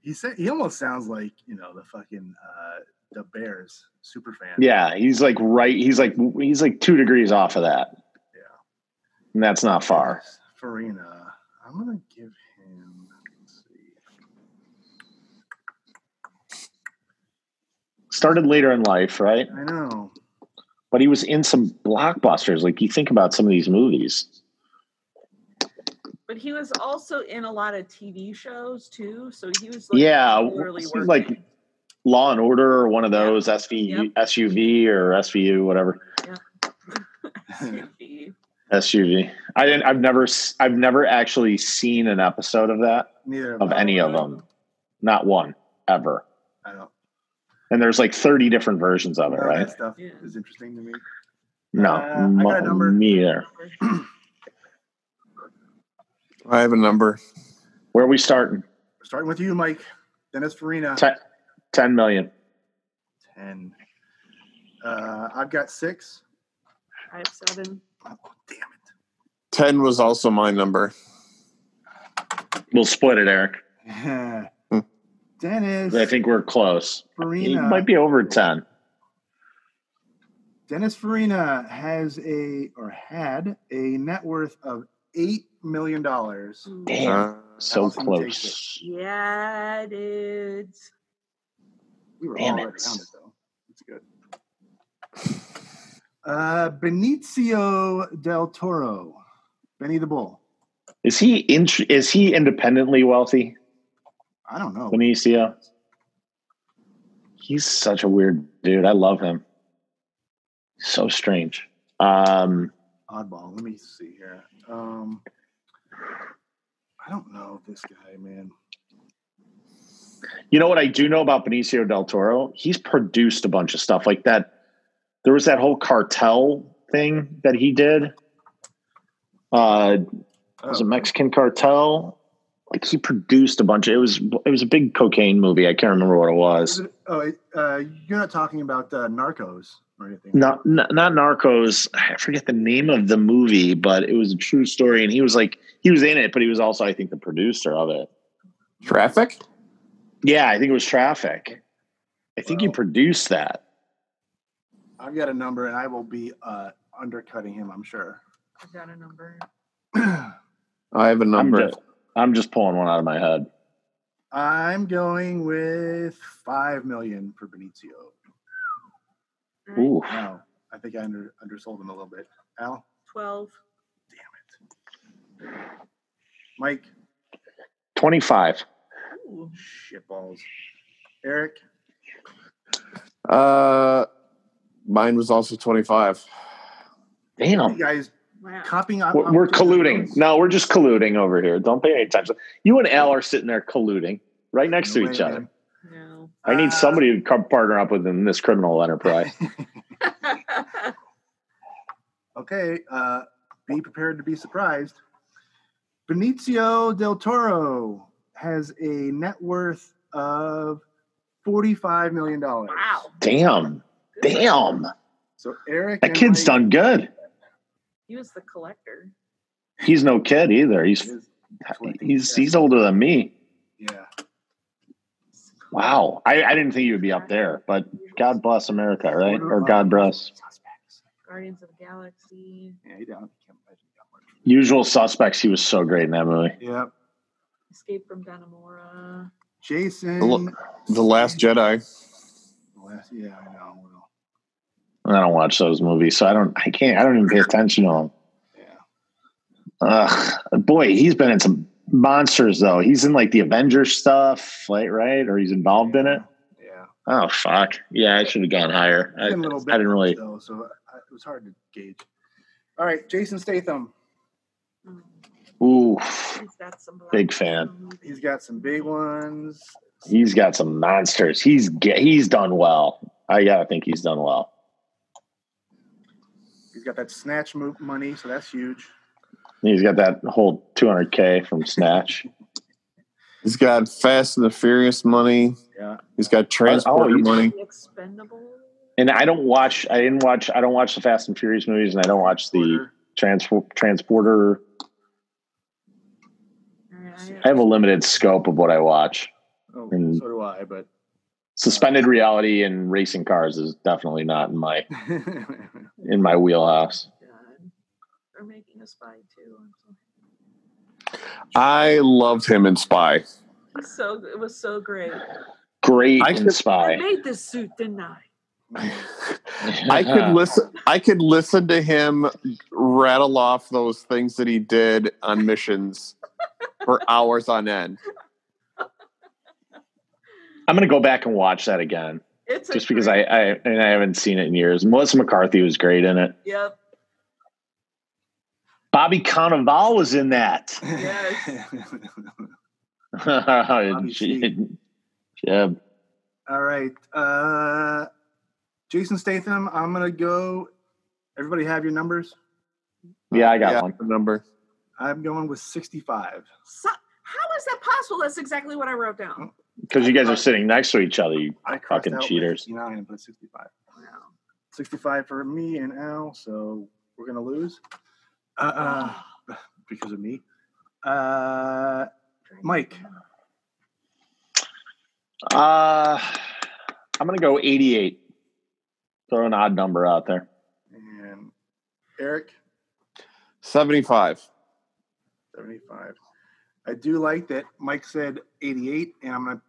[SPEAKER 3] He said he almost sounds like you know the fucking uh, the Bears super fan.
[SPEAKER 13] Yeah, he's like right. He's like he's like two degrees off of that. Yeah, and that's not far.
[SPEAKER 3] Farina. I'm gonna give him
[SPEAKER 13] started later in life, right?
[SPEAKER 3] I know.
[SPEAKER 13] But he was in some blockbusters. Like you think about some of these movies.
[SPEAKER 11] But he was also in a lot of TV shows too, so he was like
[SPEAKER 13] Yeah,
[SPEAKER 11] regularly
[SPEAKER 13] was he,
[SPEAKER 11] working.
[SPEAKER 13] like Law and Order or one of those SV SUV or SVU whatever [LAUGHS] SUV. I didn't. I've never. s- I've never actually seen an episode of that
[SPEAKER 3] Neither
[SPEAKER 13] of any of
[SPEAKER 3] Uh-huh.
[SPEAKER 13] them. Not one ever.
[SPEAKER 3] I don't.
[SPEAKER 13] And there's like 30 different versions of it,
[SPEAKER 3] All
[SPEAKER 13] right?
[SPEAKER 3] that stuff is interesting to me.
[SPEAKER 13] No,
[SPEAKER 3] Uh, I got a
[SPEAKER 13] mo-
[SPEAKER 3] number.
[SPEAKER 13] me either.
[SPEAKER 6] I have a number.
[SPEAKER 13] Where are we starting?
[SPEAKER 3] Starting with you, Mike. Dennis Farina.
[SPEAKER 13] Ten, 10 million.
[SPEAKER 3] Ten. Uh, I've got six. Oh,
[SPEAKER 11] I have seven.
[SPEAKER 6] Ten was also my number.
[SPEAKER 13] We'll split it, Eric. [LAUGHS] Hmm.
[SPEAKER 3] Dennis.
[SPEAKER 13] I think we're close.
[SPEAKER 3] Farina.
[SPEAKER 13] It might be over 10.
[SPEAKER 3] Dennis Farina has a or had a net worth of eight million dollars.
[SPEAKER 6] Uh,
[SPEAKER 13] Damn. so close.
[SPEAKER 11] Yeah, dudes.
[SPEAKER 3] We were
[SPEAKER 11] Damn
[SPEAKER 3] all right around it though. It's good. Uh, Benicio del Toro, Benny the Bull.
[SPEAKER 13] Is he in, is he independently wealthy,
[SPEAKER 3] I don't know.
[SPEAKER 13] Benicio? He's such a weird dude. I love him. So strange. Um,
[SPEAKER 3] Oddball. Let me see here. Um, I don't know this guy, man.
[SPEAKER 13] You know what I do know about Benicio del Toro? He's produced a bunch of stuff like that. There was that whole cartel thing that he did. Uh,
[SPEAKER 3] Oh,
[SPEAKER 13] it was a Mexican cartel. Like he produced a bunch. Of, it was it was a big cocaine movie. I can't remember what it was.
[SPEAKER 3] Oh, it- uh, you're not talking about uh, Narcos or anything.
[SPEAKER 13] Not not, not Narcos. I forget the name of the movie, but it was a true story. And he was like he was in it, but he was also I think the producer of it.
[SPEAKER 6] Traffic.
[SPEAKER 13] Yeah, I think it was Traffic. I think he produced that.
[SPEAKER 3] I've got a number, and I will be uh, undercutting him. I'm sure.
[SPEAKER 11] I've got a number.
[SPEAKER 6] I have a number.
[SPEAKER 13] I'm just, I'm just pulling one out of my head.
[SPEAKER 3] I'm going with five million for Benicio.
[SPEAKER 13] Ooh.
[SPEAKER 3] Wow, I think I under, undersold him a little bit. Al,
[SPEAKER 11] Twelve.
[SPEAKER 3] Mike,
[SPEAKER 13] 25.
[SPEAKER 3] shit balls. Eric,
[SPEAKER 6] Uh, mine was also twenty-five.
[SPEAKER 3] you guys copying up.
[SPEAKER 13] Oh. We're, we're colluding. No, we're just colluding over here. Don't pay any attention. You and Al are sitting there colluding right next to
[SPEAKER 3] No
[SPEAKER 13] each
[SPEAKER 3] way,
[SPEAKER 13] other.
[SPEAKER 3] man.
[SPEAKER 13] [LAUGHS]
[SPEAKER 11] [LAUGHS]
[SPEAKER 3] Uh,
[SPEAKER 13] I need somebody to come partner up with in this criminal enterprise.
[SPEAKER 3] [LAUGHS] Okay, uh, be prepared to be surprised. Benicio del Toro has a net worth of forty-five million dollars. Wow!
[SPEAKER 13] Damn. Damn.
[SPEAKER 3] So Eric,
[SPEAKER 13] That
[SPEAKER 3] and
[SPEAKER 13] kid's
[SPEAKER 3] Mike-
[SPEAKER 13] done good.
[SPEAKER 11] He was the collector.
[SPEAKER 13] He's no kid either. He's he's he's older than me.
[SPEAKER 3] Yeah.
[SPEAKER 13] Wow. I, I didn't think you would be up there, but God bless America, right? Or God bless.
[SPEAKER 11] Guardians of the Galaxy.
[SPEAKER 3] Yeah, he done.
[SPEAKER 13] Usual suspects, he was so great in that movie.
[SPEAKER 3] Yep.
[SPEAKER 11] Escape from Danamora.
[SPEAKER 3] Jason.
[SPEAKER 6] The, l- the Last Jedi.
[SPEAKER 3] Last- yeah, I know. Well,
[SPEAKER 13] I don't watch those movies, so I don't. I can't. I don't even pay attention to them. Ugh, boy, he's been in some monsters though. He's in like the Avengers stuff, like right, or he's involved in it.
[SPEAKER 3] Yeah.
[SPEAKER 13] Oh fuck. Yeah, I should have gone higher. I, I
[SPEAKER 3] It's been a little bit
[SPEAKER 13] didn't really.
[SPEAKER 3] though, so I, it was hard to gauge. All right, Jason Statham.
[SPEAKER 13] Ooh,
[SPEAKER 11] Mm, He's got some.
[SPEAKER 13] big fan.
[SPEAKER 3] He's got some big ones.
[SPEAKER 13] He's got some monsters. He's ge- he's done well. I gotta think he's done well.
[SPEAKER 3] He's got that snatch move money, so that's huge.
[SPEAKER 13] He's got that whole 200k from Snatch.
[SPEAKER 6] He's got Fast and the Furious money.
[SPEAKER 3] Yeah.
[SPEAKER 6] He's got transporter
[SPEAKER 13] he's-
[SPEAKER 6] money.
[SPEAKER 13] And I don't watch. I didn't watch. I don't watch the Fast and Furious movies, and I don't watch the transport transporter. I have a limited scope of what I watch.
[SPEAKER 3] Oh,
[SPEAKER 13] And
[SPEAKER 3] so do I, but [LAUGHS]
[SPEAKER 13] suspended reality and racing cars is definitely not in my in my wheelhouse.
[SPEAKER 11] They're making a spy too. I'm so-
[SPEAKER 6] I loved him in Spy.
[SPEAKER 11] He's so it was so great.
[SPEAKER 13] great
[SPEAKER 6] I
[SPEAKER 13] in
[SPEAKER 6] could-
[SPEAKER 11] I
[SPEAKER 13] Spy.
[SPEAKER 11] made this suit, didn't I?
[SPEAKER 13] [LAUGHS]
[SPEAKER 6] I could listen. I could listen to him rattle off those things that he did on missions for hours on end.
[SPEAKER 13] I'm going to go back and watch that again.
[SPEAKER 11] It's a
[SPEAKER 13] just because I, I and I haven't seen it in years. Melissa McCarthy was great in it.
[SPEAKER 11] Yep.
[SPEAKER 13] Bobby Cannavale was in that. [LAUGHS]
[SPEAKER 11] Yes.
[SPEAKER 13] yeah.
[SPEAKER 3] All right. Uh, Jason Statham, I'm going to go. Everybody have your numbers?
[SPEAKER 13] Yeah, I got one.
[SPEAKER 6] number.
[SPEAKER 3] I'm going with 65.
[SPEAKER 11] So, how is that possible? That's exactly what I wrote
[SPEAKER 3] Mm.
[SPEAKER 11] down.
[SPEAKER 13] Because you guys are sitting next to each other, you
[SPEAKER 3] I crossed
[SPEAKER 13] fucking
[SPEAKER 3] out
[SPEAKER 13] cheaters.
[SPEAKER 3] 69 and put 65. 65 for me and Al, so we're going to lose. Uh, uh, [SIGHS] because of me. Uh, Mike,
[SPEAKER 13] Uh, I'm going to go 88. Throw an odd number out there.
[SPEAKER 3] and Eric,
[SPEAKER 6] Seventy-five.
[SPEAKER 3] 75. I do like that Mike said 88, and I'm going to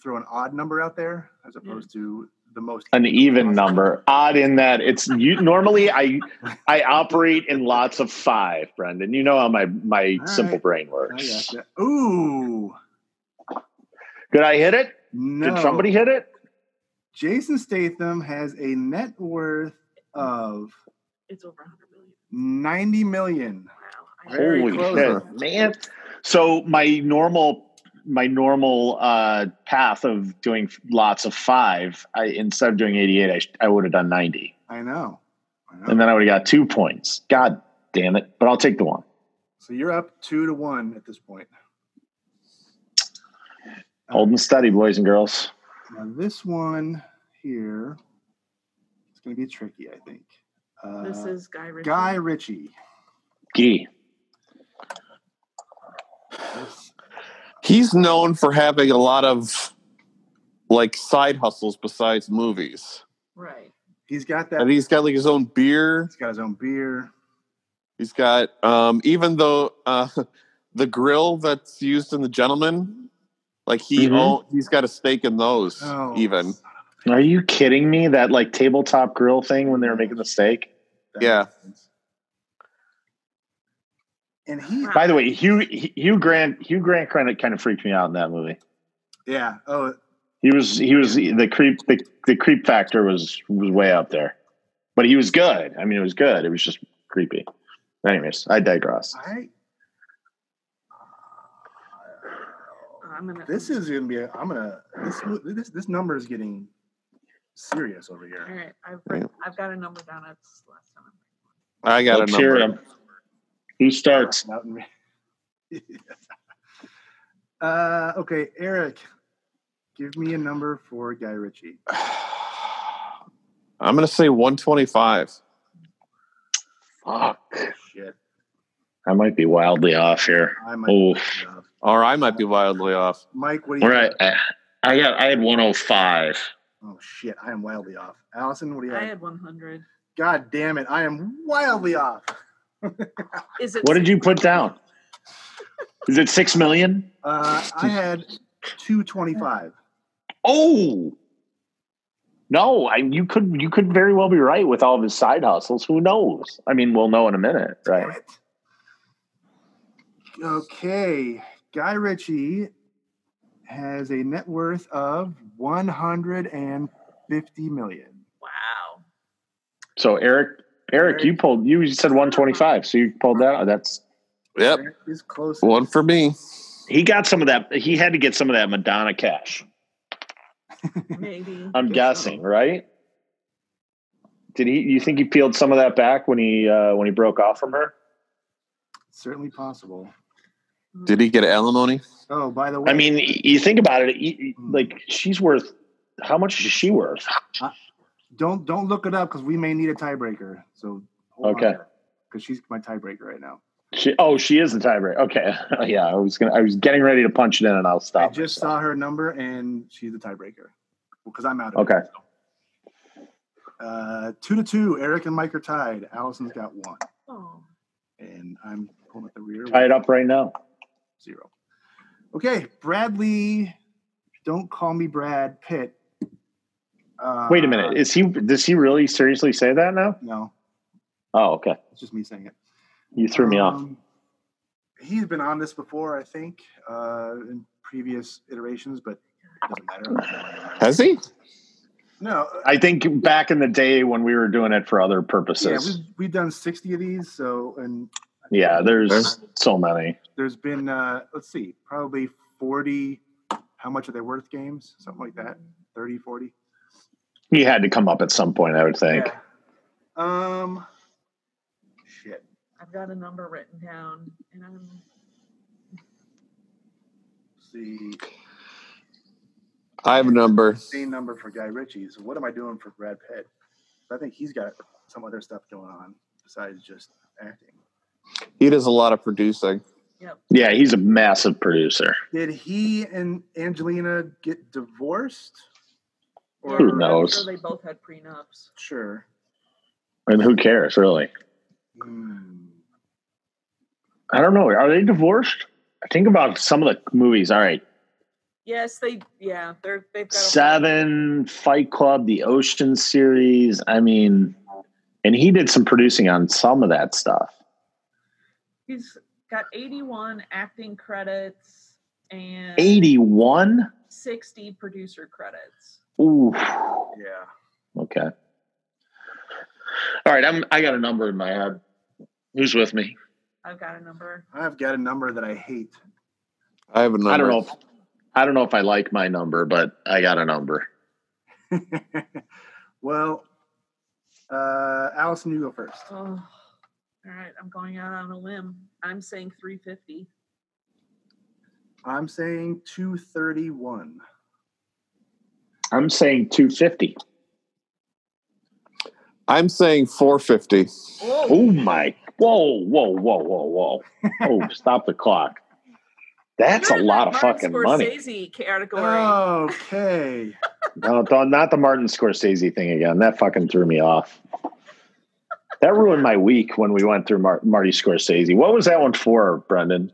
[SPEAKER 3] throw an odd number out there as opposed to the most
[SPEAKER 13] An even number. Odd in that it's you normally I I operate in lots of five, Brendan. You know how my my simple brain works.
[SPEAKER 3] Ooh.
[SPEAKER 13] Did I hit it?
[SPEAKER 3] No.
[SPEAKER 13] Did somebody hit it?
[SPEAKER 3] Jason Statham has a net worth of
[SPEAKER 11] It's over 100
[SPEAKER 3] ninety million. Wow!
[SPEAKER 13] Holy shit, man! So my normal my normal uh, path of doing lots of five, I, instead of doing eighty eight, I, sh- I would have done ninety,
[SPEAKER 3] I know.
[SPEAKER 13] and then I would have got two points. God damn it! But I'll take the one.
[SPEAKER 3] So you're up two to one at this point.
[SPEAKER 13] Holding steady, boys and girls.
[SPEAKER 3] Now this one here is going to be tricky, I think. Uh,
[SPEAKER 11] This is Guy Ritchie.
[SPEAKER 3] Guy Ritchie.
[SPEAKER 13] Gee,
[SPEAKER 6] He's known for having a lot of like side hustles besides movies,
[SPEAKER 11] Right.
[SPEAKER 3] He's got that.
[SPEAKER 6] and he's got like his own beer.
[SPEAKER 3] He's got his own beer.
[SPEAKER 6] He's got um, even though uh, [LAUGHS] the grill that's used in the gentleman, like he
[SPEAKER 13] Mhm.
[SPEAKER 6] own, he's got a stake in those.
[SPEAKER 3] Oh.
[SPEAKER 6] Even
[SPEAKER 13] are you kidding me? That like tabletop grill thing when they were making the steak.
[SPEAKER 6] yeah,
[SPEAKER 3] And he.
[SPEAKER 13] By the way, Hugh Hugh Grant Hugh Grant kind of kind of freaked me out in that movie.
[SPEAKER 3] Yeah. Oh,
[SPEAKER 13] He was he was the creep the, the creep factor was was way up there, but he was good. I mean, it was good. It was just creepy. Anyways, I digress.
[SPEAKER 3] I.
[SPEAKER 11] Oh, I'm gonna.
[SPEAKER 3] This is going to be. A, I'm going to. This, this this number is getting serious over here.
[SPEAKER 11] All right. I've,
[SPEAKER 6] Right.
[SPEAKER 11] I've got a number down. That's last time.
[SPEAKER 6] I got
[SPEAKER 13] Let's
[SPEAKER 6] a
[SPEAKER 13] hear
[SPEAKER 6] number.
[SPEAKER 13] him. um, Who starts?
[SPEAKER 3] Mountain Ra- [LAUGHS] uh, okay, Eric, give me a number for Guy Ritchie.
[SPEAKER 6] [SIGHS] I'm gonna say 125.
[SPEAKER 13] Fuck.
[SPEAKER 3] Shit.
[SPEAKER 13] I might be wildly off here.
[SPEAKER 3] I might
[SPEAKER 13] Oh,
[SPEAKER 6] Or I might be wildly off.
[SPEAKER 3] Mike, what do
[SPEAKER 13] all
[SPEAKER 3] you
[SPEAKER 13] right. I, I got I had one oh five.
[SPEAKER 3] Oh shit, I am wildly off. Allison, what do you
[SPEAKER 11] I
[SPEAKER 3] have?
[SPEAKER 11] had 100.
[SPEAKER 3] God damn it, I am wildly off.
[SPEAKER 11] Is it?
[SPEAKER 13] What did you put down? Is it six million?
[SPEAKER 3] Uh, I had 225.
[SPEAKER 13] Oh no! I, you could you could very well be right with all of his side hustles. Who knows? I mean, we'll know in a minute, right?
[SPEAKER 3] Okay, Guy Ritchie has a net worth of 150 million.
[SPEAKER 11] Wow.
[SPEAKER 13] So Eric, Eric, you pulled. You said one twenty five. So you pulled that. out. That's
[SPEAKER 6] Yep,
[SPEAKER 3] Is close.
[SPEAKER 6] one for me.
[SPEAKER 13] he got some of that. He had to get some of that Madonna cash. [LAUGHS]
[SPEAKER 11] Maybe.
[SPEAKER 13] I'm guessing, right? Did he? You think he peeled some of that back when he uh, when he broke off from her?
[SPEAKER 3] Certainly possible.
[SPEAKER 6] Did he get alimony?
[SPEAKER 3] Oh, by the way,
[SPEAKER 13] I mean, y- you think about it. y- y- Like she's worth how much is she worth?
[SPEAKER 3] don't don't look it up because we may need a tiebreaker. So
[SPEAKER 13] Okay.
[SPEAKER 3] because she's my tiebreaker right now.
[SPEAKER 13] She, oh, she is the tiebreaker. Okay, [LAUGHS] Oh, yeah. I was gonna. I was getting ready to punch it in, and I'll
[SPEAKER 3] I
[SPEAKER 13] stop.
[SPEAKER 3] just saw her number and she's the tiebreaker because I'm out of
[SPEAKER 13] Okay.
[SPEAKER 3] it. Uh, two to two. Eric and Mike are tied. Allison's got one,
[SPEAKER 11] Oh.
[SPEAKER 3] and I'm pulling at the rear.
[SPEAKER 13] Tie it up right now.
[SPEAKER 3] Zero. Okay, Bradley Don't call me Brad Pitt. Uh,
[SPEAKER 13] Wait a minute. Is he? Does he really seriously say that now?
[SPEAKER 3] No.
[SPEAKER 13] Oh, okay.
[SPEAKER 3] It's just me saying it.
[SPEAKER 13] You threw me off.
[SPEAKER 3] Um, He's been on this before, I think, uh, in previous iterations, but it doesn't matter.
[SPEAKER 6] Has he?
[SPEAKER 3] No, uh,
[SPEAKER 13] I think back in the day when we were doing it for other
[SPEAKER 3] yeah,
[SPEAKER 13] purposes.
[SPEAKER 3] we've, we've done sixty of these. So, and
[SPEAKER 13] Yeah, there's so many.
[SPEAKER 3] there's been uh, let's see, probably forty. How much are they worth? Games, something like that. 30, 40.
[SPEAKER 13] He had to come up at some point, I would think.
[SPEAKER 3] Um, shit.
[SPEAKER 11] I've got a number written down, and I'm
[SPEAKER 3] Let's see,
[SPEAKER 6] I have a number.
[SPEAKER 3] same number for Guy Ritchie. So what am I doing for Brad Pitt? I think he's got some other stuff going on besides just acting.
[SPEAKER 6] He does a lot of producing.
[SPEAKER 13] Yeah, he's a massive producer.
[SPEAKER 3] Did he and Angelina get divorced?
[SPEAKER 13] Who knows?
[SPEAKER 11] sure they both had prenups.
[SPEAKER 3] Sure.
[SPEAKER 13] And who cares, really?
[SPEAKER 3] Hmm,
[SPEAKER 13] I don't know. Are they divorced? I think about some of the movies. All right.
[SPEAKER 11] Yes, they. Yeah, they're they've got. a-
[SPEAKER 13] Seven, Fight Club, the Ocean series. I mean, and he did some producing on some of that stuff.
[SPEAKER 11] he's got 81 acting credits and
[SPEAKER 13] 81?
[SPEAKER 11] 60 producer credits.
[SPEAKER 13] Ooh.
[SPEAKER 3] Yeah.
[SPEAKER 13] Okay. All right. I'm, I got a number in my head. Who's with me?
[SPEAKER 11] I've got a number.
[SPEAKER 3] I've got a number that I hate. [LAUGHS]
[SPEAKER 6] I have a number.
[SPEAKER 13] I don't know. If, I don't know if I like my number, but I got a number.
[SPEAKER 3] Well, uh, Allison, you go first.
[SPEAKER 11] Oh, all right. I'm going out on a limb. I'm saying 350.
[SPEAKER 3] I'm saying 231.
[SPEAKER 13] I'm saying 250.
[SPEAKER 6] I'm saying 450.
[SPEAKER 13] Oh my! Whoa! Whoa! Whoa! Whoa! Whoa! Oh, stop the clock. That's
[SPEAKER 11] You're
[SPEAKER 13] a
[SPEAKER 11] in
[SPEAKER 13] lot
[SPEAKER 11] that
[SPEAKER 13] of
[SPEAKER 11] Martin
[SPEAKER 13] fucking money.
[SPEAKER 11] Scorsese category.
[SPEAKER 3] Oh. Okay.
[SPEAKER 13] No, th- not the Martin Scorsese thing again. That fucking threw me off. That ruined my week when we went through Mar- Marty Scorsese. What was that one for, Brendan?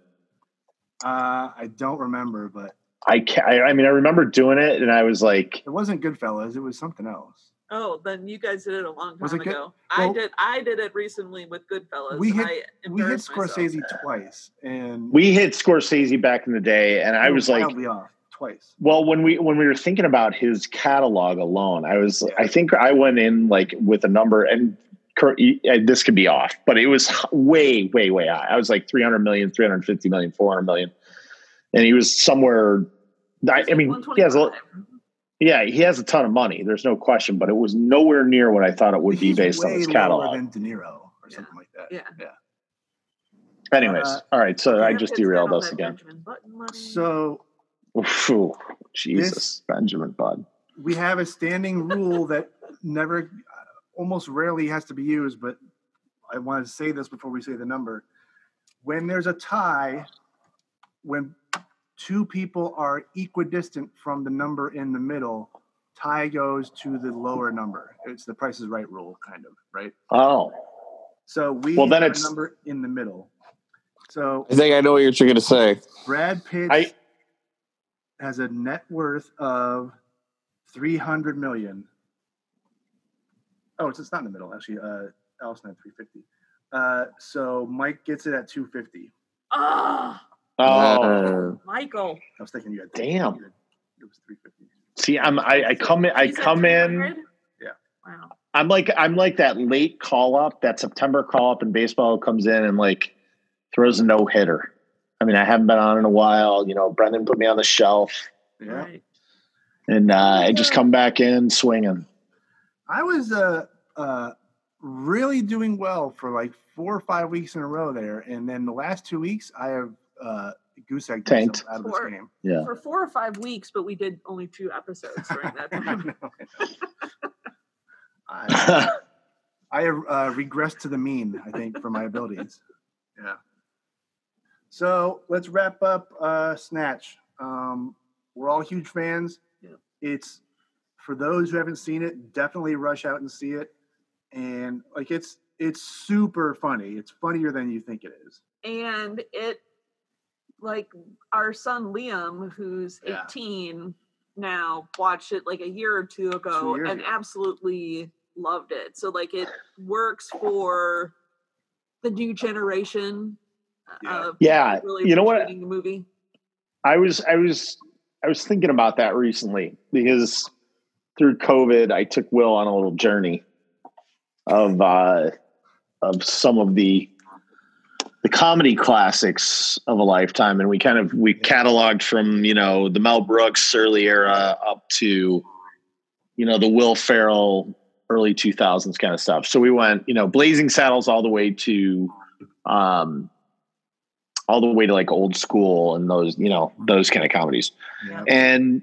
[SPEAKER 3] Uh, I don't remember, but
[SPEAKER 13] I, ca- I I mean, I remember doing it, and I was like,
[SPEAKER 3] it wasn't Goodfellas. It was something else.
[SPEAKER 11] Oh, then you guys did it a long time
[SPEAKER 3] Was it good?
[SPEAKER 11] ago. I
[SPEAKER 3] Well-
[SPEAKER 11] did. I did it recently with Goodfellas.
[SPEAKER 3] We
[SPEAKER 11] and
[SPEAKER 3] hit-
[SPEAKER 11] I
[SPEAKER 3] We hit
[SPEAKER 11] embarrassed myself.
[SPEAKER 3] Scorsese twice, and
[SPEAKER 13] we hit Scorsese back in the day, and I
[SPEAKER 3] we
[SPEAKER 13] was
[SPEAKER 3] were
[SPEAKER 13] like,
[SPEAKER 3] wildly off twice.
[SPEAKER 13] Well, when we when we were thinking about his catalog alone, I was I think I went in like with a number and cor- and this could be off, but it was way way way high. I was like 300 million, 350 million, 400 million. And he was somewhere I, I mean, he has a,
[SPEAKER 11] 125.
[SPEAKER 13] yeah, he has a ton of money. There's no question, but it was nowhere near what I thought it would be
[SPEAKER 3] He's
[SPEAKER 13] based on
[SPEAKER 3] way
[SPEAKER 13] his
[SPEAKER 3] lower
[SPEAKER 13] catalog.
[SPEAKER 3] than De Niro or something like that.
[SPEAKER 11] Yeah.
[SPEAKER 3] Yeah.
[SPEAKER 13] Anyways,
[SPEAKER 3] uh,
[SPEAKER 13] all right, so I
[SPEAKER 11] Brad
[SPEAKER 13] just
[SPEAKER 11] Pitt's got
[SPEAKER 13] derailed
[SPEAKER 11] all
[SPEAKER 13] us
[SPEAKER 11] that
[SPEAKER 13] again.
[SPEAKER 11] Benjamin Button money.
[SPEAKER 3] So
[SPEAKER 13] Phew, Jesus, Benjamin Bud.
[SPEAKER 3] we have a standing rule that never, almost rarely has to be used, but I want to say this before we say the number. When there's a tie, when two people are equidistant from the number in the middle, tie goes to the lower number. It's the price is right rule, kind of, right?
[SPEAKER 13] Oh,
[SPEAKER 3] So we
[SPEAKER 13] Well, then
[SPEAKER 3] have
[SPEAKER 13] it's-
[SPEAKER 3] a number in the middle. So
[SPEAKER 6] I think I know what you're going to say.
[SPEAKER 3] Brad Pitt
[SPEAKER 13] I-
[SPEAKER 3] has a net worth of three hundred million. Oh, it's, it's not in the middle actually. Uh, Allison had three fifty. Uh, so Mike gets it at two fifty.
[SPEAKER 11] Ah,
[SPEAKER 13] oh.
[SPEAKER 6] Uh,
[SPEAKER 11] Michael.
[SPEAKER 3] I was thinking you had
[SPEAKER 13] Damn.
[SPEAKER 3] you had- It was three fifty.
[SPEAKER 13] See, I'm I, I come in I
[SPEAKER 11] He's at
[SPEAKER 13] come in
[SPEAKER 11] 200?
[SPEAKER 3] Yeah.
[SPEAKER 11] Wow.
[SPEAKER 13] I'm like I'm like that late call up, that September call up in baseball who comes in and like throws a no hitter. I mean, I haven't been on in a while. You know, Brendan put me on the shelf,
[SPEAKER 3] Yeah.
[SPEAKER 11] Right.
[SPEAKER 13] and uh, I just come back in swinging. [LAUGHS]
[SPEAKER 3] I was uh, uh, really doing well for like four or five weeks in a row there, and then the last two weeks I have uh, goose egg
[SPEAKER 13] Tanked.
[SPEAKER 3] out of this
[SPEAKER 11] Four.
[SPEAKER 3] game. [LAUGHS]
[SPEAKER 13] Yeah,
[SPEAKER 11] For four or five weeks, but we did only two episodes during that
[SPEAKER 3] I
[SPEAKER 11] time.
[SPEAKER 3] [LAUGHS] know, I know. I, I have uh, regressed to the mean, I think, for my abilities. Yeah. So let's wrap up uh, Snatch. Um, we're all huge fans.
[SPEAKER 11] Yeah.
[SPEAKER 3] It's for those who haven't seen it, definitely rush out and see it. And like it's it's super funny. It's funnier than you think it is.
[SPEAKER 11] and it like our son Liam, who's
[SPEAKER 3] Yeah.
[SPEAKER 11] 18, now watched it like a year or two ago
[SPEAKER 3] Two years
[SPEAKER 11] and
[SPEAKER 3] ago.
[SPEAKER 11] absolutely loved it. So like it works for the new generation. uh, Yeah,
[SPEAKER 13] Yeah, you know what?
[SPEAKER 11] The movie.
[SPEAKER 13] I was I was I was thinking about that recently because through COVID I took Will on a little journey of uh of some of the the comedy classics of a lifetime and we kind of we cataloged from you know the Mel Brooks early era up to you know the Will Ferrell early 2000s kind of stuff. So we went, you know, Blazing Saddles all the way to um all the way to like old school and those you know those kind of comedies and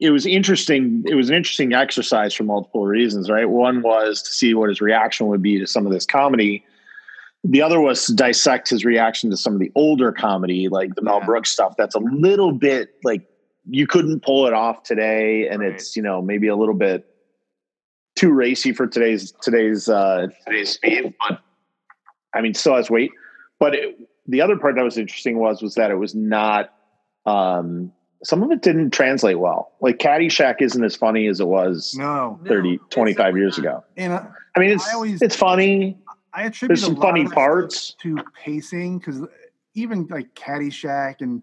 [SPEAKER 13] it was interesting it was an interesting exercise for multiple reasons right one was to see what his reaction would be to some of this comedy the other was to dissect his reaction to some of the older comedy like the mel brooks stuff that's a little bit like you couldn't pull it off today and it's you know maybe a little bit too racy for today's today's uh today's speed but i mean still has weight but it, the other part that was interesting was was that it was not um some of it didn't translate well like caddyshack isn't as funny as it was
[SPEAKER 3] No.
[SPEAKER 13] 30 25 years ago
[SPEAKER 3] And I,
[SPEAKER 13] i mean it's it's funny
[SPEAKER 3] I attribute
[SPEAKER 13] there's some
[SPEAKER 3] a lot
[SPEAKER 13] funny
[SPEAKER 3] of that
[SPEAKER 13] parts
[SPEAKER 3] to pacing because even like Caddyshack and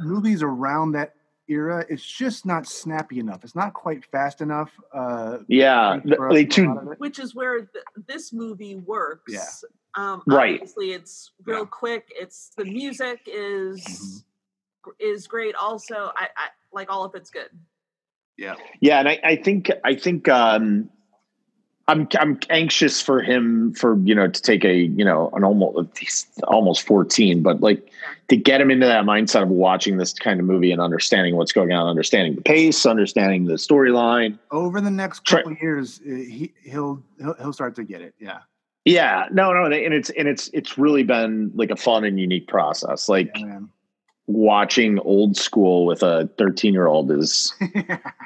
[SPEAKER 3] movies around that era, it's just not snappy enough. It's not quite fast enough. Uh,
[SPEAKER 13] yeah th-
[SPEAKER 3] for us
[SPEAKER 13] they
[SPEAKER 3] to
[SPEAKER 13] too
[SPEAKER 3] a lot of it.
[SPEAKER 11] Um, which is where th- this movie works.
[SPEAKER 3] Yeah.
[SPEAKER 11] Um,
[SPEAKER 13] Right.
[SPEAKER 11] Obviously, it's real quick. It's the music is is great. Also, I, I like all of it's good.
[SPEAKER 3] Yeah.
[SPEAKER 13] Yeah, and I, I think I think um, I'm I'm anxious for him for you know to take a you know an almost he's almost 14, but like to get him into that mindset of watching this kind of movie and understanding what's going on, understanding the pace, understanding the storyline.
[SPEAKER 3] Over the next couple of years, uh, he he'll, he'll he'll start to get it. Yeah.
[SPEAKER 13] Yeah, no, no, and it's and it's it's really been like a fun and unique process. Like [LAUGHS] watching old school with a 13 year old is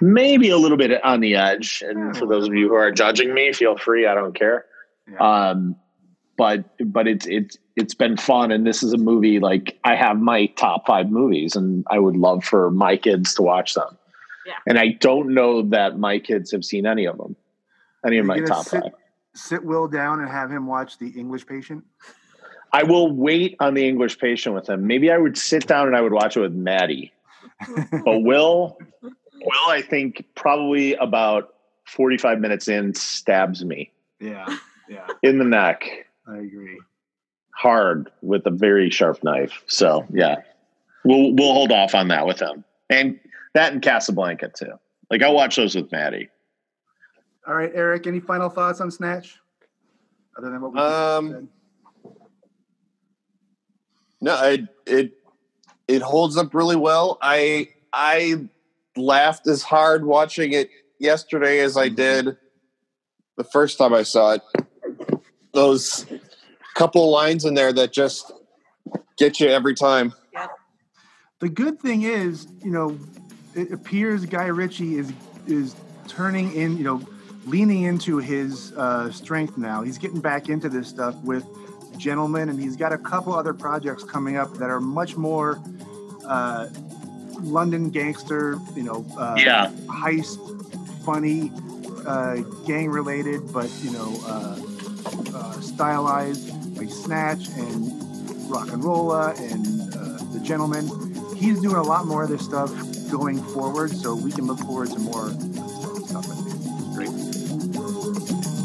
[SPEAKER 13] maybe a little bit on the edge. And for those of you who are judging me, feel free. I don't care. Um, but but it's it's it's been fun, and this is a movie like I have my top five movies, and I would love for my kids to watch them. And I don't know that my kids have seen any of them,
[SPEAKER 3] [LAUGHS]
[SPEAKER 13] any of
[SPEAKER 3] Are
[SPEAKER 13] my
[SPEAKER 3] you gonna
[SPEAKER 13] top
[SPEAKER 3] sit,
[SPEAKER 13] five.
[SPEAKER 3] sit Will down and have him watch The English Patient.
[SPEAKER 13] I will wait on the English Patient with him. Maybe I would sit down and I would watch it with Maddie. but Will, Will, I think probably about forty-five minutes in stabs me
[SPEAKER 3] Yeah. Yeah.
[SPEAKER 13] in the neck
[SPEAKER 3] I agree.
[SPEAKER 13] hard with a very sharp knife. So yeah, we'll we'll hold off on that with him, and that and Casablanca too. Like I'll watch those with Maddie.
[SPEAKER 3] All right, Eric. Any final thoughts on Snatch? Other than what we just said.
[SPEAKER 6] No, it it it holds up really well. I I laughed as hard watching it yesterday as I did the first time I saw it. Those couple lines in there that just get you every time.
[SPEAKER 3] The good thing is, you know, it appears Guy Ritchie is is turning in, you know, leaning into his uh, strength now. He's getting back into this stuff with Gentlemen, and he's got a couple other projects coming up that are much more uh, London gangster, you know, uh,
[SPEAKER 13] Yeah.
[SPEAKER 3] heist, funny, uh, gang related, but you know, uh, uh, stylized like Snatch and Rock and Rolla and uh, The Gentleman. He's doing a lot more of this stuff going forward, so we can look forward to more stuff. I think. Great.